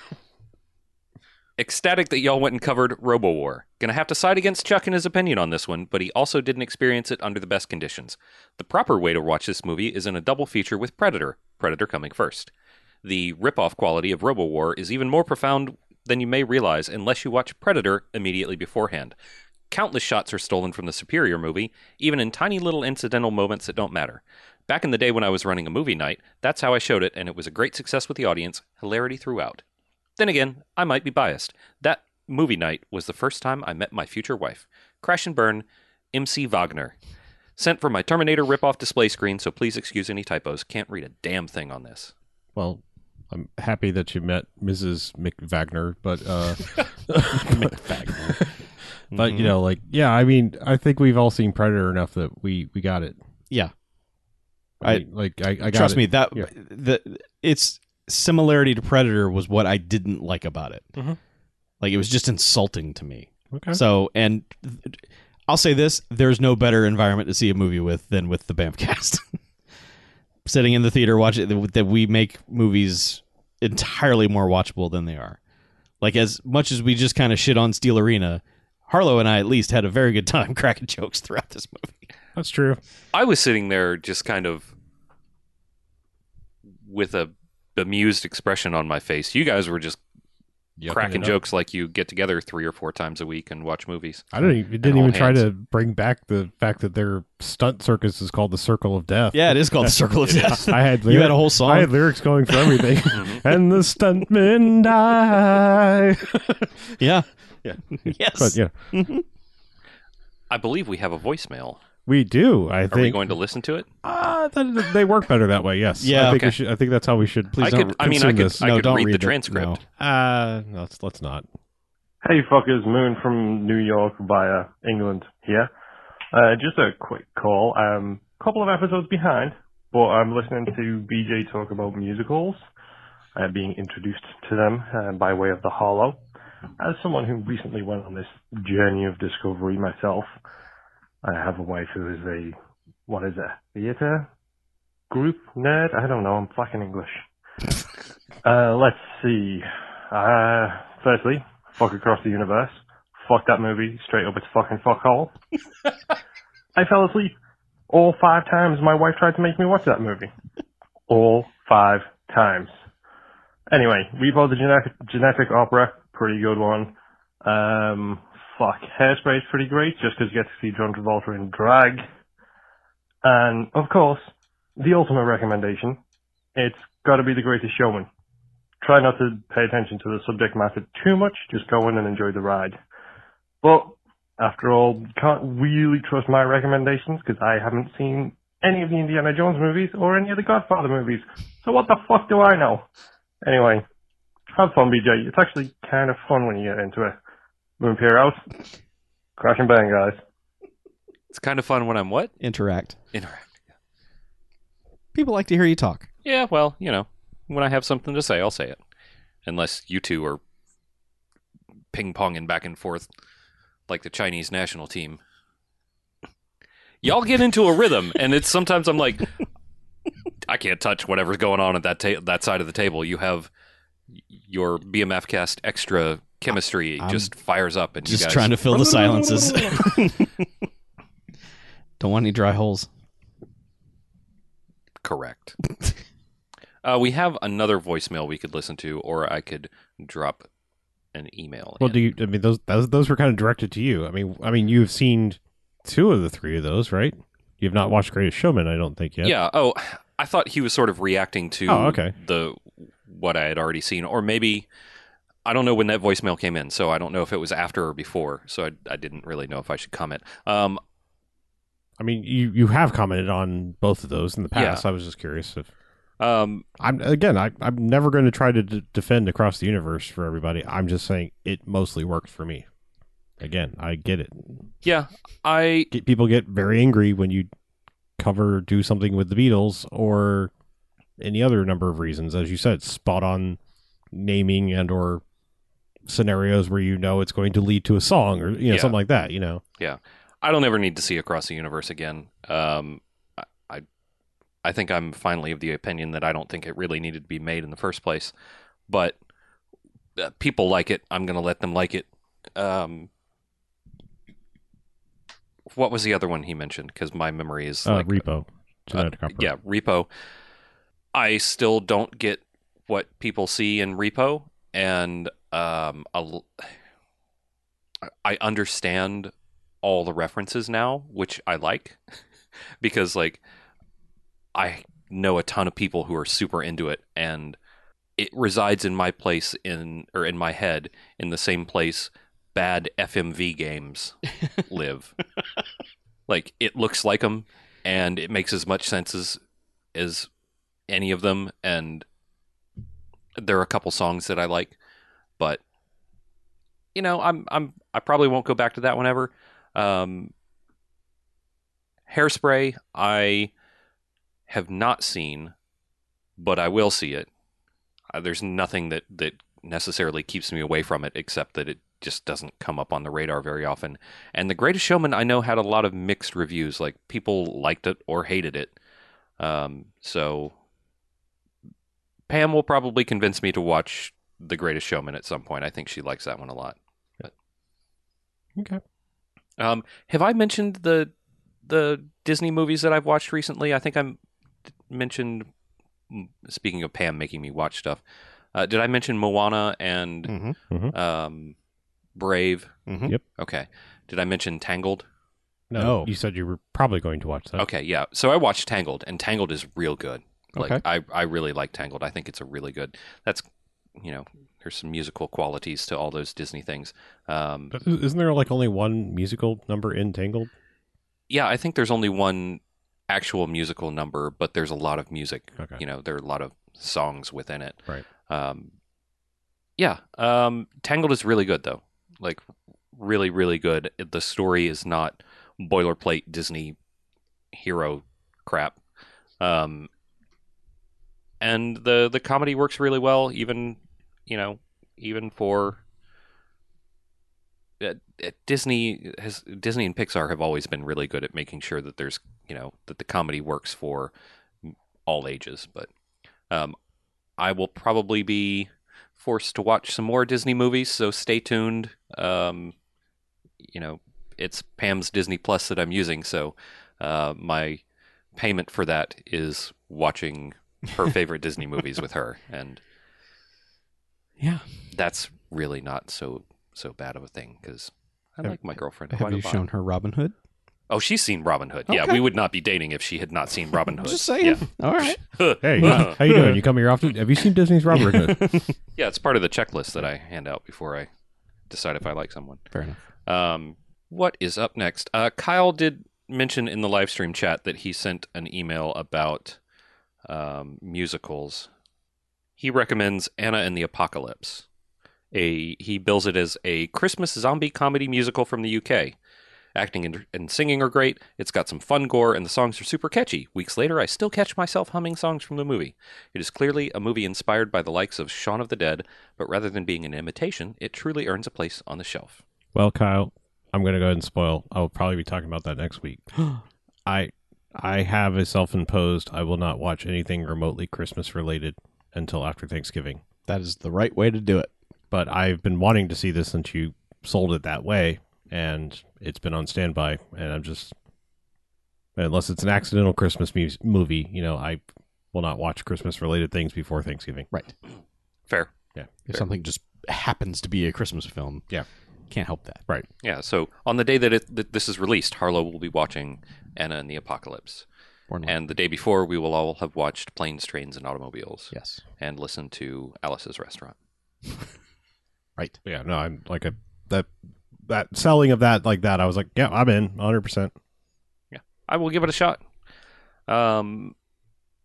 [SPEAKER 1] Ecstatic that y'all went and covered RoboWar. Gonna have to side against Chuck in his opinion on this one, but he also didn't experience it under the best conditions. The proper way to watch this movie is in a double feature with Predator, Predator coming first. The ripoff quality of RoboWar is even more profound than you may realize unless you watch Predator immediately beforehand. Countless shots are stolen from the superior movie, even in tiny little incidental moments that don't matter. Back in the day when I was running a movie night, that's how I showed it, and it was a great success with the audience, hilarity throughout. Then again, I might be biased. That movie night was the first time I met my future wife. Crash and Burn, MC Wagner. Sent from my Terminator ripoff display screen, so please excuse any typos. Can't read a damn thing on this.
[SPEAKER 3] Well, I'm happy that you met Mrs. McVagner, but uh, but
[SPEAKER 4] Hmm.
[SPEAKER 3] you know, like, yeah, I mean, I think we've all seen Predator enough that we we got it.
[SPEAKER 4] Yeah.
[SPEAKER 3] I,
[SPEAKER 4] I-
[SPEAKER 3] mean, like I, I got
[SPEAKER 4] Trust
[SPEAKER 3] it.
[SPEAKER 4] me, that
[SPEAKER 3] Yeah.
[SPEAKER 4] the its similarity to Predator was what I didn't like about it.
[SPEAKER 3] Mhm.
[SPEAKER 4] Like it was just insulting to me.
[SPEAKER 3] Okay.
[SPEAKER 4] So, and th- I'll say this: there's no better environment to see a movie with than with the Bamcast. Sitting in the theater, watching that we make movies entirely more watchable than they are. Like as much as we just kind of shit on Steel Arena, Harlow and I at least had a very good time cracking jokes throughout this movie.
[SPEAKER 3] That's true.
[SPEAKER 1] I was sitting there just kind of with a bemused expression on my face. You guys were just
[SPEAKER 7] Yucking
[SPEAKER 1] cracking
[SPEAKER 7] it up.
[SPEAKER 1] jokes like you get together three or four times a week and watch movies.
[SPEAKER 3] I don't. Even, it didn't
[SPEAKER 1] all
[SPEAKER 3] even try
[SPEAKER 1] hands.
[SPEAKER 3] to bring back the fact that their stunt circus is called the Circle of Death.
[SPEAKER 5] Yeah, it is called the Circle of Death.
[SPEAKER 3] I had
[SPEAKER 5] You had a
[SPEAKER 3] lyri-
[SPEAKER 5] whole song. Mm-hmm.
[SPEAKER 3] I had lyrics going for everything, and the stuntmen die.
[SPEAKER 5] yeah.
[SPEAKER 4] Yes.
[SPEAKER 3] but yeah,
[SPEAKER 1] I believe we have a voicemail.
[SPEAKER 3] we do.
[SPEAKER 1] Are
[SPEAKER 3] I
[SPEAKER 1] we
[SPEAKER 3] think
[SPEAKER 1] going to listen to it?
[SPEAKER 3] Ah, that- they work better that way. Yes.
[SPEAKER 5] Yeah,
[SPEAKER 3] I think, we
[SPEAKER 1] okay.
[SPEAKER 3] should, I think that's how we should. Please
[SPEAKER 1] I
[SPEAKER 3] don't
[SPEAKER 1] could. I mean, I
[SPEAKER 3] consume
[SPEAKER 1] could.
[SPEAKER 3] this.
[SPEAKER 1] I
[SPEAKER 5] No,
[SPEAKER 1] could
[SPEAKER 5] don't
[SPEAKER 1] read, the
[SPEAKER 5] read it.
[SPEAKER 1] transcript.
[SPEAKER 5] No.
[SPEAKER 3] Uh, no, let's, let's not.
[SPEAKER 8] Hey fuckers, Moon from New York via England here. Uh, just a quick call. Um, couple of episodes behind, but I'm listening to BJ talk about musicals, uh, being introduced to them uh, by way of The Hollow. As someone who recently went on this journey of discovery myself, I have a wife who is a, what is it, theatre group nerd? I don't know, I'm fucking English. Uh, let's see. Uh, firstly, fuck across the universe. Fuck that movie. Straight up, it's fucking fuck all. I fell asleep all five times. My wife tried to make me watch that movie. All five times. Anyway, Repo the genetic, genetic Opera, pretty good one. Um, fuck, Hairspray's pretty great, just 'cause you get to see John Travolta in drag. And of course, the ultimate recommendation, it's got to be the greatest showman. Try not to pay attention to the subject matter too much. Just go in and enjoy the ride. But after all, you can't really trust my recommendations because I haven't seen any of the Indiana Jones movies or any of the Godfather movies. So what the fuck do I know? Anyway, have fun, BJ. It's actually kind of fun when you get into it. Moon Pier out. Crash and bang, guys.
[SPEAKER 1] It's kind of fun when I'm what?
[SPEAKER 5] Interact.
[SPEAKER 1] Interact.
[SPEAKER 5] People like to hear you talk.
[SPEAKER 1] Yeah. Well, you know, when I have something to say, I'll say it. Unless you two are ping ponging back and forth like the Chinese national team. Y'all get into a rhythm, and it's sometimes I'm like, I can't touch whatever's going on at that ta- that side of the table. You have your BMF cast extra chemistry just fires up, and
[SPEAKER 5] Just
[SPEAKER 1] you guys
[SPEAKER 5] trying to fill the silences. Don't want any dry holes.
[SPEAKER 1] Correct. uh, we have another voicemail we could listen to, or I could drop an email.
[SPEAKER 3] Well,
[SPEAKER 1] in.
[SPEAKER 3] do you? I mean, those those those were kind of directed to you. I mean, I mean, you've seen two of the three of those, right? You've not watched Greatest Showman, I don't think yet.
[SPEAKER 1] Yeah. Oh, I thought he was sort of reacting to
[SPEAKER 3] Oh, okay.
[SPEAKER 1] the what I had already seen, or maybe I don't know when that voicemail came in, so I don't know if it was after or before. So I, I didn't really know if I should comment. Um,
[SPEAKER 3] I mean, you you have commented on both of those in the past. I was just curious if
[SPEAKER 1] um,
[SPEAKER 3] I'm again. I, I'm never going to try to d- defend across the universe for everybody. I'm just saying it mostly worked for me. Again, I get it.
[SPEAKER 1] yeah. I
[SPEAKER 3] Get, people get very angry when you cover or do something with the Beatles or any other number of reasons, as you said, spot on naming and or scenarios where you know it's going to lead to a song or you know
[SPEAKER 1] Yeah.
[SPEAKER 3] something like that. You know,
[SPEAKER 1] I don't ever need to see Across the Universe again. Um, I, I, I think I'm finally of the opinion that I don't think it really needed to be made in the first place. But uh, people like it. I'm going to let them like it. Um, what was the other one he mentioned? Because my memory is
[SPEAKER 3] uh,
[SPEAKER 1] like uh,
[SPEAKER 3] repo. Genetic Opera.
[SPEAKER 1] yeah, repo. I still don't get what people see in repo, and um, a l- I understand all the references now, which I like because like I know a ton of people who are super into it, and it resides in my place in or in my head in the same place bad FMV games live. like it looks like them, and it makes as much sense as as any of them and there are a couple songs that I like but you know I'm I'm I probably won't go back to that one ever um Hairspray I have not seen but I will see it uh, there's nothing that that necessarily keeps me away from it except that it just doesn't come up on the radar very often and The Greatest Showman I know had a lot of mixed reviews. Like people liked it or hated it. Um, so Pam will probably convince me to watch The Greatest Showman at some point. I think she likes that one a lot. But-
[SPEAKER 3] Okay.
[SPEAKER 1] Um, have I mentioned the the Disney movies that I've watched recently? I think I'm mentioned. Speaking of Pam making me watch stuff, Uh, did I mention Moana and
[SPEAKER 5] Mhm.
[SPEAKER 3] Mhm.
[SPEAKER 1] Um, Brave?
[SPEAKER 5] Mhm.
[SPEAKER 3] Yep.
[SPEAKER 1] Okay. Did I mention Tangled?
[SPEAKER 3] No,
[SPEAKER 5] No.
[SPEAKER 3] you said you were probably going to watch that.
[SPEAKER 1] Okay, yeah. So I watched Tangled, and Tangled is real good. Like
[SPEAKER 5] Okay.
[SPEAKER 1] I, I really like Tangled. I think it's a really good. That's, you know, there's some musical qualities to all those Disney things. Um,
[SPEAKER 3] But Isn't there like only one musical number in Tangled?
[SPEAKER 1] yeah, I think there's only one actual musical number, but there's a lot of music.
[SPEAKER 3] Okay.
[SPEAKER 1] You know, there are a lot of songs within it.
[SPEAKER 3] Right.
[SPEAKER 1] Um, yeah. Um, Tangled is really good though. Like, really, really good. The story is not boilerplate Disney hero crap. Um, and the the comedy works really well, even you know, even for uh, uh, Disney has Disney and Pixar have always been really good at making sure that there's you know that the comedy works for all ages. But um, I will probably be forced to watch some more Disney movies, so stay tuned. Um, you know, it's Pam's Disney Plus that I'm using, so uh, my payment for that is watching her favorite Disney movies with her, and
[SPEAKER 5] Yeah.
[SPEAKER 1] that's really not so so bad of a thing because I
[SPEAKER 5] Have-
[SPEAKER 1] like my girlfriend.
[SPEAKER 5] Have
[SPEAKER 1] quite a
[SPEAKER 5] you
[SPEAKER 1] lot.
[SPEAKER 5] shown her Robin Hood?
[SPEAKER 1] Oh, she's seen Robin Hood. Yeah,
[SPEAKER 5] Okay.
[SPEAKER 1] we would not be dating if she had not seen Robin Hood.
[SPEAKER 5] Just saying. All right.
[SPEAKER 1] Yeah.
[SPEAKER 3] Hey,
[SPEAKER 1] Wow.
[SPEAKER 3] how you doing? You come here often? Have you seen Disney's Robin Hood?
[SPEAKER 1] yeah, it's part of the checklist that I hand out before I decide if I like someone.
[SPEAKER 5] Fair enough.
[SPEAKER 1] Um, what is up next? Uh, Kyle did mention in the live stream chat that he sent an email about um, musicals. He recommends Anna and the Apocalypse. A he bills it as a Christmas zombie comedy musical from the UK. Acting and, and singing are great. It's got some fun gore, and the songs are super catchy. Weeks later, I still catch myself humming songs from the movie. It is clearly a movie inspired by the likes of Shaun of the Dead, but rather than being an imitation, it truly earns a place on the shelf.
[SPEAKER 3] Well, Kyle, I'm going to go ahead and spoil. I'll probably be talking about that next week. I I have a self-imposed I will not watch anything remotely Christmas related until after Thanksgiving.
[SPEAKER 5] That is the right way to do it.
[SPEAKER 3] But I've been wanting to see this since you sold it that way and it's been on standby and I'm just unless it's an accidental Christmas mu- movie, you know, I will not watch Christmas related things before Thanksgiving.
[SPEAKER 5] Right.
[SPEAKER 1] Fair.
[SPEAKER 5] If something just happens to be a Christmas film,
[SPEAKER 3] Yeah.
[SPEAKER 5] can't help that.
[SPEAKER 1] Yeah. So on the day that, it, that this is released, Harlow will be watching Anna and the Apocalypse,
[SPEAKER 5] Born Alive.
[SPEAKER 1] and the day before, we will all have watched Planes, Trains, and Automobiles,
[SPEAKER 5] yes,
[SPEAKER 1] and listened to Alice's Restaurant.
[SPEAKER 5] right.
[SPEAKER 3] Yeah, no, I'm like a that that selling of that like that, I was like, yeah, I'm in 100%.
[SPEAKER 1] I will give it a shot. Um,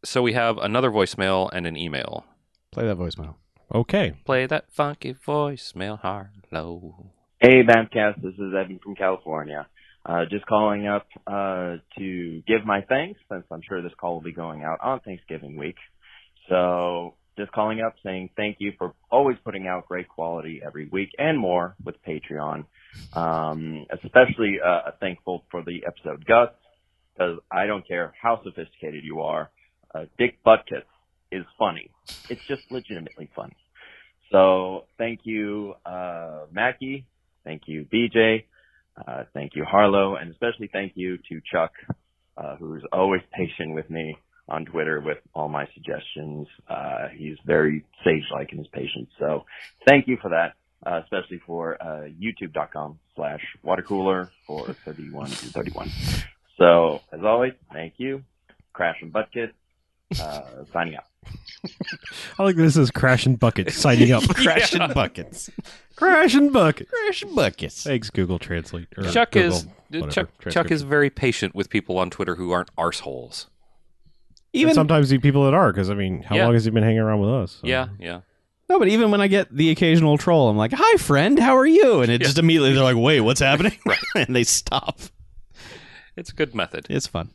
[SPEAKER 1] so we have another voicemail and an email.
[SPEAKER 5] Play that voicemail.
[SPEAKER 3] Okay.
[SPEAKER 1] Play that funky voicemail, Harlow.
[SPEAKER 7] Hey, Bamcast. This is Evan from California. Uh, just calling up uh, to give my thanks, since I'm sure this call will be going out on Thanksgiving week. So, just calling up saying thank you for always putting out great quality every week and more with Patreon. Um, especially uh, thankful for the episode guts, because I don't care how sophisticated you are, uh, Dick Butkus is funny. It's just legitimately funny. So, thank you, uh, Mackie, Thank you, BJ. Uh, thank you, Harlow, and especially thank you to Chuck, uh, who's always patient with me on Twitter with all my suggestions. Uh, he's very sage-like in his patience, so thank you for that. Uh, especially for uh, youtube.com slash watercooler for 31 and 31. So, as always, thank you. Crash and Buttkit, uh, signing out.
[SPEAKER 3] I like this is Crash and Bucket signing up.
[SPEAKER 5] Crashing buckets.
[SPEAKER 3] Crash and Bucket.
[SPEAKER 5] Crashing buckets.
[SPEAKER 3] Thanks, Google Translate. or
[SPEAKER 1] Chuck
[SPEAKER 3] Google,
[SPEAKER 1] is
[SPEAKER 3] whatever,
[SPEAKER 1] Chuck, Chuck
[SPEAKER 3] transcription.
[SPEAKER 1] is very patient with people on Twitter who aren't arseholes.
[SPEAKER 3] And
[SPEAKER 5] Even
[SPEAKER 3] sometimes the people that are, because I mean, how
[SPEAKER 1] Yeah.
[SPEAKER 3] long has he been hanging around with us? So-
[SPEAKER 1] Yeah, yeah.
[SPEAKER 5] no, but even when I get the occasional troll, I'm like, "Hi, friend. How are you?" And it just immediately they're like, "Wait, what's happening?" right. and they stop.
[SPEAKER 1] It's a good method.
[SPEAKER 5] It's fun.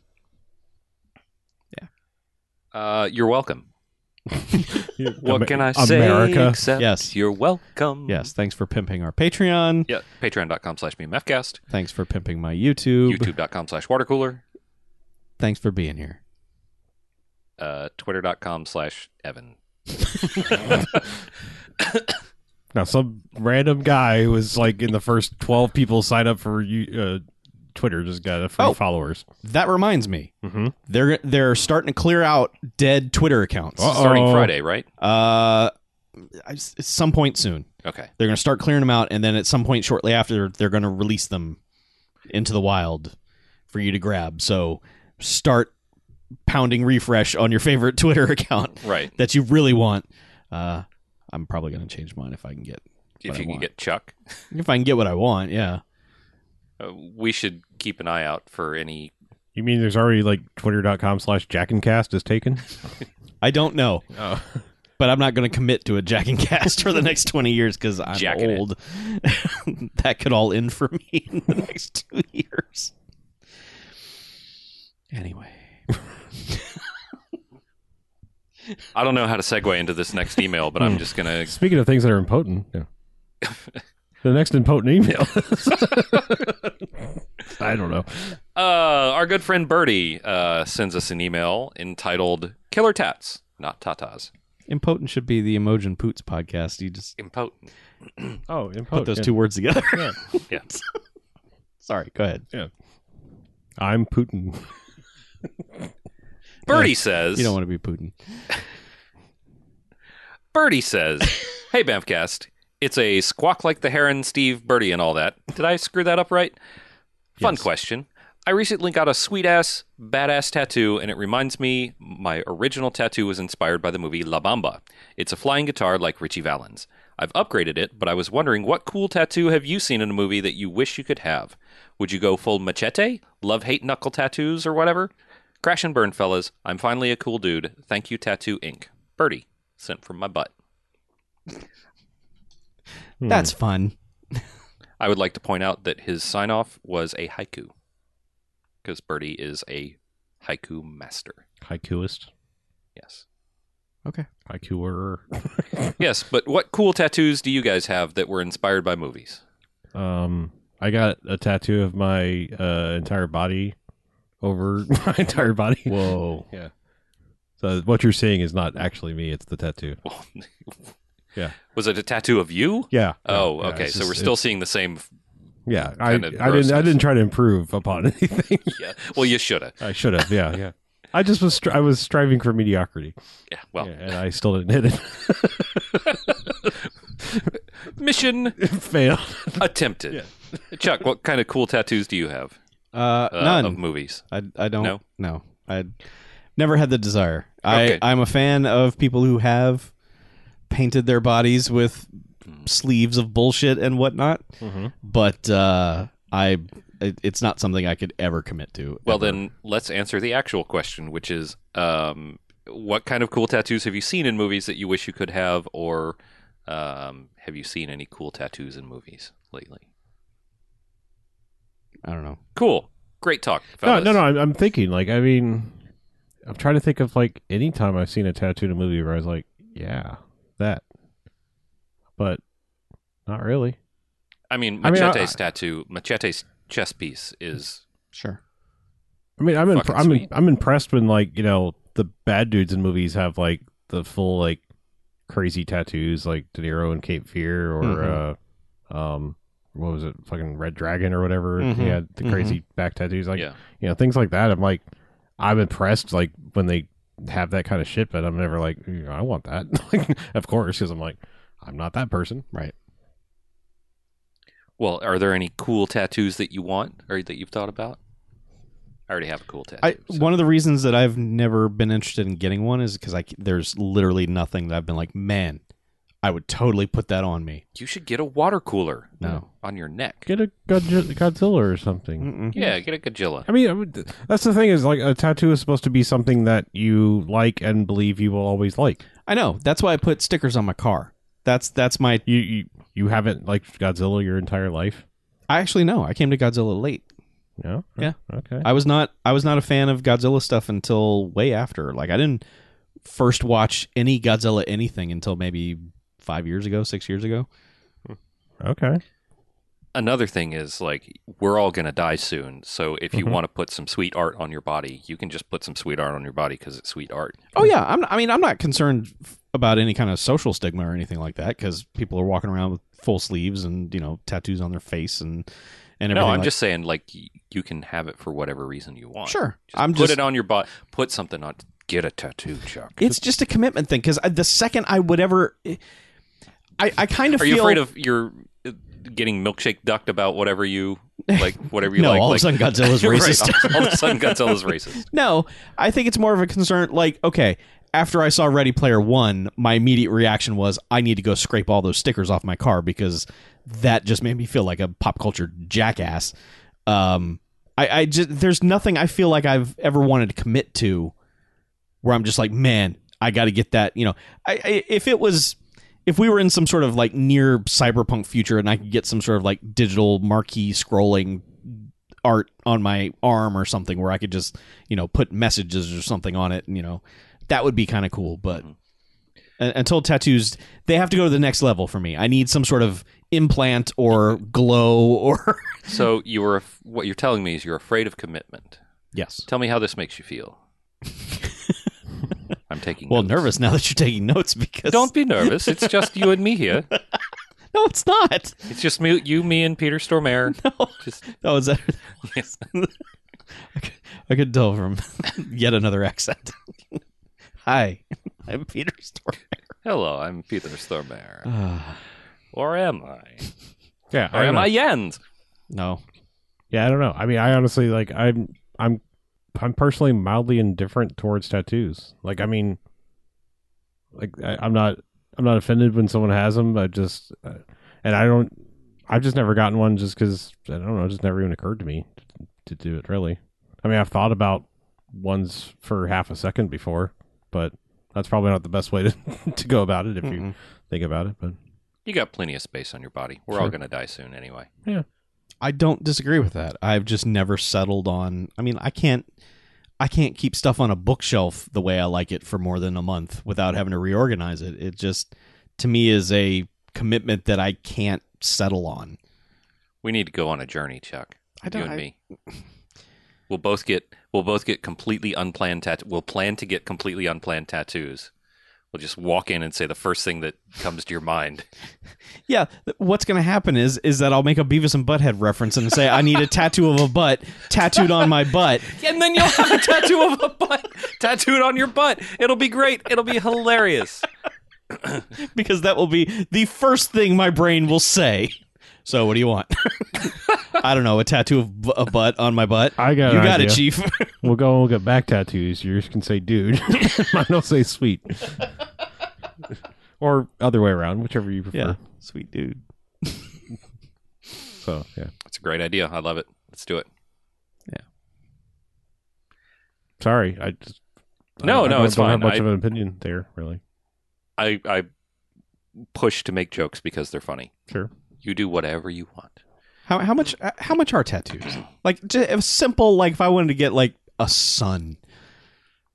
[SPEAKER 1] Uh, you're welcome.
[SPEAKER 3] Yeah.
[SPEAKER 1] What
[SPEAKER 3] Amer-
[SPEAKER 1] can I say?
[SPEAKER 3] Uh, America.
[SPEAKER 1] Except
[SPEAKER 5] Yes.
[SPEAKER 1] You're welcome.
[SPEAKER 5] Yes. Thanks for pimping our Patreon.
[SPEAKER 1] Yeah. Patreon.com slash BMFcast.
[SPEAKER 5] Thanks for pimping my YouTube.
[SPEAKER 1] YouTube.com slash watercooler.
[SPEAKER 5] Thanks for being here.
[SPEAKER 1] Uh, Twitter.com slash Evan.
[SPEAKER 3] Now, some random guy who was like in the first 12 people sign up for you, uh, Twitter just got a few
[SPEAKER 5] Oh.
[SPEAKER 3] followers.
[SPEAKER 5] That reminds me.
[SPEAKER 3] Mhm.
[SPEAKER 5] They're they're starting to clear out dead Twitter accounts.
[SPEAKER 4] Oh.
[SPEAKER 3] Uh-oh.
[SPEAKER 1] Starting Friday, right?
[SPEAKER 5] Uh,
[SPEAKER 4] I- s- at some point soon.
[SPEAKER 1] Okay.
[SPEAKER 4] They're going to start clearing them out, and then at some point shortly after, they're going to release them into the wild for you to grab. So start pounding refresh on your favorite Twitter account
[SPEAKER 1] Right.
[SPEAKER 4] that you really want. Uh, I'm probably going to change mine if I can get
[SPEAKER 1] If
[SPEAKER 4] What I
[SPEAKER 1] you can
[SPEAKER 4] want.
[SPEAKER 1] get Chuck,
[SPEAKER 4] if I can get what I want. Yeah,
[SPEAKER 1] uh, we should keep an eye out for any.
[SPEAKER 3] You mean there's already like twitter.com slash jackandcast is taken?
[SPEAKER 4] I don't know. But I'm not going to commit to a Jack and Cast for the next 20 years because I'm
[SPEAKER 1] Jacking it.
[SPEAKER 4] old. that could all end for me in the next two years. Anyway,
[SPEAKER 1] I don't know how to segue into this next email,
[SPEAKER 4] Hmm.
[SPEAKER 1] but I'm just gonna.
[SPEAKER 3] Speaking of things that are impotent, yeah. the next impotent email. I don't know.
[SPEAKER 1] Uh, our good friend Birdie uh, sends us an email entitled "Killer Tats, Not Tatas."
[SPEAKER 4] impotent should be the Emojin Poots podcast. You just
[SPEAKER 1] Impotent.
[SPEAKER 3] Oh, impotent.
[SPEAKER 4] put those two words together.
[SPEAKER 1] Yeah.
[SPEAKER 4] Sorry, go ahead.
[SPEAKER 3] I'm Putin.
[SPEAKER 1] Birdie says.
[SPEAKER 4] You don't want to be Putin.
[SPEAKER 1] Hmm. Birdie says, Hey, Bamfcast. It's a squawk like the heron, Steve, Birdie, and all that. Did I screw that up right? Fun question. I recently got a sweet ass, badass tattoo, and it reminds me my original tattoo was inspired by the movie La Bamba. It's a flying guitar like Richie Valens. I've upgraded it, but I was wondering what cool tattoo have you seen in a movie that you wish you could have? Would you go full machete, love hate knuckle tattoos, or whatever? Crash and burn, fellas. I'm finally a cool dude. Thank you, Tattoo Inc. Birdie, sent from my butt.
[SPEAKER 4] That's fun.
[SPEAKER 1] I would like to point out that his sign off was a haiku because Birdie is a haiku master.
[SPEAKER 3] Haikuist.
[SPEAKER 1] Yes.
[SPEAKER 3] Haikuer.
[SPEAKER 1] yes, but what cool tattoos do you guys have that were inspired by movies?
[SPEAKER 3] Um, I got a tattoo of my uh, entire body over my entire body. Whoa. yeah. So what you're seeing is not actually me; it's the tattoo. Yeah.
[SPEAKER 1] Was it a tattoo of you?
[SPEAKER 3] Yeah.
[SPEAKER 1] Oh,
[SPEAKER 3] Yeah,
[SPEAKER 1] okay.
[SPEAKER 3] it's
[SPEAKER 1] So
[SPEAKER 3] just-
[SPEAKER 1] we're still seeing the same.
[SPEAKER 3] it- yeah. I, I
[SPEAKER 1] kinda
[SPEAKER 3] didn't. I
[SPEAKER 1] grossness.
[SPEAKER 3] didn't try to improve upon anything.
[SPEAKER 1] Yeah. Well, you should have.
[SPEAKER 3] I should have. Yeah. Yeah. I just was. Stri- I was striving for mediocrity,
[SPEAKER 1] Yeah. Well,
[SPEAKER 3] Yeah, and I still didn't hit
[SPEAKER 1] mission
[SPEAKER 3] it. Failed.
[SPEAKER 1] attempted. Chuck, what kind of cool tattoos do you have
[SPEAKER 4] Uh,
[SPEAKER 1] uh,
[SPEAKER 4] none.
[SPEAKER 1] of movies?
[SPEAKER 4] I, I don't
[SPEAKER 1] No?
[SPEAKER 4] know. No. I never had the desire.
[SPEAKER 1] Okay.
[SPEAKER 4] I, I'm a fan of people who have painted their bodies with
[SPEAKER 1] Hmm.
[SPEAKER 4] sleeves of bullshit and whatnot,
[SPEAKER 1] Mm-hmm.
[SPEAKER 4] but uh, I it, it's not something I could ever commit to.
[SPEAKER 1] Well,
[SPEAKER 4] ever.
[SPEAKER 1] then let's answer the actual question, which is um, what kind of cool tattoos have you seen in movies that you wish you could have, or um, have you seen any cool tattoos in movies lately?
[SPEAKER 4] I don't know.
[SPEAKER 1] Cool. Great talk.
[SPEAKER 3] No,
[SPEAKER 1] Fellas.
[SPEAKER 3] no, no. I'm, I'm thinking. Like, I mean, I'm trying to think of like any time I've seen a tattoo in a movie where I was like, yeah, that, but not really.
[SPEAKER 1] I mean,
[SPEAKER 3] I mean, uh, I-
[SPEAKER 1] Machete's tattoo, Machete's chess piece is.
[SPEAKER 4] Sure.
[SPEAKER 3] I mean, I'm
[SPEAKER 1] Fucking
[SPEAKER 3] imp- I'm
[SPEAKER 1] sweet.
[SPEAKER 3] I'm impressed when like you know the bad dudes in movies have like the full like crazy tattoos like De Niro and Cape Fear or
[SPEAKER 4] Mhm.
[SPEAKER 3] uh, um what was it fucking Red Dragon or whatever
[SPEAKER 4] Mhm.
[SPEAKER 3] he had the crazy back tattoos like
[SPEAKER 1] Yeah.
[SPEAKER 3] you know things like that I'm like I'm impressed like when they have that kind of shit but I'm never like "Ooh, I want that like of course because I'm like I'm not that person
[SPEAKER 4] Right.
[SPEAKER 1] Well, are there any cool tattoos that you want or that you've thought about? I already have a cool tattoo.
[SPEAKER 4] I,
[SPEAKER 1] so-
[SPEAKER 4] One of the reasons that I've never been interested in getting one is because I c- there's literally nothing that I've been like, man, I would totally put that on me.
[SPEAKER 1] you should get a water cooler
[SPEAKER 4] No.
[SPEAKER 1] on your neck.
[SPEAKER 3] get a Godzi- Godzilla or something
[SPEAKER 4] Mm-mm.
[SPEAKER 1] Yeah, get a Godzilla.
[SPEAKER 3] I mean, I would- that's the thing is like a tattoo is supposed to be something that you like and believe you will always like.
[SPEAKER 4] I know. That's why I put stickers on my car. That's that's my
[SPEAKER 3] You you, you haven't liked Godzilla your entire life.
[SPEAKER 4] I actually know. I came to Godzilla late.
[SPEAKER 3] No.
[SPEAKER 4] Yeah.
[SPEAKER 3] Okay.
[SPEAKER 4] I was not I was not a fan of Godzilla stuff until way after. Like I didn't first watch any Godzilla anything until maybe 5 years ago, 6 years ago.
[SPEAKER 3] okay.
[SPEAKER 1] another thing is like we're all going to die soon so if you
[SPEAKER 4] Mm-hmm.
[SPEAKER 3] Mhm.
[SPEAKER 1] want to put some sweet art on your body you can just put some sweet art on your body because it's sweet art
[SPEAKER 4] Oh yeah, I'm I mean I'm not concerned f- about any kind of social stigma or anything like that cuz people are walking around with full sleeves and, you know, tattoos on their face and and
[SPEAKER 1] no
[SPEAKER 4] everything
[SPEAKER 1] i'm
[SPEAKER 4] like-
[SPEAKER 1] just saying like y- you can have it for whatever reason you want
[SPEAKER 4] Sure.
[SPEAKER 1] Just
[SPEAKER 4] I'm
[SPEAKER 1] put
[SPEAKER 4] just
[SPEAKER 1] it on your body put something on get a tattoo, Chuck.
[SPEAKER 4] It's just a commitment thing because the second I would ever, I, I kind of
[SPEAKER 1] Are
[SPEAKER 4] feel
[SPEAKER 1] you afraid of your uh, getting milkshake ducked about whatever you like? Whatever you
[SPEAKER 4] no.
[SPEAKER 1] like.
[SPEAKER 4] all
[SPEAKER 1] like,
[SPEAKER 4] of a sudden, Godzilla's
[SPEAKER 1] Right,
[SPEAKER 4] racist.
[SPEAKER 1] all of a sudden, Godzilla's racist.
[SPEAKER 4] No, I think it's more of a concern. Like, okay, after I saw Ready Player One, my immediate reaction was, I need to go scrape all those stickers off my car because that just made me feel like a pop culture jackass. Um, I, I just there's nothing I feel like I've ever wanted to commit to, where I'm just like, man, I got to get that. You know, I, I if it was. If we were in some sort of like near cyberpunk future and I could get some sort of like digital marquee scrolling art on my arm or something where I could just, you know, put messages or something on it, and, you know, that would be kind of cool. But un- until tattoos, they have to go to the next level for me. I need some sort of implant or glow or
[SPEAKER 1] So you were af- what you're telling me is you're afraid of commitment.
[SPEAKER 4] yes.
[SPEAKER 1] Tell me how this makes you feel. I'm taking
[SPEAKER 4] Well,
[SPEAKER 1] notes.
[SPEAKER 4] nervous now that you're taking notes because
[SPEAKER 1] Don't be nervous. It's just you and me here.
[SPEAKER 4] No, it's not.
[SPEAKER 1] It's just me, you, me, and Peter Stormare. Just
[SPEAKER 4] Oh, is that?
[SPEAKER 1] Yes.
[SPEAKER 4] I could- I could tell from yet another accent. Hi, I'm Peter Storm.
[SPEAKER 1] hello, I'm Peter Stormare.
[SPEAKER 4] Ah,
[SPEAKER 1] Or am I?
[SPEAKER 3] Yeah,
[SPEAKER 1] Or am
[SPEAKER 3] know.
[SPEAKER 1] Uh. I Jens?
[SPEAKER 4] no,
[SPEAKER 3] Yeah, I don't know. I mean, I honestly like I'm I'm I'm personally mildly indifferent towards tattoos. Like, I mean, like I, I'm not I'm not offended when someone has them. I just uh, and I don't I've just never gotten one just because I don't know. It just never even occurred to me to, to do it. Really, I mean, I've thought about ones for half a second before, but that's probably not the best way to to go about it if you think about it. But
[SPEAKER 1] You got plenty of space on your body. We're all
[SPEAKER 3] Sure.
[SPEAKER 1] going to die soon anyway.
[SPEAKER 4] I don't disagree with that. I've just never settled on. I mean, I can't, I can't keep stuff on a bookshelf the way I like it for more than a month without having to reorganize it. It just, to me, is a commitment that I can't settle on.
[SPEAKER 1] We need to go on a journey, Chuck.
[SPEAKER 4] I don't-
[SPEAKER 1] you and
[SPEAKER 4] I-
[SPEAKER 1] me. We'll both get we'll both get completely unplanned tattoos. We'll plan to get completely unplanned tattoos. We'll just walk in and say the first thing that comes to your mind.
[SPEAKER 4] Yeah, th- what's going to happen is is that I'll make a Beavis and Butthead reference and say I need a tattoo of a butt tattooed on my butt.
[SPEAKER 1] And then you'll have a tattoo of a butt tattooed on your butt. It'll be great. It'll be hilarious.
[SPEAKER 4] because that will be the first thing my brain will say. So what do you want? I don't know, a tattoo of bu- a butt on my butt.
[SPEAKER 3] I got
[SPEAKER 4] you
[SPEAKER 3] an
[SPEAKER 4] got it,
[SPEAKER 3] idea.
[SPEAKER 4] chief.
[SPEAKER 3] we'll go and we'll get back tattoos. Yours can say dude. Mine will say sweet. or other way around, whichever you prefer.
[SPEAKER 4] yeah, sweet dude.
[SPEAKER 3] So yeah.
[SPEAKER 1] That's a great idea. I love it. Let's do it.
[SPEAKER 3] Sorry. I just
[SPEAKER 1] No,
[SPEAKER 3] I
[SPEAKER 1] no,
[SPEAKER 3] don't,
[SPEAKER 1] it's
[SPEAKER 3] don't
[SPEAKER 1] fine.
[SPEAKER 3] have much
[SPEAKER 1] I-
[SPEAKER 3] of an opinion there, really.
[SPEAKER 1] I I push to make jokes because they're funny.
[SPEAKER 3] Sure.
[SPEAKER 1] You do whatever you want.
[SPEAKER 4] How how much uh, how much are tattoos? Like j- a simple like if I wanted to get like a sun.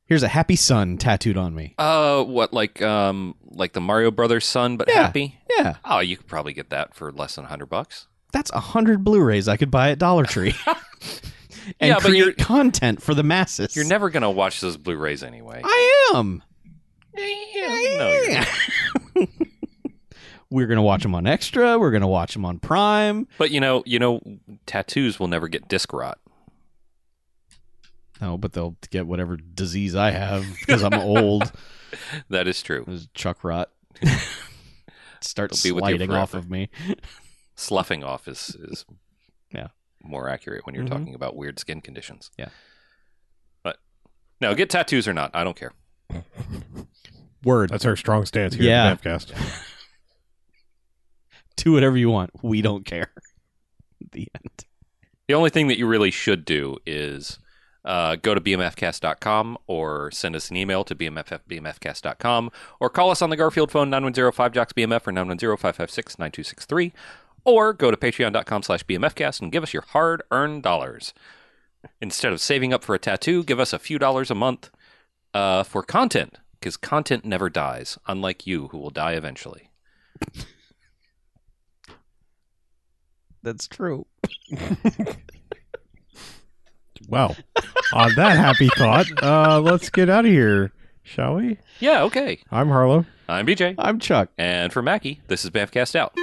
[SPEAKER 4] Here's a happy sun tattooed on me.
[SPEAKER 1] Uh, what like um like the Mario Brothers son, but
[SPEAKER 4] Yeah.
[SPEAKER 1] happy.
[SPEAKER 4] Yeah,
[SPEAKER 1] Oh, you could probably get that for less than hundred bucks.
[SPEAKER 4] that's a hundred Blu-rays I could buy at Dollar Tree. and
[SPEAKER 1] Yeah, but
[SPEAKER 4] create
[SPEAKER 1] you're-
[SPEAKER 4] content for the masses.
[SPEAKER 1] You're never gonna watch those Blu-rays anyway.
[SPEAKER 4] I am.
[SPEAKER 1] No, you're not.
[SPEAKER 4] We're gonna watch them on Extra. We're gonna watch them on Prime.
[SPEAKER 1] but you know, you know, tattoos will never get disc rot.
[SPEAKER 4] No, Oh, but they'll get whatever disease I have because I'm old.
[SPEAKER 1] That is true.
[SPEAKER 4] There's chuck rot. Starts
[SPEAKER 1] It'll be with you
[SPEAKER 4] sliding off
[SPEAKER 1] forever.
[SPEAKER 4] of me.
[SPEAKER 1] Sloughing off is is
[SPEAKER 4] Yeah.
[SPEAKER 1] more accurate when you're
[SPEAKER 4] Mhm.
[SPEAKER 1] talking about weird skin conditions.
[SPEAKER 4] Yeah.
[SPEAKER 1] but no, get tattoos or not, I don't care.
[SPEAKER 4] Word.
[SPEAKER 3] That's our strong stance here
[SPEAKER 4] Yeah.
[SPEAKER 3] at the Napcast.
[SPEAKER 4] Do whatever you want. We don't care. The end.
[SPEAKER 1] The only thing that you really should do is uh, go to bmfcast.com or send us an email to bmffbmfcast.com or call us on the Garfield phone 9105-JOCKS-BMF or 910-556-9263 or go to patreon.com slash bmfcast and give us your hard-earned dollars. Instead of saving up for a tattoo, give us a few dollars a month uh, for content because content never dies, unlike you who will die eventually.
[SPEAKER 4] That's true.
[SPEAKER 3] Well, on that happy thought, uh, let's get out of here, shall we?
[SPEAKER 1] Yeah, okay.
[SPEAKER 3] I'm Harlow.
[SPEAKER 1] I'm BJ.
[SPEAKER 4] I'm Chuck.
[SPEAKER 1] And for Mackie, this is Bamfcast out.